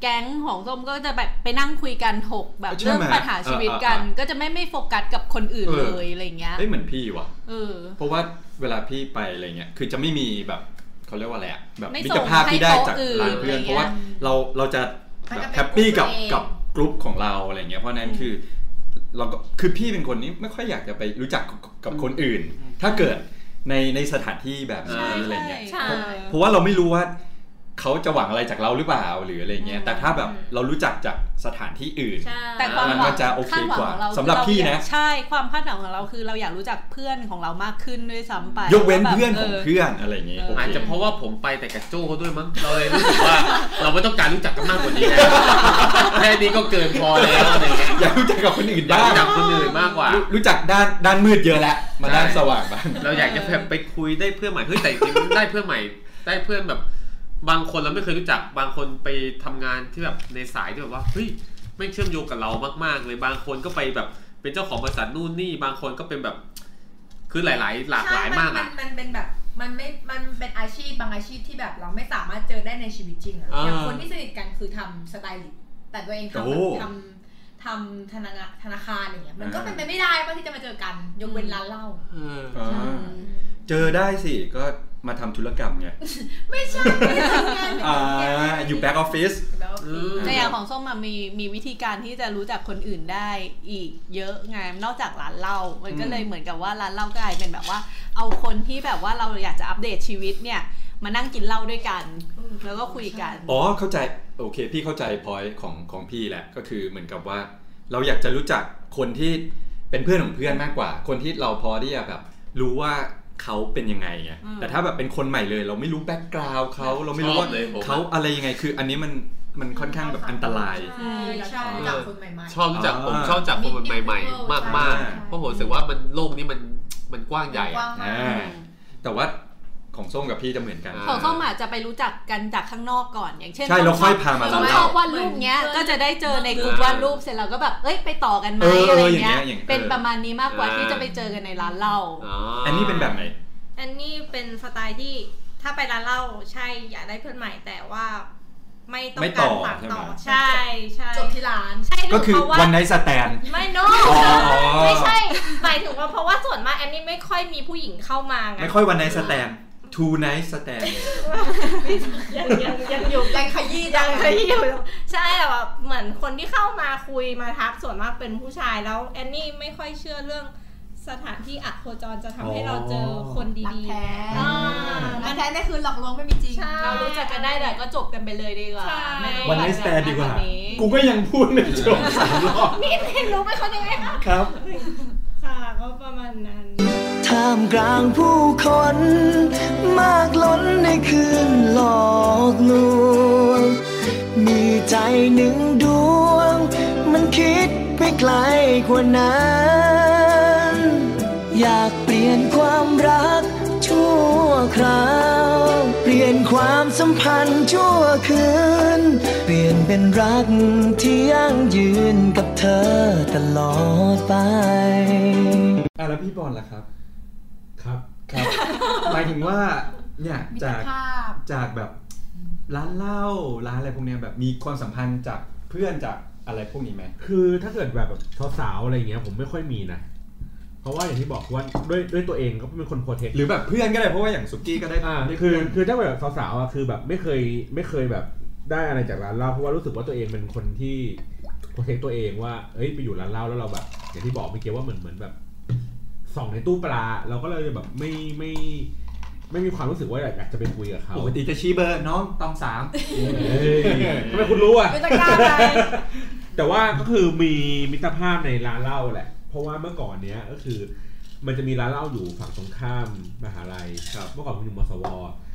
S4: แก๊งของส้มก็จะแบบไปนั่งคุยกันถกแบบ
S1: ใช่ไหม
S4: เรื่องปัญหาชีวิตกัน
S1: อ่าอ่าอ่า
S4: ก็จะไม่ไม่โฟกัสกับคนอื่น
S1: เออ
S4: เลยอะไรเงี้ย
S1: เอ้ยเหมือนพี่ว่ะ
S4: เออ
S1: เพราะว่าเวลาพี่ไปอะไรเงี้ย คือจะไม่มีแบบเขาเรียกว่าอะไรอะแบบ
S4: ไม่
S1: มิ
S4: ส่ง
S1: ตรภาพที่ได้จาก
S4: ให้โต๊ะอื่น
S1: ร้านเพื่อน
S4: อะไร
S1: เพ
S4: เงี้ย
S1: ราะว่าเราเราจะ
S6: มัน
S1: แบ
S6: จะ
S1: บ
S6: เป็น
S1: แฮปปี้กับ
S6: ก
S1: กั
S6: ลุ่มตัวเอง
S1: บกลุ่มของเราอะไรเงี้ย เพราะฉะนั้นคือเราก็คือพี่เป็นคนนี้ไม่ค่อยอยากจะไปรู้จักกับกับคนอื่น ถ้าเกิดในในสถานที่แบบนี้อะไรเงี้ย
S8: ใช่
S1: เพราะว่าเราไม่รู้ว่าเขาจะหวังอะไรจากเราหรือเปล่าหรืออะไรเงี้ย แต่ถ้าแบบเรารู้จักจากสถานที่อื่น
S8: ใช่
S4: แต่ความ
S1: มัน
S4: หวัง
S1: จะโอเค
S4: คาดหวัง
S1: กว่า
S4: ของเรา
S1: สำหรับ
S4: คือ
S1: พี่
S4: เราอยาก
S1: นะ
S4: ใช่ความคาดหวังของเราคือเราอยากรู้จักเพื่อนของเรามากขึ้นด้วยซ้ำไป
S1: ยกเว้น
S4: แบบ
S1: เพื่อนของ
S4: อ
S1: เพื่อนอะไรอย่างเงี้ย
S4: เออ
S1: โอ
S2: อาจ
S1: เค
S2: จะเพราะว่าผมไปแต่กับโจ้ด้วยมั้งเราเลยรู้สึกว่า เราไม่ต้องการรู้จักกันมากกว่านี้แล้วแค่นี้ก็เกินพอแล้วอะไรเงี้ย
S1: อยากรู้จักกับคนอื่น
S2: อยาก
S1: บ้าง
S2: รู้จักคนอื่นมากกว่า
S1: รู้รู้จักด้านด้านมืดเยอะแล้วมาด้านสว่างบ้าง
S2: เราอยากจะแบบไปคุยได้เพื่อนใหม่เฮ้ยแต่จริงๆได้เพื่อนใหม่ ได้เพื่อนแบบ บางคนเราไม่เคยรู้จักบางคนไปทำงานที่แบบในสายที่แบบว่าเฮ้ยไม่งเชื่อมโยงกับเรามากๆ เลยบางคนก็ไปแบบเป็นเจ้าของบริษัทนู่นนี่ บางคนก็เป็นแบบ คือหลายๆ หลากหลายมาก
S6: ใช่
S2: อะ
S6: นนมันเป็นแบบ มันไม่ มันเป็นอาชีพบางอาชีพที่แบบเราไม่สามารถเจอได้ในชีวิตจริงอะ
S2: อ่า
S6: อย่างคนที่สนิทกันคือทำสไตลิสต์แต่ตัวเองทำ
S1: โอ้
S6: แบบทำทำธนาคารธนาคารอย่างเงี้ย มันก็เป็นไปไม่ได้ว่าที่จะมาเจอกัน ยกเว้นร้านเหล้า
S1: อ่าเจอได้สิก็มาทำธุรกรรมไง
S6: ไม่ใช่ไม่ทำงานแบบ
S1: อ่า
S6: นี้
S1: อยู่แบ็กออฟฟิศ
S6: แล้ว
S2: อืม
S4: ในอย่างของส้มอะมีมีวิธีการที่จะรู้จักคนอื่นได้อีกเยอะไงนอกจากร้านเหล้ามันก็เลยเหมือนกับว่าร้านเหล้าก็กลายเป็นแบบว่า เอาคนที่แบบว่าเราอยากจะอัปเดตชีวิตเนี่ย มานั่งกินเหล้าด้วยกัน แล้วก็คุยกัน
S1: อ๋อเข้าใจโอเค พี่เข้าใจพอยของของพี่แหละก็คือเหมือนกับว่า เราอยากจะรู้จักคนที่เป็นเพื่อนของเพื่อนมากกว่า คนที่เราพอที่จะแบบรู้ว่าเขาเป็นยังไงไง
S4: อืม
S1: แต่ถ้าแบบเป็นคนใหม่เลย เราไม่รู้แบ็กกราวด์เขาเราไม่รู้ว่า
S2: ชอบเลยผม
S1: เขาอะไรยังไงคือ อันนี้มันมันค่อนข้างแบบอันตราย
S6: ใช่เราชอบรู้จักคนใหม่
S2: ชอบรู้จัก
S1: อ่า
S2: ผมชอบรู้จักคนใหม่ ๆ มากๆ เพราะผมรู้สึกว่ามันโลกนี้มันมันกว้าง
S6: ๆ
S2: ใหญ่
S6: ก
S2: อะ
S6: ว้างมา
S1: อ่าก แต่ว่าของส้มกับพี่จะเหมือนกัน
S2: อ่า
S4: ของส้มอาจจะไปรู้จักกันจากข้างนอกก่อน อย่างเช่น
S1: ใช่แล้วค่อยพามา
S4: ส้
S1: ร้ามน
S4: ช
S1: เรา
S4: อบวาดรูปเนี้ยก็จะได้เจอในกลุ่มวาดรูปเสร็จแล้วก็แบบเอ้ยไปต่อกันไหม
S1: เออเอ
S4: อะไร
S1: ออ
S4: เงี้
S1: ย่างเงี้
S4: ย
S1: ยอย่างเออ
S4: เป็นประมาณนี้มากกว่าที่จะไปเจอกันในร้านเหล้า
S1: อันนี้เป็นแบบไหน
S8: อันนี้เป็นสไตล์ที่ถ้าไปร้านเหล้าใช่อยากได้เพื่อนใหม่แต่ว่าไม่ต้อง
S1: ไม่ต่
S8: กา
S1: อ
S8: รสานต่อ
S1: ใช่
S8: ใช่
S1: ไหม
S8: ใช่
S6: จบที่ร้าน
S8: ใช่
S1: ก็คือ
S8: เพราะว่า
S1: วันไนสแตน
S8: ไม่โน
S1: อ๋อ
S8: ไม่ใช่หมายถึงว่าเพราะว่าส่วนมากแอนนี่ไม่ค่อยมีผู้หญิงเข้ามาไง
S1: ไม่ค่อยวันไนสแตนทูไนสแตน
S8: ยังยังยังอยู่
S6: ยังขยี้
S8: ยั
S6: ยัง ง
S8: เคยอยู่ใช่แต่ว่าเหมือนคนที่เข้ามาคุยมาทักส่วนมากเป็นผู้ชายแล้วแอนนี่ไม่ค่อยเชื่อเรื่องสถานที่อะโคจรจะทำให้เราเจอคน
S6: รัก
S8: ดี
S6: แท้
S8: ๆอ่า
S6: รักแท้นี่คือหลอกลวงไม่มีจริง
S8: ใช่
S4: เรารู้จักกันได้แต่ก็จบกันไปเลยดีกว่า
S8: ใช่
S4: ไม่ต้อง
S1: วันไนสแตนดีกว่า กูก็ยังพูดไม่จบสามรอบ
S8: นี่เรียนรู้ไปเขายังไงคะ
S1: ครับ
S8: ค่ะก็ประมาณนั้น
S11: ท่ามกลางผู้คน มากล้นในคืนหลอกลวง มีใจหนึ่งดวง มันคิดไปไกลกว่านั้น อยากเปลี่ยนความรักชั่วคราว เปลี่ยนความสัมพันธ์ชั่วคืน เปลี่ยนเป็นรักที่ยั่งยืนกับเธอตลอดไป
S1: อ่ะแล้วพี่บอลล่ะครับ
S3: ครับ
S1: ครับ หมายถึงว่าเนี่ยจาก
S6: ภาพ
S1: จากแบบร้านเหล้าร้านอะไรพวกเนี้ยแบบมีความสัมพันธ์จากเพื่อนจากอะไรพวกนี้ไหม
S3: คือถ้าเกิดแบบสาวๆอะไรอย่างเงี้ยผมไม่ค่อยมีนะ เพราะว่าอย่างที่บอกว่าด้วยด้วยตัวเองก็เป็นคนโปรเทค
S1: หรือแบบเพื่อนก็ได้เพราะว่าอย่างสุกี้ก็ได้
S3: อ่า
S1: ได้
S3: คื
S1: เพื่
S3: อน คือถ้าแบบสาวๆอ่ะคือแบบไม่เคยไม่เคยแบบได้อะไรจากร้านเหล้าเพราะว่ารู้สึกว่าตัวเองเป็นคนที่โปรเทคตัวเองว่าเอ้ยไปอยู่ร้านเหล้าแล้วเราแบบอย่างที่บอกเมื่อกี้ว่าเหมือนเหมือนแบบส่องในตู้ปลาเราก็เลยแบบไม่ไม่ ไม่มีความรู้สึกว่าอยากจะไปคุยกับเขา
S1: ปกติจะชี้เบอร์น้องตองสาม
S3: เฮ้ยทำไมคุณรู้อ่ะ
S6: ไม่จะกล้าไป
S3: แต่ว่าก็คือมีมิตรภาพในร้านเหล้าแหละ เพราะว่าเมื่อก่อนเนี้ยก็คือ มันจะมีร้านเหล้าอยู่ฝั่งตรงข้ามมหาลัยครับ เมื่อก่อนผมอยู่มสว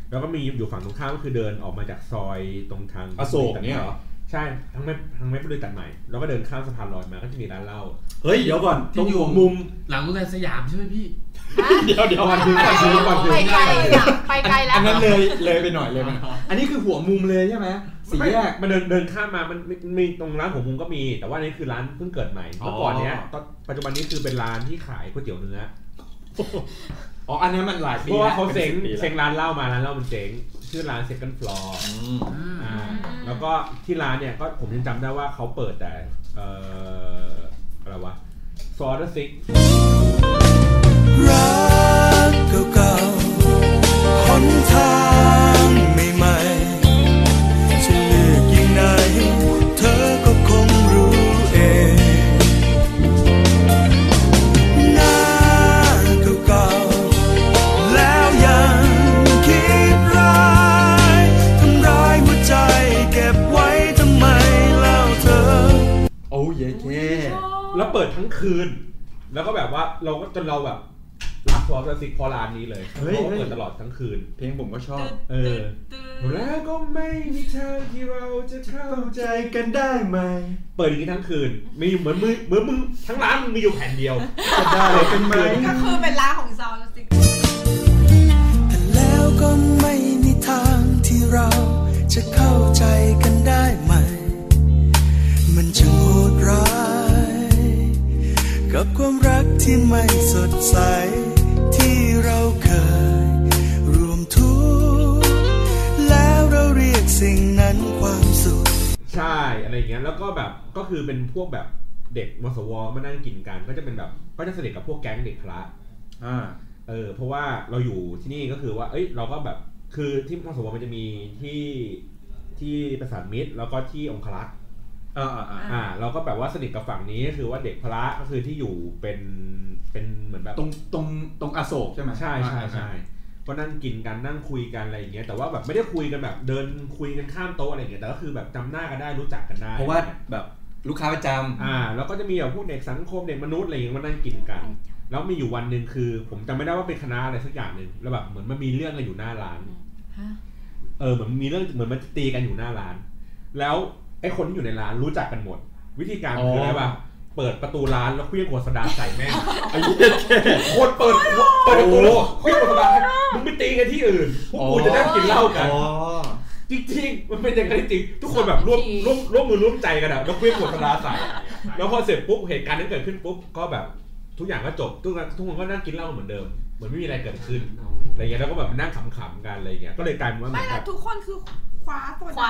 S3: แล้วก็มีอยู่ฝั่งตรงข้ามก็คือเดินออกมาจากซอยตรงทาง
S1: อโศกเนี่ยเหรอ
S3: ใช่ทางแม่ทางแม่ปลื้ตัดใหม่ แล้วก็เดินข้ามสะพานลอยมาก็จะมีร้านเหล้า
S1: เฮ้ย เดี๋ยวก่อน
S2: ที่อยู่
S1: มุม
S2: หลังโรงแรมสยามใช่ไหมพี่
S1: เดี๋ยวเดี๋ยว
S3: ก่อนถึงก่อนถึงก่อนถึง
S4: ไปไกลอะไปไกลแล้
S1: อั
S4: วน
S1: นั้นเลยเลยไปหน่อยเลยไหมอันนี้คือหัวมุมเลยใช่ไหมสีแยก
S3: มันเดินเดินข้ามมามันมีมีตรงร้านของมุมก็มี แต่ว่าอันนี่คือร้านเพิ่งเกิดใหม่ เมื่อก่อนเนี้ย
S2: อ๋อ
S3: ตอนปัจจุบันนี้คือเป็นร้านที่ขายก๋วยเตี๋ยวเนื้อ
S1: อ๋ออันนั้นมันหลายปี
S3: เพราะว่าเขาเซ็ง
S1: ป็นสิบปีแล้ว
S3: เซ็งร้านเหล้ามาร้านเหล้ามันเจ๊งชื่อร้าน second floor
S1: อืม
S3: อ่าแล้วก็ที่ร้านเนี่ยก็ผมยังจำได้ว่าเขาเปิดแต่เอ่ออะไรวะซอร์ดซิก
S12: รักเก่าๆหนทางใหม่ๆจะเลือกยังไงเธอก็คงรู้เองหน้าเก่าๆแล้วยังคิดร้ายทำร้ายหัวใจเก็บไว้ทำไมเล่าเธอ
S1: โอ้เยเค
S3: แล้วเปิดทั้งคืน แล้วก็แบบว่าเราก็จนเราแบบรักซอร์ดซิกพอร้านนี้เลยเพราะว่าเปิดตลอดทั้งคืน
S1: เพลงผมก็ชอบ
S3: เออแล้วก็ไม่มีทางที่เราจะเข้าใจ
S1: ใจกันได้ไหม
S3: เปิดอย่างนี้ทั้งคืน มีอยู่เหมือนมือเหมือนมือทั้งร้านมึงมีอยู่แผ่นเดียว
S1: จะได้กันไหม
S6: ก็คือเป็นร้านของซาวด์สิ
S12: แต่แล้วก็ไม่มีทางที่เราจะเข้าใจกันได้ไหม มันช่างโหดร้าย กับความรักที่ไม่สดใส ที่เราเคยรวมทุกข์แล้วเราเรียกสิ่งนั้นความสุข
S3: ใช่อะไรอย่างเงี้ยแล้วก็แบบก็คือเป็นพวกแบบเด็กมสวมานั่งกินกัน ก็จะเป็นแบบก็จะสนิทกับพวกแก๊งเด็กพละ
S1: อ่า
S3: เออเพราะว่าเราอยู่ที่นี่ก็คือว่า เอ้ยเราก็แบบคือที่มสวมันจะมีที่ที่ประสานมิตรแล้วก็ที่องครักษ์
S1: อ่าอ่าอ่า
S3: อ่า เราก็แบบว่าสนิทกับฝั่งนี้ก็คือว่าเด็กพละก็คือที่อยู่เป็นเป็นเหมือนแบบ
S1: ตรงตรงตรงอโศกใช่ไหม
S3: ใช่
S1: อ่า
S3: ใช่
S1: อ่า
S3: ใช่ก็นั่งกินกันนั่งคุยกันอะไรอย่างเงี้ยแต่ว่าแบบไม่ได้คุยกันแบบเดินคุยกันข้ามโต๊ะอะไรอย่างเงี้ยแต่ก็คือแบบจำหน้ากันได้รู้จักกันได้
S1: เพราะว่าแบบลูกค้าประจำ
S3: อ่า แล้วก็จะมีแบบพวกเด็กสังคมเด็กมนุษย์อะไรอย่างเงี้ยมานั่งกินกัน แล้วมีอยู่วันหนึ่งคือ ผมจำไม่ได้ว่าเป็นคณะอะไรสักอย่างหนึ่งแล้วแบบเหมือนมันมีเรื่องกันอยู่หน้าร้าน
S6: ฮะ
S3: เออเหมือนมีเรื่องเหมือนมันตีกันอยู่หน้าร้าน แล้วไอ้คนที่อยู่ในร้านรู้จักกันหมด วิธีการคืออะไรปะเปิดประตูร้านแล้วเคลื่อนขวดโซดาใส่แม่ง
S1: ไอ้เย้เค
S3: โคตรเปิดเปิดประตูแล้วพี่คนละมึงไปตีกันที่อื่น พวกกูจะนั่งกินเหล้ากัน
S1: อ๋อ
S3: จริงๆ มันเป็นอย่างนั้นจริงๆทุกคนแบบร่วมร่วมร่วมมือร่วมใจกันอะแล้วเคลื่อนขวดโซดาใส่แล้วพอเสร็จปุ๊บเหตุการณ์นั้นเกิดขึ้นปุ๊บก็แบบทุกอย่างก็จบทุกคนทุกคนก็นั่งกินเหล้าเหมือนเดิมเหมือนไม่มีอะไรเกิดขึ้นอะไรเงี้ยแล้วก็แบบนั่งขำๆกันอะไรเงี้ยก็เลยกลายเป็นว่าเหมื
S6: ไม่
S3: อนแบ
S6: แล้ว
S3: บ
S6: ทุกคนคือคว้าโซ
S4: ค
S6: ดา
S4: ว้า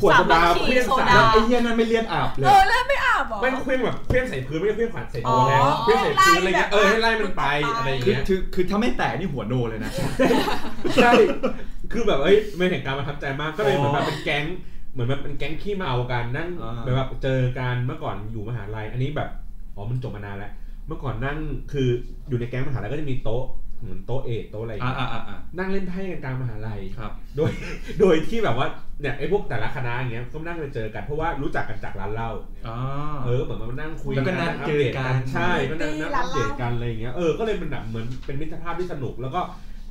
S3: ขวดโซดาเคลื่อน
S4: สามนาทีโซ
S3: ใส่
S4: ดา
S1: ไอ้เหี้ยนั่นไม่เลียนอาบเล
S6: เอย อเลือดไม่อาบเหรอ
S3: ไม่ต้องเคลื่อนแบบเคลื่อนใส่พื้นไม่ได้เคลื่อนขวานใส่ตัวแล้ว
S1: อ๋อ
S3: เคลื่อนใส่พื้นอะไรเงี้ยเออให้ไล่มันไปอะไร
S1: คือ
S3: เงี้ย
S1: คือคือถ้าไม่แตกนี่หัวโนเลยนะ
S3: ใช่ คือแบบเอ้ยไม่เห็นการประทับใจมาก ก็เลยเหมือนแบบเป็นแก๊ง เหมือนแบบเป็นแก๊งขี้เมากันนั่ง
S1: อ่า
S3: แบบเจอกันเมื่อก่อนอยู่มหาลัย อันนี้แบบ อ๋อ มันจบมานานแล้ว เมื่อก่อนนั่ง คืออยู่ในแก๊งมหาลัยก็จะมีโต๊ะ เหมือนโต๊ะเอกโต๊ะอะไรอย่าง
S1: อ่า
S3: เงี้ย
S1: อ่าอ่า
S3: นั่งเล่นไพ่กันกลางมหาลัย
S1: ครับ
S3: โดย โดยที่แบบว่า เนี่ยไอ้พวกแต่ละคณะอย่างเงี้ย ก็นั่งไปเจอกัน เพราะว่ารู้จักกันจากร้านเหล้า
S1: อ่า
S3: เออเหมือนมันมานั่งคุย
S1: แล้วก็นัด
S3: ะ
S1: เจอกัน
S3: ใช่ก็นั่งนั่งอั
S6: ตีละ
S3: ปเดตกันอะไรอย่างเงี้ยเออก็เลยเป็นแบบเหมือนเป็นมิตรภาพที่สนุกแล้วก็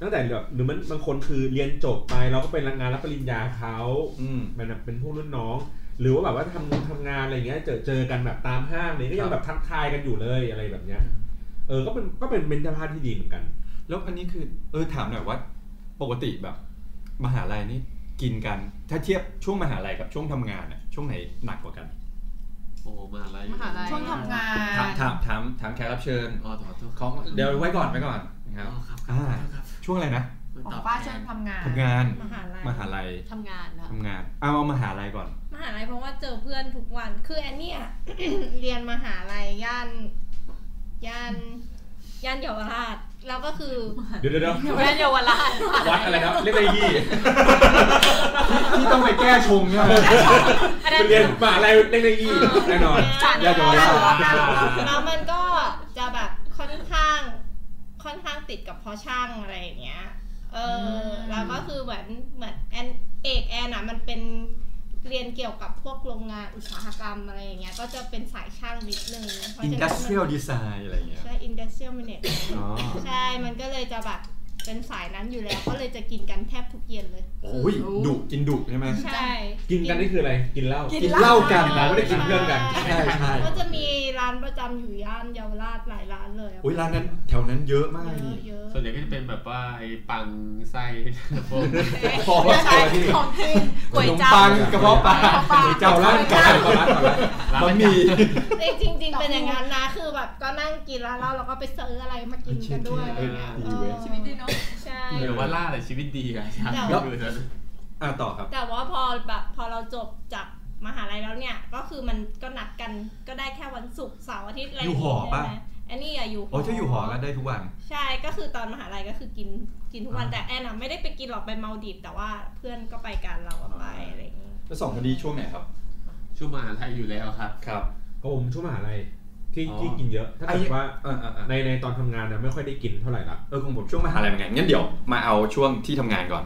S3: ตั้งแต่แบบหรือมันบางคนคือเรียนจบไปเราก็เป็นงานรับปริญญาเขา
S1: อืม
S3: มันแบบเป็นพวกรุ่นน้อง หรือว่าแบบว่าทำงานทำงานอะไรเงี้ยเจอเจอกันแบบตามห้างเลยก็ยังแบบทักทายกันอยู่เลยอะไรแบบเนี้ยเออก็เป็นก็เป็นมิตรภาพที่ดีเหมือนกัน
S1: แล้วอันนี้คือ เออถามหน่อยว่า ปกติแบบ มหาลัยนี่กินกัน ถ้าเทียบช่วงมหาลัยกับช่วงทำงานอะช่วงไหนหนักกว่ากัน
S2: โอ้มาอะไร
S4: มหาลัย
S6: ช่วงทำงาน
S1: ถามถามถามถามแขกรับเชิญ
S2: อ๋อถอดตัว
S1: ของเดี๋ยวไว้ก่อนไว้ก่อนนะครับ
S2: ครับ
S1: อ่า
S2: ครับ
S1: ช่วงอะไรนะ
S6: ของป้าเชิญทำงาน
S1: ทำงาน
S8: มหาลัย
S1: มหาลัย
S4: ทำงานนะ
S1: ทำงานเอาเอามหาลัยก่อน
S8: มหาลัยเพราะว่าเจอเพื่อนทุกวัน คือแอนเนี่ย เรียนมหาลัยย่าน ย่านย่านเยาวราช แล้วก็คือ
S3: เดี๋ยวเดี๋ยวเดี๋ยว
S4: แม่เยาวราช
S3: วัดอะไรครับเรียกอะไรยี่
S1: ที่ต้องไปแก้ชงใช่ไหม
S4: อันนั้น
S3: เรียนมหาอะไรเรียกอะไรยี่แน่นอน
S8: จัด
S3: ญติโยมราช
S8: แล้วมันก็จะแบบค่อนข้าง ค่อนข้างติดกับพอช่างอะไรอย่างเงี้ย เอออ
S4: ม
S8: แล้วก็คือเหมือนเหมือนแอนเอกแอนอ่ะมันเป็นเรียนเกี่ยวกับพวกโรงงานอุตสาหกรรมอะไรอย่างเงี้ย ก็จะเป็นสายช่างนิดนึงเพราะฉะนั้น
S1: industrial design อะไรอย่างเงี้ย
S8: ใช่ industrial management
S1: อ๋อ
S8: ใช่ มันก็เลยจะแบบเป็นสายนั้นอยู่แล้ว ก็เลยจะกินกันแทบทุกเย็นเลย
S1: โอ้ยดุกินดุใช่ไหม
S8: ใช่
S3: กินกันนี่คืออะไร กินเหล้า
S1: กินเหล้ากัน
S3: เราไม่ได้กินเรื่องกัน
S1: ใช่ใช่
S8: ก็จะมีร้ านประจำอยู่ย่านเยาวราชหลายร้านเลยอะ
S1: อุ้ยร้านนั้นแถวนั้นเยอะมาก
S8: เย
S1: นี่
S8: อะเยอะ
S2: ส่วนใหญ่ก็จะเป็นแบบว่าไอ้ปังไส้พวก
S1: พอ
S6: ใช่ของจริงก๋วยจั๊บ
S1: ปังกระเพาะปลา
S7: เจ้าร้านเก่าร้านเก่าร้านเก่าร้าน
S2: ร้าน
S1: บะหมี่
S8: จริงจริง ๆ เป็นอย่างนั้นนะคือแบบก็นั่งกินร้านเหล้าแล้วก็ไปซื้ออะไรมากินกันด้วยอะไรเงี้ย
S1: เออดีเว้ย
S8: เออ
S6: ชีวิตดีเนอะ
S8: ใช่
S2: หรือว่าล่าแต่ชีวิตดีอะอยากอยู่นะ
S1: อ่ะต่อครับ
S8: แต่ว่าพอแบบพอเราจบจากมหาลัยแล้วเนี่ย ก็คือมันก็นัดกันก็ได้แค่วันศุกร์เสาร์อาทิตย์อะไร
S1: อยู่หอปะ
S8: ใช่ไมอันนี้อะอยู่
S1: โอ้ยถ้าอยู่หอกันได้ทุกวัน
S8: ใช่ก็คือตอนมหาลัยก็คือกินกินทุกวัน
S1: อ่า
S8: แต่แอนอะไม่ได้ไปกินหรอกไปเมาดิบแต่ว่าเพื่อนก็ไปกันเราก็ไปอะไรอย่างงี้
S1: แล้วสองคดีช่วงไหนครับ
S2: ช่วงมหาลัยอยู่แล้วครับ
S1: ครับ
S7: ก็ผมช่วงมหาลัยที่
S2: อ๋อ
S7: ที่กินเยอะ ถ้าเกิดว่า
S1: อ่า
S7: ในในตอนทำงานเนี่ยไม่ค่อยได้กินเท่าไหร่ละ
S1: เออของผมช่วงมหาลัยเหมือนกันงั้นเดี๋ยวมาเอาช่วงที่ทำงานก่อน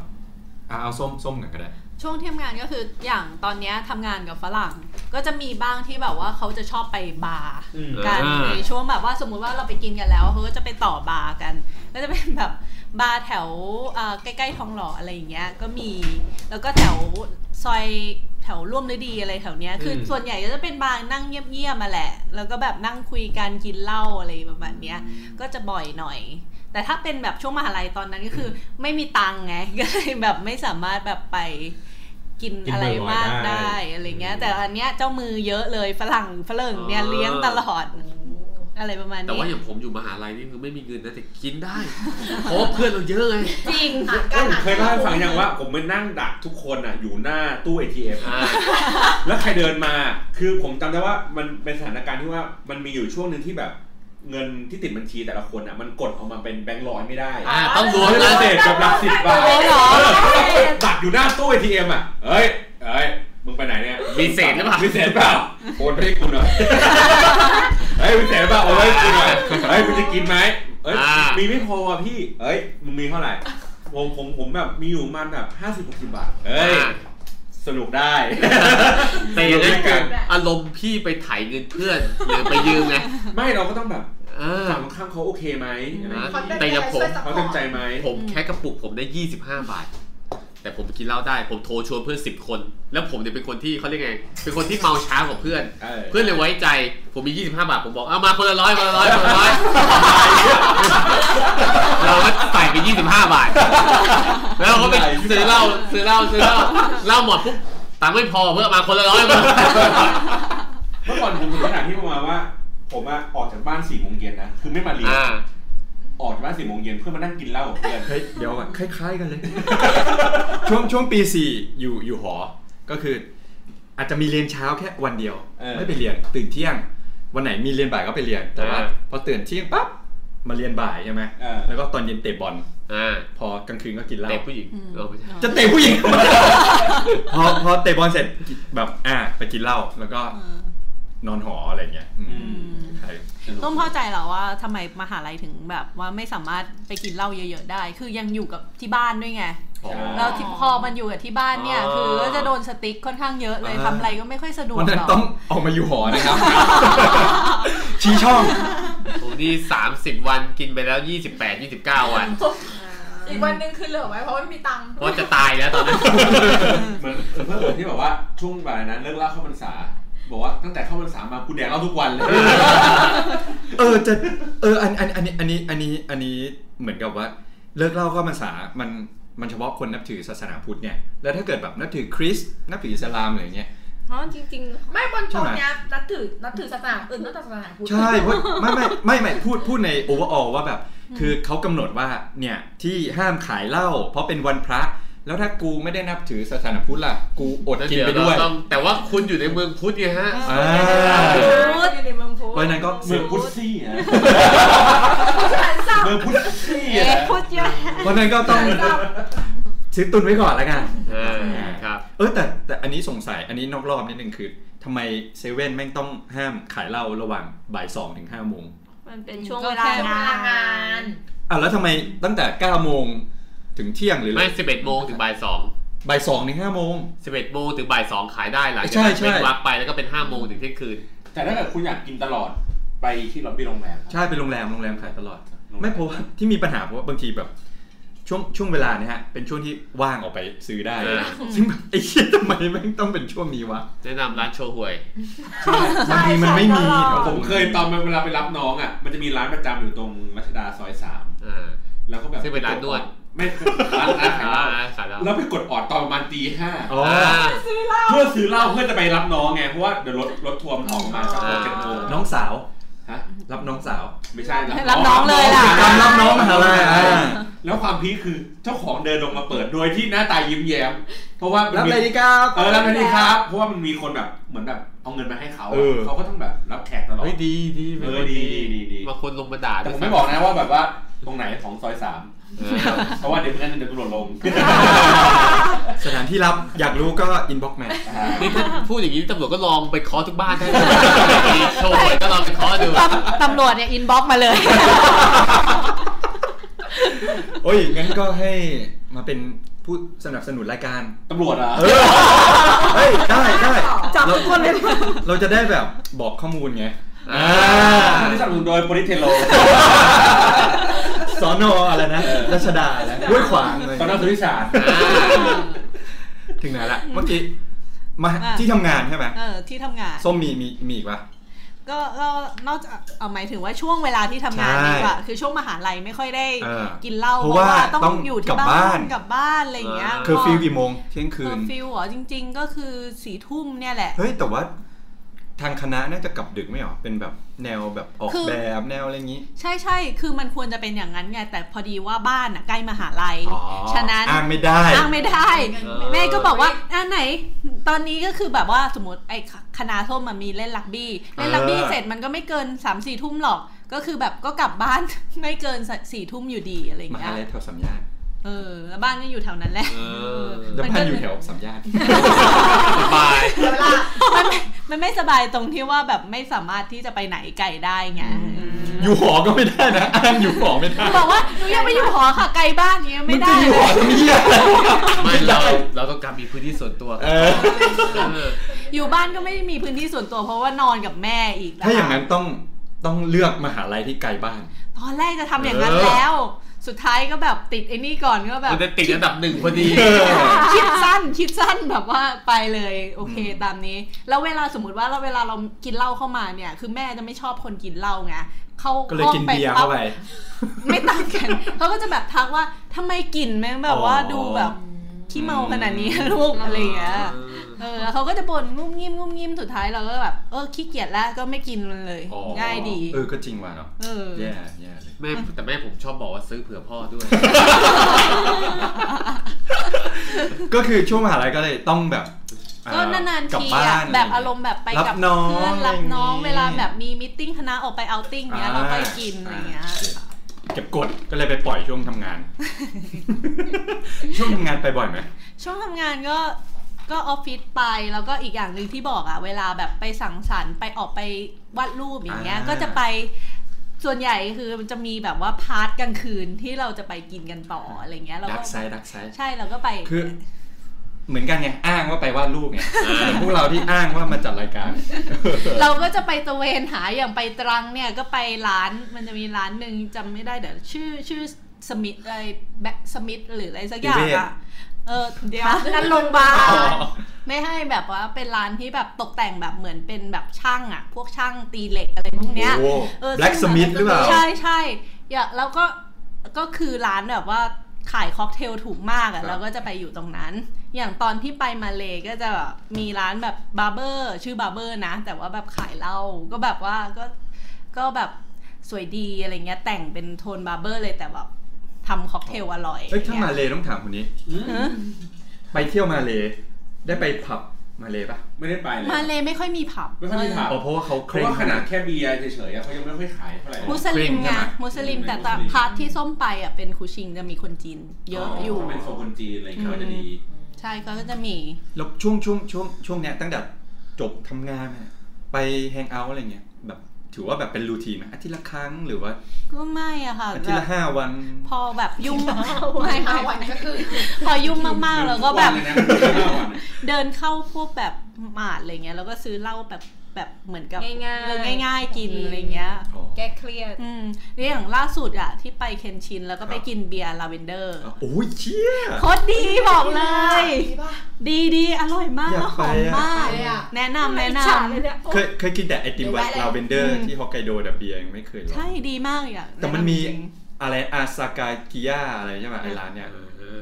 S1: อ่ะเอาส้มส้มกันก็ได้
S4: ช่วงที่ทำงานก็คืออย่างตอนเนี้ยทำงานกับฝรั่ง ก็จะมีบ้างที่แบบว่าเขาจะชอบไปบาร์กัน
S2: อ่า
S4: ในช่วงแบบว่าสมมุติว่าเราไปกินกันแล้วเขาก็จะไปต่อบาร์กัน ก็จะเป็นแบบบาร์แถวเอ่อใกล้ๆทองหล่ออะไรอย่างเงี้ยก็มีแล้วก็แถวซอยแถวร่วมฤดีอะไรแถวเนี้ยคืออ
S7: ม
S4: ส่วนใหญ่ก็จะเป็นบาร์นั่งเงียบๆมาแหละ แล้วก็แบบนั่งคุยกันกินเหล้าอะไรประมาณเนี้ยก็จะบ่อยหน่อย แต่ถ้าเป็นแบบช่วงมหาลัยตอนนั้นก็คือ ไม่มีตังค์ไง ก็เลยแบบไม่สามารถแบบไปกิน
S7: กิน
S4: อะไรมาก
S7: บ่อยๆได้
S4: ได้อะไรเงี้ย แต่อันเนี้ยเจ้ามือเยอะเลยฝรั่งฝรั่งเนี่ย
S2: อ๋อ
S4: เลี้ยงตลอด อะไรประมาณ
S2: แต่
S4: นี้
S2: ว่าอย่างผมอยู่มหาลัยนี่คือไม่มีเงินนะแต่กินได้ เพราะว่าเพื่อนเราเยอะไง
S8: จริง
S3: เอ้ยผมเคยเล่าให้ฟังยังว่าผมไปนั่งดักทุกคนอ่ะอยู่หน้าตู้ ATM
S2: อ่า
S3: แล้วใครเดินมา คือผมจำได้ว่ามันเป็นสถานการณ์ที่ว่ามันมีอยู่ช่วงหนึ่งที่แบบเงินที่ติดบัญชีแต่ละคนอ่ะมันกดออกมาเป็นแบงค์ร้อยไม่ได้
S2: อ่าต้องรวม
S3: เงิ
S2: กัน
S3: นเศษกับหลักสิบบาทเออดักอยู่หน้าตู้ ATM อ่ะเฮ้ยเฮ้ยมึงไปไหนเนี่ย
S2: มีเศษหรือเปล่า
S3: มีเศษเปล่าโอนไปให้กู หน่อยเฮ้ยมีเศษเปล่าโอนไปให้กูหน่อยเฮ้ยมึงจะกินไหมเอ้ย
S2: อ่ามี
S3: มีไม่พอว่ะพี่เอ้ยมึงมีเท่าไหร่ผมผมผมแบบมีอยู่ประมันแบบห้าสิบหกสิบบาทเอ้ย
S2: อ่า
S3: สนุกได้
S2: แต่อย่างนั้น
S3: อยู่ด้วยกั
S2: คือน อารมณ์พี่ไปไถเงินเพื่อนหรือไปยืมไง
S3: ไม่เราก็ต้องแบบ
S2: เออ
S3: ฝั่งตรงข้ามเขาโอเคไหมอะไรอย่าง
S2: นะ
S3: งี้
S2: แต่อย่างผม
S3: เขาเต็มใจไหม
S2: ผมแค่กระปุกผมได้ 25 บาท แต่ผมกินเหล้าได้ ผมโทรชวนเพื่อน 10 คน แล้วผมเนี่ยเป็นคนที่เขาเรียกไง เป็นคนที่เมาช้ากว่าเพื่อน
S3: เออ
S2: เพื่อนเลยไว้ใจ ผมมี 25 บาท ผมบอก เอามาคนละร้อยคนละร้อยคนละร้อยเราก็ใส่ไป 25 บาท แล้วเราก็ไปซื้อเหล้าซื้อเหล้าซื้อเหล้าเหล้าหมดปุ๊บ ตังค์ไม่พอเพื่อนเอามาคนละร้อยมา
S3: เมื่อก่อนผมถึงขนาดที่ประมาณว่า ผมอะออกจากบ้านสี่โมงเย็นนะ คือไม่มาเรียน
S2: อ่า
S3: ออกจากบ้านสี่โมงเย็นเพื่อมานั่งกินเหล้ากับเพื่อน
S1: เฮ้ยเดี๋ยวก่อนคล้ายๆกันเลย ช่วงช่วงปีสี่อยู่อยู่หอ ก็คือ อาจจะมีเรียนเช้าแค่วันเดียว
S3: เออ
S1: ไม่ไปเรียนตื่นเที่ยง วันไหนมีเรียนบ่ายก็ไปเรียนแต่ว่า
S2: อ่า
S1: พอตื่นเที่ยงปั๊บมาเรียนบ่ายใช่ไหม
S3: เออ
S1: แล้วก็ตอนเย็นเตะบอล
S2: อ่า
S1: พอกลางคืนก็กินเหล้า
S2: เตะผู้หญิงเออไม่ใช่
S1: จะเตะผู้หญิง พอพอเตะบอลเสร็จแบบอ่ะไปกินเหล้าแล้วก็
S4: อืม
S1: นอนหออะไรเงี้ยอืม
S3: อืม
S1: ใช่
S3: สนุก
S4: ต้องเข้าใจเหรอว่าทำไมมหาลัยถึงแบบว่าไม่สามารถไปกินเหล้าเยอะๆได้ คือยังอยู่กับที่บ้านด้วยไง
S1: หอ
S4: แล้วที่พอมันอยู่กับที่บ้านเนี่ย
S2: อ๋อ
S4: คือก็จะโดนสติ๊กค่อนข้างเยอะเลย
S1: อ่า
S4: ทำอะไรก็ไม่ค่อยสะดว
S1: เพ
S4: ก
S1: ราะฉะนั้น
S4: หรอก
S1: ต้องออกมาอยู่หอ นะครับ ชี้ช่อง
S2: ผมนี่ 30 วันกินไปแล้ว 28 29 วัน
S6: อีกวันหนึงคือเหลือไว้เพราะว่าไม่มีตังค์
S2: เพราะจะตายแล้วตอนนั้น
S3: เหมือนเหมือนเพื่อนที่แบบว่าช่วงบ่ายนะเลิกเหล่าเข้าพรรษา บอกว่าตั้งแต่เข้าพรรษามากูแดกเหล้าทุกวันเลย
S1: เออจะเอออันอันอันนี้อันนี้อันนี้อันนี้เหมือนกับว่า เลิกเล่าก็มาษามันมันเฉพาะคนนับถือศาสนาพุทธเนี่ยแล้วถ้าเกิดแบบนับถือคริสต์นับถืออิสลามอะไรอย่างเงี้ย
S8: เพราะจริงๆ
S6: ไม่บนโต๊ะเนี้ยนับถือนับถือศาสนาอื่นนอกจากศาสนาพุทธ
S1: ใช่เพราะไม่ไม่ไม่ไม่พูดพูดในโอเวอร์ออว่าแบบ คือเขากำหนดว่าเนี่ยที่ห้ามขายเหล้าเพราะเป็นวันพระ แล้วถ้ากูไม่ได้นับถือศาสนาพุทธล่ะ กูอดกินไปด้วย
S2: เเราต้องแต่ว่าคุณอยู่ในเมืองพุทธไงฮะ
S1: อ่า
S6: พุทธอยู่ในเมืองพุทธ
S1: เพราะฉะนั้นก็
S3: เมืองพุทธซี่อะเมืองพุทธซี่
S4: เอ๊ะ
S3: อะ
S4: พูดเยอะ
S1: เพราะฉะนั้นก็ต้องซื้อตุนไว้ก่อนแล้วกัน
S2: อ่าครับ
S1: เออแต่แต่อันนี้สงสัยอันนี้นอกรอบนิดนึงคือทำไมเซเว่นแม่งต้องห้ามขายเหล้าระหว่างบ่ายสองถึงห้าโมง
S8: มันเป็นช่วง
S4: ก็
S8: เว
S4: แค่
S8: ลา
S6: พลังงาน
S1: อ่ะแล้วทำไมตั้งแต่เก้าโมงถึงเที่ยงหรือ
S2: ไม่ 11 โมงถึงบ่าย2
S1: บ่ายสองถึงห้าโมง
S2: 11 โมงถึงบ่าย2ขายได้หลัง
S1: ใช่
S2: จากนั้น
S1: ใช่
S2: เป็นวักไปแล้วก็เป็น 5 โมงถึงเที่ยงคืน
S3: แต่ถ้าเกิดคุณอยากกินตลอดไปที่ล็อบบี้โรงแรม
S1: ใช่เป็นโรงแรมโรงแรมขายตลอด
S3: โรงแรม
S1: ไม่เพราะว่าที่มีปัญหาเพราะว่าบางทีแบบ ช่วงช่วงเวลาเนี่ยฮะเป็นช่วงที่ว่างออกไปซื้อได้
S2: อ่า
S1: ซึ่งแบบไอ้เหี้ยทำไมแม่งต้องเป็นช่วงนี้วะ
S2: แนะนำร้านโชห่วย
S1: บางทีมันไม่มีเดี๋ยว
S3: ผ
S1: ผม ม
S3: เคยตอนเวลาไปรับน้องอ่ะ มันจะมีร้านประจำอยู่ตรงรัชดาซอยสาม
S2: อ่า
S3: แล้วก็แบบ
S2: ซึ่งเป็นร้านนวด
S3: ไม่ร้านร้านขายเหล้า
S2: ขายเหล้า
S3: แล้วไปกดออดตอนประมาณตีห้า
S1: อ๋อ
S2: อ่า
S3: เพื่อซื้อเหล้าเพื่อจะไปรับน้องไงเพราะว่าเดี๋ยวรถรถทัวร์มันออกมาสัก
S2: อ่า
S3: เจ็ดโมง
S1: น้องสาว
S3: ฮะ
S1: รับน้องสาว
S3: ไม่ใช่
S4: รับน้องเลยล่ะ
S1: จำรับน้องมหาลัยอ่า
S3: แล้วความพีคคือเจ้าของเดินลงมาเปิดโดยที่หน้าตายิ้มแย้ม เพราะว่ามั
S1: รับ
S3: นมี
S1: เลยดีครับ
S3: เออรับเลยดีครับเพราะว่ามันมีคนแบบเหมือนแบบเอาเงินมาให้เขาอะ
S1: เออ
S3: เขาก็ต้องแบบรับแขกตลอด
S1: เฮ้ยดีดี
S3: เอ
S1: เป็นค
S3: อ
S1: น
S3: ดีดีดีดี
S2: มาคนลงมาด่า
S3: แต่
S2: ด้
S3: ผ
S2: วย
S3: มไม่บอกนะว่าแบบว่าตรงไหนของซอยสาม
S2: เออ
S3: เพราะว่าเดี๋ยวไม่งั้นเดี๋ยวตำรวจ ลง
S1: สถานที่รับอยากรู้ก็อินบ็อกมา
S3: อ่า
S2: นี่ถ้าพูดอย่างนี้ตำรวจก็ลองไปเคอทุกบ้านได้เลยมีโชห่วยก็ลองไปเคอดู
S4: ตำตำรวจเนี่ยอินบ็อกมาเลย
S1: โอ้ย งั้นก็ให้มาเป็นผู้สนับสนุนรายการ
S3: ตำรวจเหรอ่ะ
S1: เออ เฮ้ย ได้ได้
S4: จับทุกคนเลย
S1: เราจะได้แบบบอกข้อมูลไง
S2: อ่า
S3: ที่สนับสนุนโดยโปริเทโล
S1: สอนออะไรนะรัชดาแล้วห้วยขวางเลย
S3: ตอนนั้นสุนิสาร
S2: อ่า
S1: ถึงไหนละ เมื่อกี้ มาที่ทำงานใช่ไหม
S4: เออที่ทำงาน
S1: ส้มมีมีมีอีกปะ
S4: ก็ก็นอกจากเอาหมายถึงว่าช่วงเวลาที่ทำงาน
S1: ใช่
S4: ดีกว่าคือช่วงมหาลัยไม่ค่อยได้
S1: เออ
S4: กินเหล้า
S1: เพราะว่าต้อง
S4: อยู่
S1: กลั
S4: ที่
S1: บ
S4: บ้า
S1: บ้าน น
S4: กลับบ้านอะไรอย่างเงี้ย
S1: เคอร์ฟิวกี่โมง เที่ยงคื
S4: คือน ฟิวเหรอจริง ๆ ก็คือสี่ทุ่มเนี่ยแหละ
S1: เฮ้ย แต่ว่าทางคณะน่าจะกลับดึกไม่หรอ เป็นแบบแนวแบบออก
S4: คือ
S1: แบบแนวอะไรอย่างนี้
S4: ใช่ใช่คือมันควรจะเป็นอย่างนั้นไงแต่พอดีว่าบ้านอ่ะใกล้มหาลัย
S1: อ๋อ
S4: ฉะนั้น
S1: อ้างไม่ได้
S4: อ้างไม่ได้
S2: เออ
S4: แม่ก็บอกว่าอ่าไหน ตอนนี้ก็คือแบบว่าสมมติไอ้คณะส้มมันมีเล่นลักบี้ เล่นลักบี้
S1: เออ
S4: เสร็จมันก็ไม่เกิน3ามสี่ทุ่มหรอก ก็คือแบบก็กลับบ้าน ไม่เกินสี่ทุ่มอยู่ดีอะไรอย่าง
S1: ม
S4: เงี้
S1: หาย ลัยแถวสามย่าน
S4: เออแล้วบ้านก็อยู่แถวนั้นแหละ
S2: เออ
S1: แล้ว
S4: มันก็
S1: พันอยู่แถวสามย่าน
S2: สบาย
S4: มันไม่มันไม่สบายตรงที่ว่าแบบไม่สามารถที่จะไปไหนไกลได้ไง
S1: อยู่หอก็ไม่ได้นะอ้างอยู่หอไม่ได้
S4: บอกว่าหนูยังไม่อยู่หอค่ะไกลบ้านเนี้ย
S1: มึ
S4: ไม่
S1: งจะ
S4: ได้
S1: อยู่หอทำไมเหี้ยอะไรวะ
S2: ไม่เราเราต้องการมีพื้นที่ส่วนตัว
S1: เออ
S2: เออ
S4: อยู่บ้านก็ไม่มีพื้นที่ส่วนตัวเพราะว่านอนกับแม่อีกะคะ
S1: ถ้าอย่างนั้นต้องต้องเลือกมหาลัยที่ไกลบ้าน
S4: ตอนแรกจะทำอย่างนั้น
S1: เออ
S4: แล้ว สุดท้ายก็แบบติดไอ้นี่ก่อนก็แบบ
S2: มันจะติดอันดับหนึ่งพอดี
S1: เออ
S4: คิดสั้นคิดสั้นแบบว่าไปเลยโอเคตามนี้ แล้วเวลาสมมติว่าเราเวลาเรากินเหล้าเข้ามาเนี่ย คือแม่จะไม่ชอบคนกินเหล้าไงเขา
S1: ก็เลยกินเบียร์
S4: ปั๊
S1: เข้าไป
S4: ไม่ต่างกัน เขาก็จะแบบทักว่าทำไมกลิ่นแม่งแบบว่า
S1: อ๋อ
S4: ดูแบบขี้เมาขนาดนี้ ลูกอะไรอย่างเงี้ยเออแล้วเขาก็จะบ่นงุ้มงิ้มงุ้มงิ้มสุดท้ายเราก็แบบเออขี้เกียจแล้วก็ไม่กินมันเลย
S2: อ๋อ
S4: ง่ายดี
S1: เออก็จริงว่ะเนาะ
S4: เออ
S1: แย่แย่เลย
S2: แม่แต่แม่ผมชอบบอกว่าซื้อเผื่อพ่อด้วย
S1: ก็คือช่วงมหาลัยก็เลยต้องแบบ
S4: ก็
S1: อ่
S4: นานๆ
S1: กลั
S4: ที
S1: บ้า
S4: อะ
S1: น
S4: แบบอารมณ์แบบไป
S1: รับ
S4: กับ
S1: น้อง
S4: เพื่อนรับน้อง
S1: อะไรอย่างงี้
S4: เวลาแบบมีมิทติ้งคณะออกไปเอาท์ติ้งเนี้ย
S1: อ่า
S4: เราไปกินอะไรเงี้ย
S1: เก็บกดก็เลยไปปล่อยช่วงทำ งาน ช่วงทำงานไปบ่อยไหม
S4: ช่วงทำงานก็ก็ออฟฟิศไปแล้วก็อีกอย่างหนึ่งที่บอกอะเวลาแบบไปสังสรรค์ไปออกไปวาดรูปอย่างเงี้ย
S1: อ่า
S4: ก็จะไปส่วนใหญ่คือมันจะมีแบบว่าพาร์ทกลางคืนที่เราจะไปกินกันต่ออะไรเงี้ยเรา
S1: ดั
S4: ก็
S1: กไซด์ดักไซด์
S4: ใช่เราก็ไป
S1: คือเหมือนกันไงอ้างว่าไปวาด รูปไง
S2: อ่า
S1: เหมือนพวกเราที่อ้างว่ามาจัดรายการ
S4: เราก็จะไปตระเวนหาอย่างไปตรังเนี่ยก็ไปร้านมันจะมีร้านหนึ่งจำไม่ได้เดี๋ยวชื่อชื่อสมิธอะไรแบ็สมิธหรืออะไรสักอย่าง
S1: นิเวศ
S4: อ่ะเออเดี๋ยวนั่นโรงพยาบาลไม่ให้แบบว่าเป็นร้านที่แบบตกแต่งแบบเหมือนเป็นแบบช่างอ่ะ พวกช่างตีเหล็กอะไรพวกเนี้ย
S1: โอ้
S4: เออ
S1: แบล็กสมิธหรือเปล่า
S4: ใช่ใช่อย่าแล้วก็ก็คือร้านแบบว่าขายค็อกเทลถูกมาก
S1: ครั
S4: อะ
S1: บ
S4: เราก็จะไปอยู่ตรงนั้น อย่างตอนที่ไปมาเลก็จะแบบมีร้านแบบบาร์เบอร์ชื่อบาร์เบอร์นะ แต่ว่าแบบขายเหล้าก็แบบว่าก็ก็แบบสวยดีอะไรเงี้ยแต่งเป็นโทนบาร์เบอร์เลยแต่แบบทำค็อกเทลอร่อย
S1: เอ้ยถ้า
S4: อะไร
S1: มา
S4: เงี้ย
S1: เลต้องถามคนนี้
S4: ฮะ
S1: ไปเที่ยวมาเลได้ไปผับมาเลปะ
S3: ไม่ได้ไปเลย
S4: มาเลไม่ค่อยมีผับ
S3: ไม่ค่อยมีผับ
S1: อ๋อเพราะว่าเขา
S3: เพ
S1: เค
S3: ราะ
S1: ร่ง
S3: ว่าขนาดแค่เบียร์เฉยๆอะเขายังไม่ค่อยขายเท่าไหร่
S4: มุส
S1: เค
S4: ลิม
S1: ร่งใช่
S4: ไง
S1: ไหม
S4: มุสลิมแต่
S3: มุสลิม
S4: ตอนพาร์ทที่ส้มไปอะเป็นคูชิงจะมีคนจีนเยอะอยู่
S3: ถ้าเป็นโซนคนจีนอะไรอย่างเงี้ยก็จะดี
S4: ใช่ก็จะมี
S1: แล้วช่วงช่วงช่วงช่วงเนี้ยตั้งแต่จบทำงานมาเนี่ยไปแฮงเอาท์อะไรเงี้ยแบบถือว่าแบบเป็นรูทีนไหมอาทิตย์ละครั้งหรือว่า
S4: ก็ไม่อะค่ะ
S1: อาทิต
S4: แบ
S1: ย์
S4: บ
S1: ละห้าวัน
S4: พอแบบยุ่งไม่
S10: ห้า
S4: ไม่
S10: วันก็คือ
S4: พอยุ่งมากๆ แล้วก็แบบ
S3: ทุวันเลยนะทุกวันเลยนะ
S4: เดินเข้าพวกแบบหมาดอะไรเงี้ยแล้วก็ซื้อเหล้าแบบ แบบเหมือนกับ
S6: ง่ายๆ
S4: เรื่องง่าย ๆ กินอะไรเงี้ย
S1: อ๋อ
S6: แก้เครียด
S4: อืมนี่อย่างล่าสุดอะที่ไปเคนชินแล้วก็ไปกินเบียร์ลาเวนเดอร์
S1: โอ้ยเชี่ย
S4: โคตรดีบอกเลย ดีดีอร่อยมาก
S1: อยาก
S4: แล้วหอม
S1: ไปอะ
S4: มาก
S8: ไปเลยอะ
S4: แนะนำแนะน
S1: เคยเคยกินแต่ไอติม
S8: เดี๋ยวไว้เลย
S1: ลาเวนเดอร์ที่ฮอกไกโดแต่เบียร์ยังไม่เคยล
S4: ำ
S1: อง
S4: ใช่ดีมากอย่าง
S1: แต่มันมี
S4: ะำจริง
S1: อะไรอาซากากิยาอะไรใช่ไหมไอร้านเนี่ย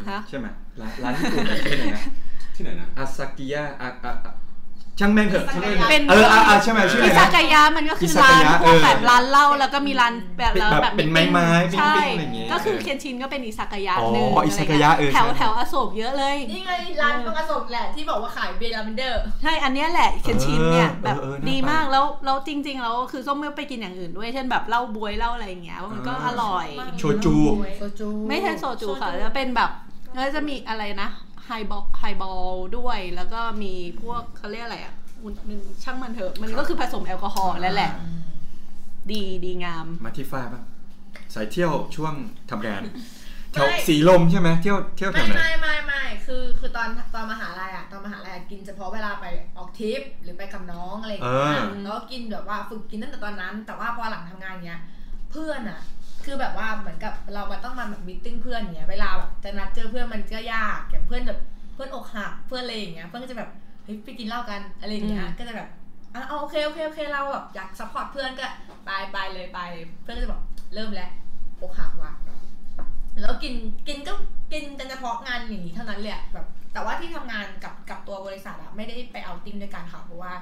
S4: ฮะ
S1: ใช่ไหมร้านร้านญี่ปุ่นอะชื่ออะไรนะ
S13: ที่ไหนนะ
S1: อาซากิยาอะอะอะช่างแม่งเถอะช่างแม่งเถอะ
S4: เป็น
S1: เอออะอะใช่ไหมชื่ออะไร
S4: อิซา
S1: นะ
S4: กายะมันก็คือ
S1: อิซาาน
S4: ร้าก
S1: ยะ
S4: พวก
S1: เออ
S4: แบบร้านเหล้าแล้วก็มีร้านแบบแล้วแบบ
S1: เป็นไม้ไม้ปิ้งๆ
S4: ใช่
S1: อะไรอย่างเงี้ย
S4: ก็คือเคนชินก็เป็นอิซากายะ
S1: อ๋อ
S4: หนึ่ง
S1: อิซากายะเออ
S4: แถว
S1: ใช่
S4: แถวอโศกเยอะเลย
S8: นี่ไงร้านประกสมแหละที่บอกว่าขายเบียร์ลาเวนเดอร์
S4: ใช่อันเนี้ยแหละเคนชินเนี่ย
S1: เออ
S4: แบบ
S1: เออเออน่าไป
S4: ดีมากแล้วแล้วจริงๆแล้วคือส้มไม่ไปกินอย่างอื่นด้วยเช่นแบบเหล้าบวยเหล้าอะไรอย่างเงี้ยว่ามันก็
S1: อ่า
S4: อร่อย
S1: โชจู
S4: ไม่ใช่โซจูค่ะแล้วเป็นแบบแล้วจะมีอะไรนะไฮบอลไฮบอลด้วยแล้วก็มีพวกเขาเรียกอะไรอ่ะมันมันช่างมันเถอะ มันก็คือผสมแอลกอฮอล์นั่นแหละ ดีดีงาม
S1: มาที่ฝ้ายบ้างสายเที่ยวช่วงทำงานแถวสีลมใช่ไหมเที่ยวเที่ยวแถ
S8: ไม่
S1: วไหน
S8: ไม่ไม่ไม่คือคือตอนตอนมหาลัยอะตอนมหาลัยอะกินเฉพาะเวลาไปออกทริปหรือไปกับน้องอะไรอย่างเงี้ย
S1: เออ
S8: แล้วก็กินแบบว่าฝึกกินตั้งแต่ตอนนั้น แต่ว่าพอหลังทำงานเนี้ยเพื่อนอะคือแบบว่าเหมือนกับเรามาต้องมาแบบมิทติ้งเพื่อนเนี้ยเวลาแบบจะนัดเจอเพื่อนมันก็ยากอย่างเพื่อนแบบเพื่อนอกหักเพื่อนอะไรอย่างเงี้ยเพื่อนก็จะแบบเฮ้ยไปกินเหล้ากันอะไรอย่างเงี้ย
S4: อืม
S8: ก็จะแบบอ่ะเอาโอเคโอเคโอเคเราแบบอยากซัพพอร์ตเพื่อนก็ไปไปเลยไปเพื่อนก็จะแบบเริ่มแล้วอกหักว่ะ แล้วกินกินก็กินแต่เฉพาะงานอย่างนี้เท่านั้นเลยอะแบบ แต่ว่าที่ทำงานกับกับตัวบริษัทอะไม่ได้ไปเอาติ้งด้วยกันค่ะเพราะว่า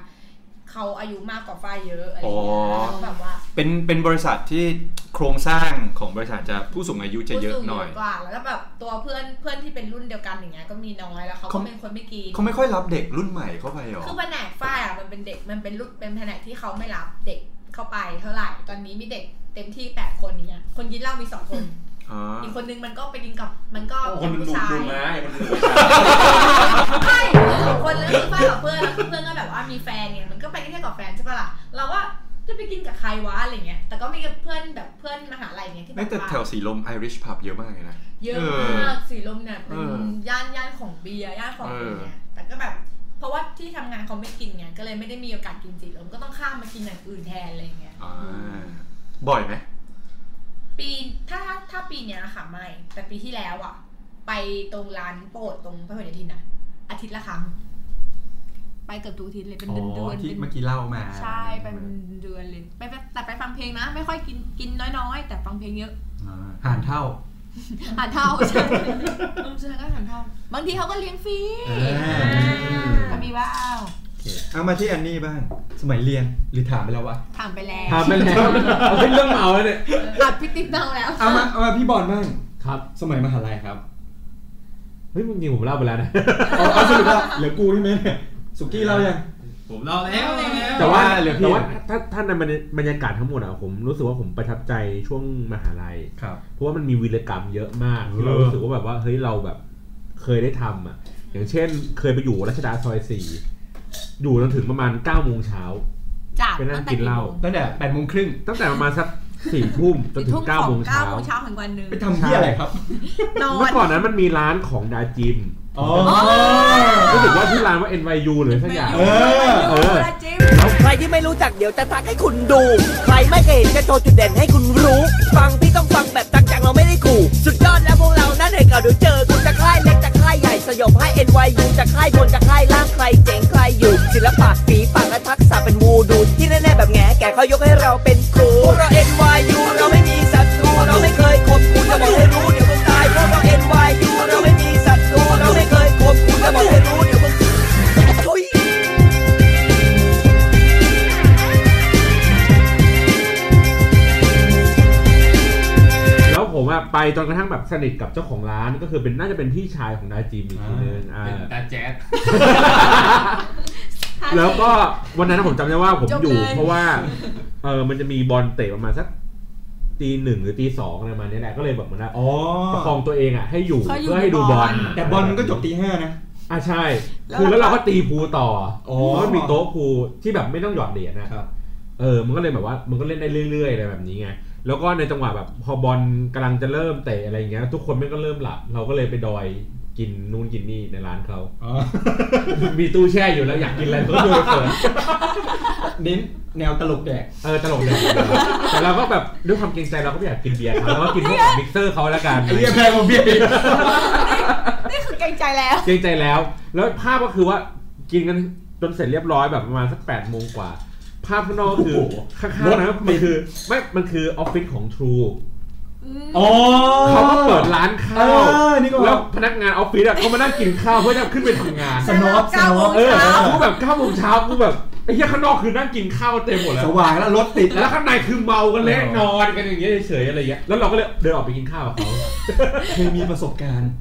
S8: เขาอายุมากกว่าฝ้ายเยอะอะไรอย่างเงี้ย
S1: อ๋อ
S8: แล้วแบบว่า
S1: เป็นเป็นบริษัทที่โครงสร้างของบริษัทจะผู้สูงอายุจะเยอะ
S8: ผู้สูง
S1: หน่อย
S8: กว่าแล้วก็แบบตัวเพื่อนเพื่อนที่เป็นรุ่นเดียวกันอย่างเงี้ยก็มีน้อยแล้วเขาก็
S1: เขา
S8: เป็นคนไม่กิน
S1: เขาไม่ค่อยรับเด็กรุ่นใหม่เข้าไปหรอ
S8: คือแผนกฝ้ายอะมันเป็นเด็กมันเป็นรุ่นเป็นแผนกที่เขาไม่รับเด็กเข้าไปเท่าไหร่ ตอนนี้มีเด็กเต็มที่แปดคนอย่างเงี้ยคนกินเหล้ามีสองคน
S1: อ๋อ
S8: อีกคนนึงมันก็ไปกินกับมันก็
S13: โอ้คน
S8: เป็
S13: ดู
S8: ผู้
S13: ดู
S8: ชาย
S13: ดูไม้คนดู
S8: ใช่สองคนแล้วคือฝ้ายกับเพื่อนแล้วคือเพื่อนก็แบบว่ามีแฟนเนี่ยมันก็ไปกันแค่กับแฟนใช่ปะล่ะเราว่าจะไปกินกับใครวะอะไรเงี้ยแต่ก็มีเพื่อนแบบเพื่อนมหาลัยเนี่ยที่แบบ
S1: แม้แต่
S8: ว่า
S1: แถวสีลมไอริชผับเยอะมากเลยนะ
S8: เยอะมากสีลมเนี่ยเป็นย่านย่านของเบียร์ย่านของอะไรเงี้ยแต่ก็แบบเพราะว่าที่ทำงานเขาไม่กินไงก็เลยไม่ได้มีโอกาสกินสีลมก็ต้องข้ามมากินอย่างอื่นแทนอะไรเงี้ย
S1: อ่า บ่อยไหม
S8: ปีถ้าถ้าถ้าปีเนี้ยค่ะไม่ แต่ปีที่แล้วอ่ะ ไปตรงร้านโปรดตรงพระหลโยธินนะอาทิตย์ละครั้งไปเกือบทุกอาทิตย์เลยเป็น
S1: อ๋
S8: เดือน
S1: อ
S8: ๆ
S1: ที่
S8: เป็น
S1: เมื่อกี้เล่ามา
S8: ใช่ไปเป็นเดือนเลยไปไปแต่ไปฟังเพลงนะ ไม่ค่อยกินกินน้อยๆ แต่ฟังเพลงเยอะ
S1: อ่าหารเท่า
S8: หาน เท่าใช่ใช่ก็หานเท่าบางทีเขาก็เลี้ยงฟรี
S1: อ่า
S8: ก็มีว้าว
S1: เอามาที่แอนนี่บ้าง สมัยเรียนหรือถามไปแล้ววะ
S8: ถามไปแล้ว
S3: ถามไปแล้วเอาเป็นเรื่องเมาแล้วเนี่ย
S8: อัดพี่ติ๊กเน่าแล้ว
S1: เอามาเอามาพี่บอลบ้าง
S3: ครับ
S1: สมัยมหาลัยครับ
S3: เฮ้ยจริงๆผมเล่าไปแล้วนะ
S1: เอาเอาสรุปว่าเหลือกูใช่ไหมเนี่ยสุกี้เล่ายัง
S14: ผมเล่าแล้วแล้ว
S3: แต่ว่า
S1: เหลือพี่
S3: แต่ว่าถ้าถ้าในบรรยากาศทั้งหมดอะผมรู้สึกว่าผมประทับใจช่วงมหาลัย
S1: ครับ
S3: เพราะว่ามันมีวีรกรรมเยอะมากที่เรา
S1: เออ
S3: รู้สึกว่าแบบว่าเฮ้ยเราแบบเคยได้ทำอ่ะ อย่างเช่น เคยไปอยู่รัชดาซอยสี่อยู่จนถึงประมาณเก้าโมงเช้า
S4: จัด
S3: ไปนั่
S4: ตั้
S3: ง
S4: งแต่
S3: กิน
S4: กี่
S3: เหล้า
S4: โมง
S1: ตั้งแต่แปดโมงครึ่ง
S3: ตั้งแต่ประมาณสักสี่ทุ่มจนถึงเก้าโมงเช้า
S8: เก้าโมงเช้าของวันหนึ่ง
S1: ไปทำที่อะไรครับ
S8: นอน
S3: เมื่อก่อนนั้นมันมีร้านของดาจิม
S1: อ๋อ
S3: รู้สึกว่าที่ร้านว่า NYU หรือสักอย่าง
S1: เออ
S3: เออ
S8: วลาจิ้ม
S12: เอาใครที่ไม่รู้จักเดี๋ยวจะทักให้คุณดู ใครไม่เคยเห็นจะโชว์จุดเด่นให้คุณรู้ ฟังพี่ต้องฟังแบบตั้งใจงเราไม่ได้ขู่ สุดยอดแล้วพวกเรานั่นเองเอาเดี๋ยวเจอคุณจะคล้ายเล็กจะคล้ายใหญ่สยบให้ NYU จะคล้ายบนจะคล้ายล่างใครเจ๋งใครอยู่ ศิลปะฝีปากและทักษะเป็นวูดูที่แน่ๆแบบแง่แก่เขายกให้เราเป็นครูเรา NYU เราไม่มีศัตรูเราไม่เคยข่มคุณจะบอกให้รู้เดี๋ยวมึงตายเพราะเรา NYU เราไม่มีศัตรูเราไม่เคยข่มคุณจะบอกให้รู้เดี๋ยวมึงทุย
S3: แล้วผมอะไปจนกระทั่งแบบสนิทกับเจ้าของร้านก็คือเป็นน่าจะเป็นพี่ชายของดาจิมอีกทีนึงอ่า
S14: เป็นตาแจ๊ ด
S3: แล้วก็วันนั้นผมจำได้ว่าผมอยู่ เพราะว่าเออมันจะมีบอลเตะประมาณสักตีหนึ่งหรือตีสองอะไรประมาณนี้แหละก็เลยแบบเหมือนว่า
S1: อ๋อ
S3: ประคองตัวเองอ่ะให้อยู่เพื่อให้ดูบอล
S1: แต่บอลมันก็จบตีห้านะ
S3: อ่ะใช่ คือแล้วเราก็ตีพูลต่อ
S1: อ๋อ
S3: เพราะมันมีโต๊ะพูลที่แบบไม่ต้องหยอดเหรียญนะครับ เออมันก็เลยแบบว่ามันก็เล่นได้เรื่อยๆอะไรแบบนี้ไงแล้วก็ในจังหวะแบบพอบอลกำลังจะเริ่มเตะอะไรอย่างเงี้ย ทุกคนมันก็เริ่มหลับเราก็เลยไปดอย กินนู่นกินนี่ในร้านเขามีตู้แช่อยู่แล้วอยากกินอะไรก็ดูเปิด
S1: เน้นแนวตลกแดก
S3: เออตลกเลยแต่เราก็แบบด้วยความเกรงใจเราก็ไม่อยากกินเบียร์เขาเราก็กินพวกของมิกเซอร์เขาแล้วกัน
S1: เรียกแพงกว่าเบี้ยอีก
S4: นี่คือเกรงใจแล้ว
S3: เกรงใจแล้ว แล้วภาพก็คือว่ากินกันจนเสร็จเรียบร้อยแบบประมาณสักแปดโมงกว่า ภาพข้างนอกก็คือข้างๆนะมันคือไม่มันคือออฟฟิศของ True
S1: อ๋อ
S3: เขาก็เปิดร้าน
S1: เอ
S3: ข้าว
S1: อนี่ก็
S3: แล้
S1: แล้ว ว
S3: พนักงานออฟฟิศอะเขามานั่งกินข้าวเพื่อจะขึ้นไปทำงาน
S1: สนอปสนอป
S3: เออกูแบบเก้าโมงเช้ากูแบบไอ้เหี้ยข้างนอกคือนั่งกินข้าวเต็มหมดแล้
S1: ส
S3: ว
S1: ว่างแล้วรถติดแล้
S3: แล้ว วข้างในคือเมากันเละนอนกันอย่างเงี้ยเฉยๆอะไรเงี้ย แล้วเราก็เลยเดินออกไปกินข้าวกับเขา
S1: เคยมีประสบการณ์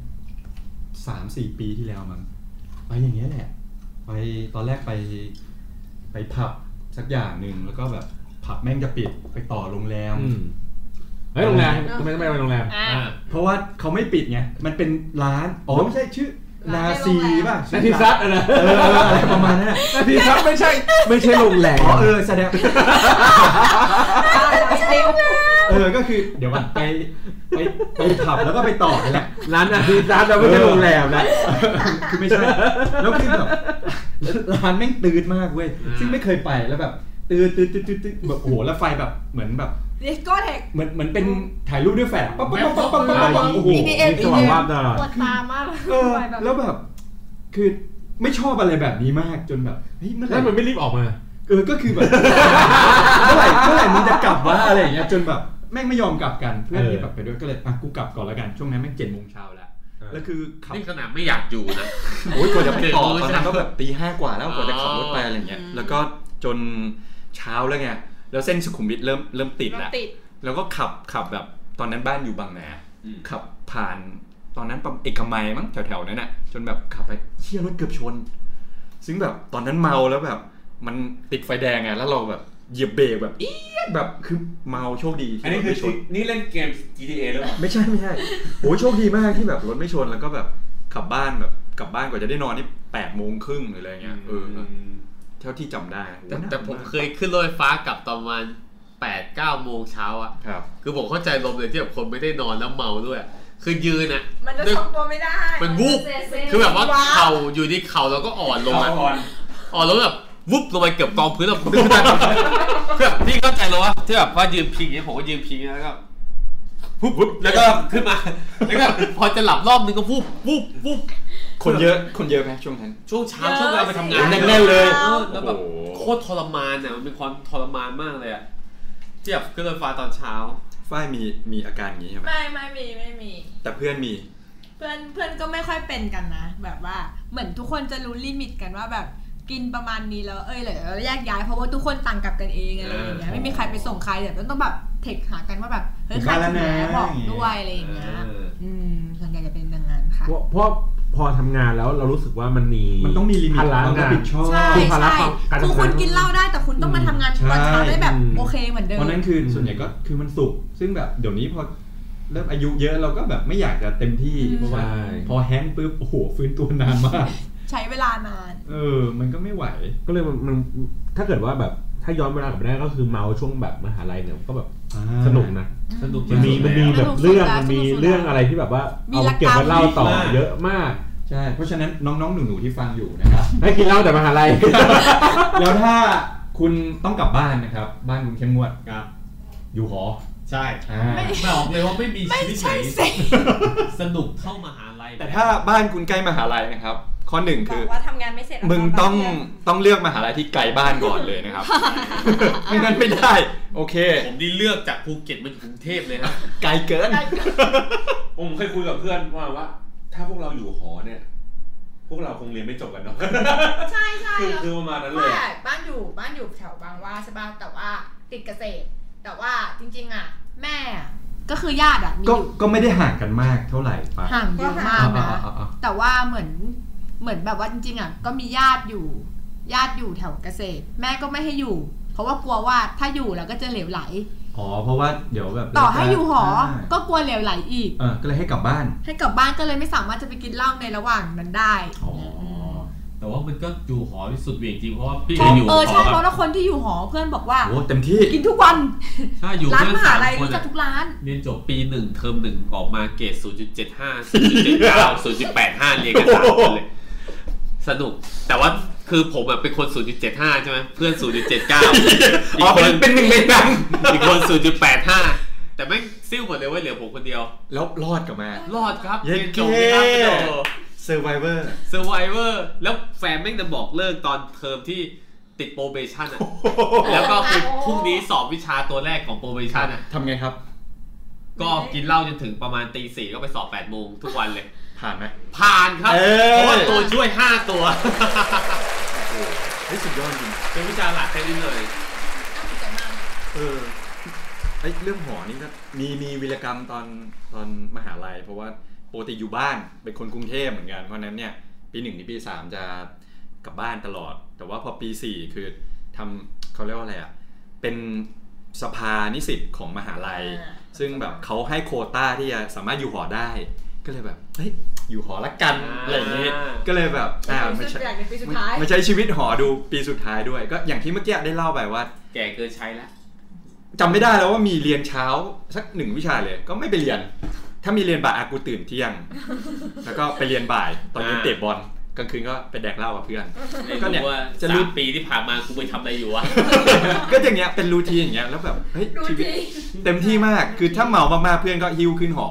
S1: สามสี่ปีที่แล้วมั้งไปอย่างเงี้ยแหละไปตอนแรกไป ไปผับสักอย่างหนึ่งแล้วก็แบบผับแม่งจะปิดไปต่อโรงแรม
S3: อืมเฮ้ยโรงแรมทำไมต้องไปโรงแรม
S15: อ่ะ
S2: อ่า
S1: เพราะว่าเขาไม่ปิดไงมันเป็นร้านอ๋อไม่ใช่ชื่อนาซีป่ะ
S3: นาทีซัดอะนะ
S1: เอออะไรประมาณนั้นอะ
S3: นาทีซัดไม่ใช่ ไม่ใช่โรงแรม
S1: อ๋อเออแสดง
S4: จริง
S1: เออ ก็คือเดี๋ยวมันไปไปไปขับแล้วก็ไปต่อนี่แหละ
S3: ร้านนาทีซัดเราไม่ใช่โรงแรมนะ
S1: คือไม่ใช่ แล้วคือแบบร้านแม่งตืดมากเว้ย
S2: อ่า
S1: ซึ่งไม่เคยไปแล้วแบบตืดตืดตืดตืดตืดแบบโอ้โห แล้วไฟแบบเหมือนแบบ
S4: เด็กก็แท็ก
S1: เหมือนเหมือนเป็นถ่ายรูปด้วยแฟลชปั๊บปั๊บปั๊บปั๊บปั๊บปั๊บปั๊บโอ้โห
S3: มีสว่างวาบตลอด
S15: ปวดตามาก
S1: เออ แล้วแบบ คือไม่ชอบอะไรแบบนี้มากจนแบบ เฮ้ยเมื่อไห
S3: แล้วมัน
S1: ร่
S3: ไม่รีบออกมา
S1: เออ ก็คือแบบ เมื่อไหร่เมื่อไหร่มึงจะกลับวะอะไรอย่างเงี้ยจนแบบแม่งไม่ยอมกลับกันเพื่อนที่แบบไปด้วยก็เลยอ่ะกูกลับก่อนแล้วกันช่วงนั้นแม่งเจ็ดโมงเช้าแล้ว
S3: เออ
S1: แล้วคือขับ
S2: นี่ขนาดไม่อยากอยู่นะ
S8: โอ้ยกว่าจะไปต่อ
S2: เออ
S8: ตอน
S2: ใช่
S8: นั้นก็แบบตีห้ากว่าแล้วกว่าจะขับรถไปอะไรเงี้ย แล้วก็จนเช้าแล้วไง แล้วเส้นสุขุมวิทเริ่มเริ่มติด
S15: รถ
S8: แล้ว
S15: ติด
S8: แล้วก็ขับขับแบบตอนนั้นบ้านอยู่บางนา
S2: อืม
S8: ขับผ่านตอนนั้นประมาณเอกมัยมั้งแถวๆนั้นน่ะ จนแบบขับไปเชี่ยรถเกือบชน ซึ่งแบบตอนนั้นเมาแล้วแบบ มันติดไฟแดงไงแล้วเราแบบเหยียบเบรกแบบเอี๊ยดแบบคือเมาโชคดี
S16: อั
S8: ที่
S16: นนี้
S8: รถ
S16: คือ
S8: ไม่ชน
S16: นี่เล่นเกม GTA หรือเปล่า
S8: ไม่ใช่ไม่ใช่โอ้ยโชคดีมากที่แบบรถไม่ชนแล้วก็แบบขับบ้านแบบกลับบ้านกว่าจะได้นอนนี่แปดโมงครึ่งหรืออะไรเงี้ยเออเท่าที่จำได้
S2: แต่
S8: โอ้ยหนัก
S2: แต่ผม
S8: าก
S2: เคยขึ้นรถไฟฟ้ากลับตอนประมาณแปดเก้าโมงเช้าอ่ะ
S8: ครับ
S2: คือผมเข้าใจลมเลยที่แบบคนไม่ได้นอนแล้วเมาด้วยอะคือยืนอ่ะ
S4: มันจะทรงตัวไม่ได้
S2: มันวูบ คือแบบว่าเข่าอยู่ที่เข่าแล้วก็อ่อนลงอ่ะ
S16: ก่อน
S2: อ๋อแล้วแบบวุบลงไปเกือบกองพื้นแล้ว ผมแบบพี่เข้าใจเลยว่าที่แบบว่ายืนพิงอย่างเงี้ยผมก็ยืนพิงแล้วก็วุบวุบแล้วก็ขึ้นมาแล้วก็พอจะหลับรอบนึงก็วุบวุบวุบ
S8: คนเยอะคนเยอะไหมช่วงนั้น
S2: ช่วงเช้าช่วงเวลาไปทำงาน
S8: แน่นๆเลย
S2: ออแล้วแบบ
S8: โอ้โห
S2: โคตรทรมานอ่ะมันเป็นความทรมานมากเลยอ่ะเทียบขึ้นรถไฟฟ้าตอนเช้า
S8: ฝ้ายมีมีอาการอย่างงี้ใช่ไหม
S6: ไม่ไม่มีไม่มี
S8: แต่เพื่อนมี
S6: เพื่อนเพื่อนก็ไม่ค่อยเป็นกันนะ แบบว่าเหมือนทุกคนจะรู้ลิมิตกันว่าแบบกินประมาณนี้แล้วเอ้ยเหลือแล้วแยกย้ายเพราะว่าทุกคนต่างกลับกันเองอะไรอย่างเงี้ย
S3: เออ
S6: ไม่มีใครไปส่งใครแต่ต้องแบบเทคหากันว่าแบบเฮ้ย
S1: ถึง
S6: ใคร
S1: บ้านแล้วนะ
S6: ถึงแล้วบอกด้วยอะไรอย่างเงี้ยอืมส่วนใหญ่จะเป็นดังนั้นค่ะ
S3: เพราะเพราะพอทำงานแล้วเรารู้สึกว่ามันมี
S1: มันต้องมีลิมิต
S3: ภาระ
S1: ความ
S3: งา
S1: รับ
S3: น
S1: ผิดชอบ
S6: ใช่
S3: คือภาระ
S6: ใช่
S3: การทำงาน
S6: คือคุณกินเหล้าได้แต่คุณต้องมาทำงาน
S1: ใช่
S6: ตอนเช้าได้แบบ
S3: อืม
S6: โอเคเหมือนเดิม
S1: เพราะนั้นคือ
S3: ม
S1: ส่วนใหญ่ก็คือมันสุกซึ่งแบบเดี๋ยวนี้พอเริ่มอายุเยอะเราก็แบบไม่อยากจะเต็มที่เพราะว่า
S3: ใช่
S1: พอแห้งก์ปุ๊บโอ้โหฟื้นตัวนานมาก
S6: ใช้เวลานาน
S1: เออ มันก็ไม่ไหว
S3: ก็เลยมันมันถ้าเกิดว่าแบบถ้าย้อนเวลากลับไปได้ก็คือเมาช่วงแบบมหาลัยเนี่ยก็แบบสนุกนะ
S2: สนุกจริ
S3: มั
S2: ง
S3: นมีมันมีแบบเรื่องมันมีเรื่องอะไรที่แบบว่าเอาเก็บมาเล่าต่อเยอะมาก
S1: ใช่ เพราะฉะนั้นน้องๆ หนูๆ ที่ฟังอยู่นะครับ
S3: ให้กินเหล้าแต่มหาลัย
S1: แล้วถ้าคุณต้องกลับบ้านนะครับ บ้านคุณเข้มงวด
S2: ครับ
S1: อยู่หอ
S2: ใช่
S1: อ่า
S2: บอกเลยว่าไม่มีชีวิตไหนสนุกเท่ามหาลัย
S8: แต่ถ้าบ้านคุณใกล้มหาลัยนะครับ ข้อหนึ่ง
S15: บ
S8: คืออ
S15: กว่าทำงานไม่เสร็จ
S8: มึงต้องต้องเลือกมหาลัยที่ไกลบ้านก่อนเลยนะครับ ไม่งั้นไม่ได้ โอเค
S2: ผมนี่เลือกจากภูเก็ตมาอยู่กรุงเทพเลยครับ
S8: ไกลเกิน
S16: ผมเคยคุยกับเพื่อนว่าว่า ถ้าพวกเราอยู่หอเนี่ย พวกเราคงเรียนไม่จบกันเนาะ
S4: ใช่ใช่
S16: คือ
S4: แล้ว
S16: คือประมาณนั้นเล
S4: ไม่
S16: ย
S4: บ้านอยู่บ้านอยู่แถวบางหว่าใช่ป่ะแต่ว่าติดเกษตร แต่ว่าจริง ๆ อ่ะ แม่อ่ะ
S6: ก็คือญาติอะมีอ
S1: ก็
S6: ยู่
S1: ก็ไม่ได้ห่างกันมากเท่าไหร่ปะ
S6: ห่างเยอะมา
S1: อ่าก อ่า
S6: นะ
S1: อ่าอ่า
S6: แต่ว่าเหมือนเหมือนแบบว่าจริงๆอ่ะก็มีญาติอยู่ ญาติอยู่แถวเกษตร แม่ก็ไม่ให้อยู่ เพราะว่ากลัวว่าถ้าอยู่แล้วก็จะเหลวไหล
S1: อ๋อ เพราะว่าเดี๋ยวแบบ
S6: ต่อให้อยู่หอ
S1: า
S6: ก็กลัวเหลวไหลอีก
S1: เออก็เลยให้กลับบ้าน
S6: ให้กลับบ้านก็เลยไม่สามารถจะไปกินเหล้าในระหว่างนั้นได้
S1: อ๋อ โอ
S2: แต่ว่ามันก็อยู่หอที่สุดเหวี่ยงจริงเพราะว่าพี่
S6: เพราะ
S2: อยู่ห
S6: เอ
S2: อ
S6: อใช่
S2: แบ
S6: เพราะ
S2: บ
S6: ว่าคนที่อยู่หอเพื่อนบอกว่า
S17: โอ้เต็มที่
S6: กินทุกวัน
S2: ใช่อยู่
S6: ร้าน
S2: เพื่อน
S6: มหา
S2: สาม
S6: ลัย
S2: ค
S6: รู้
S2: น
S6: จัก
S2: อะ
S6: ทุกร้าน
S2: เรียนจบปีหนึ่งเทอมหนึ่งออกมาเกรด0.75 0.79 0.85เรียนกันสามคนเลย สนุก แต่ว่าคือผมอะเป็นคน 0.75 ใช่ไหมเพื่อน 0.79
S1: อ๋อเป็นเป็นหนึ่งในนั้น
S2: อีกคน 0.85 แต่แม่งซิ่วหมดเลยเว้ยเหลือผมคนเดียว
S1: แล้วรอดกลับมา
S2: รอดครับ
S1: เย้
S2: เรียนจบนะครับพี่โต
S1: survivor
S2: เซอร์ไวเวอร์แล้วแฟนแม่งจะบอกเลิกตอนเทอมที่ติดโปรเบชั่นอ่ะ แล้วก็คือพรุ่งนี้สอบวิชาตัวแรกของโปรเบชั่นอ่ะ
S1: ทำไงครับ
S2: ก็กินเหล้าจนถึงประมาณตีสี่ก็ไปสอบแปดโมงทุกวันเลย
S1: ผ่านไหม
S2: ผ่านครับ
S1: เอ้ย
S2: เพราะว่าตัวช่วยห้าตัว
S1: เฮ้ยสุดยอดจริง
S2: เป็นวิชาหลักแค่นี้เลย
S1: เออไอยเรื่องหอนี่ก็มีมีวีรกรรมตอนตอนมหาลัย เพราะว่าปกติอยู่บ้านเป็นคนกรุงเทพเหมือนกัน เพราะฉะนั้นเนี่ยปีหนึ่งถึงปีสามจะกลับบ้านตลอด แต่ว่าพอปีสี่คือทำเขาเรียกว่าอะไรอ่ะ เป็นสภานิสิตของมหาลัย
S8: อ่า
S1: ซึ่งแบบเขาให้โควต้าที่จะสามารถอยู่หอได้ ก็เลยแบบเฮ้ยอยู่หอละกัน
S2: อ่า
S1: อะไรอย่างงี้ก็เลยแบบอ่าไม่ใช่
S6: อยากในปีสุดท้าย
S1: มาใช้ชีวิตหอดูปีสุดท้ายด้วย ก็อย่างที่เมื่อกี้ได้เล่าไปว่า
S2: แก่เกินใช้ละ
S1: จำไม่ได้แล้วว่ามีเรียนเช้าสักหนึ่งวิชาเลย ก็ไม่ไปเรียน ถ้ามีเรียนบ่ายอากูตื่นเที่ยง แล้วก็ไปเรียนบ่ายตอนเย็นเตะบอลกลางคืนก็ไปแดกเหล้ากับเพื่อน ก็
S2: ก็
S1: เนี่
S2: เนี่ย ย
S1: จะ
S2: จะ
S1: รู้
S2: รู้ปีที่ผ่านมากูไปทำอะไรอยู่วะ
S1: ก็อย่างเงี้ยเป็นรูทีนอย่างเงี้ยแล้วแบบเฮ้ยชีวิตเต็มที่มากคือถ้าเมามากๆเพื่อนก็หิ้วขึ้นหอ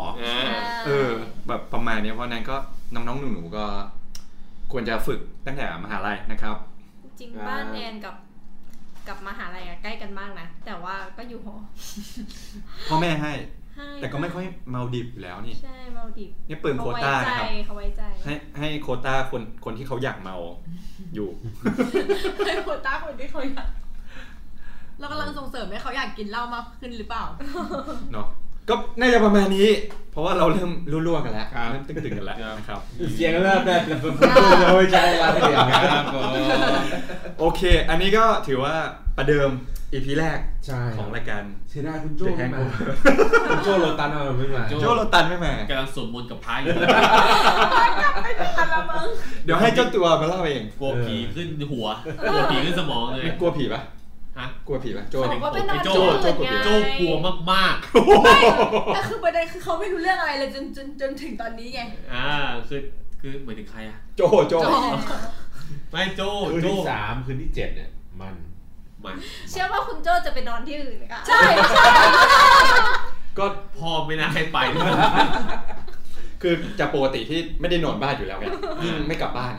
S1: เออ แบบประมาณเนี้ยเพราะฉะนั้นก็น้องๆหนูๆก็ ควรจะฝึกตั้งแต่มหาลัยนะครับ
S8: จริงบ้านแอนกับกับมหาลัยอะใกล้กันมากนะ แต่ว่าก็อยู่หอ
S1: พ่อแม่ให้
S8: ให้
S1: แต่ก็ไม่ค่อยเมาดิบอยู่แล้วนี่
S8: ใช่เมาดิบ
S1: เนี่ยเปิดโคว
S8: ไว้
S1: ต้า
S8: ใจ
S1: นะครับ
S8: เขาไว้ใจ
S1: ให้ให้โควต้าคนคนที่เขาอยากเมา อยู่
S6: โคต้าคนที่เขาอยากเรากำลังส่งเสริมให้เขาอยากกินเหล้ามากขึ้นหรือเปล่า
S1: เนาะก็น่าจะประมาณนี้ เพราะว่าเราเริ่มรั่วๆกันแล้ว
S7: ครับ
S1: เริ่มตึงๆกันแล้วนะครับ
S7: เสียงเริ่มได้เป็นเลยใช่แล้วเสียงครับ
S1: โอเค อันนี้ก็ถือว่าประเดิมอีพีแรก
S7: ใช่
S1: ของรายการ
S7: เสียดายคุณโจ้ไม่มา
S1: The Hangover
S7: คุณโจ้โรตันเอาไม่มา
S1: โจโรตันไม่มาก
S2: ำลังสวดมนต์กับพายอยู่
S1: เดี๋ยวให้เจ้าตัวมาเล่าเอง
S2: กลัวผีขึ้นหัวกลัวผีขึ้นสมองเลย
S1: กลัวผีปะ
S2: ฮะ
S1: กลัวผีปะโจ
S6: เขาบอกว่าเป็นนอน
S2: โจ้
S6: ตื่น
S1: โจกลัว
S6: ไง
S1: ผี
S2: โจ้กลัวมากๆ
S6: แต่คือประเด็นคือเขาไม่รู้เรื่องอะไรเลยจนจนจนถึงตอนนี้ไง
S2: อ่าคือคือเหมือนถึงใครอ่ะ
S1: โจโจ
S2: ไม่โจ
S7: คืน
S2: โจ
S7: ที่สามคืนที่เจ็ดเนี่ย มัน
S2: มัน
S8: เชื่อว่าคุณโจจะไปนอนที่อื่นค่ะ
S6: ใช่
S1: ก็
S2: พ่อไม่น่าให้ไป
S1: คือจะปกติที่ไม่ได้นอนบ้านอยู่แล้วไงยิ่งไม่กลับบ้าน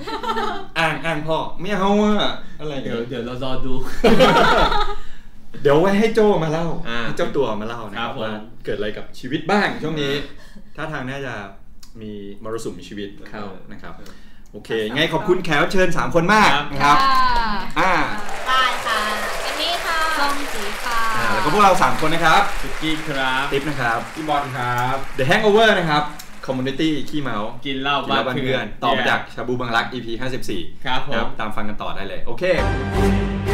S1: อ้างอ้างพ่อไม่เอาอะอะไรอย่าง
S2: เดี๋
S1: เงี้
S2: ยวย เดี๋ยวเรารอดู
S1: เดี๋ยวไว้ให้โจมาเล่า
S2: อ่า
S1: ให้เจ้าตัวมาเล่านะค
S2: ครั
S1: รับบ
S2: ผม
S1: ว่าเกิดอะไรกับชีวิตบ้างช่วงนี้ ถ้าทางน่าจะมีมรสุมชีวิตเข้านะครับ โอเคไงขอบคุณแขกรับเชิญ 3 คนมากนะครับอ่า
S8: บ้านค่ะอันนี้ค่ะส้มสีฟ้า
S1: อ่าแล้วก็พวกเรา 3 คนนะครับ
S2: สุกี้ครับ
S1: ติ๊บนะครับ
S7: พี่บอลครับ
S1: The Hangover นะครับ Community ขี้เมา
S2: กินเหล้า
S1: กิน
S2: บ้า
S1: แล้
S2: น
S1: วบ้าน
S2: เพื่
S1: เพื่
S2: อ
S1: อน
S2: น
S1: ต่อมาจากชาบูบางรัก EP 54
S2: ครับผม
S1: ตามฟังกันต่อได้เลย โอเค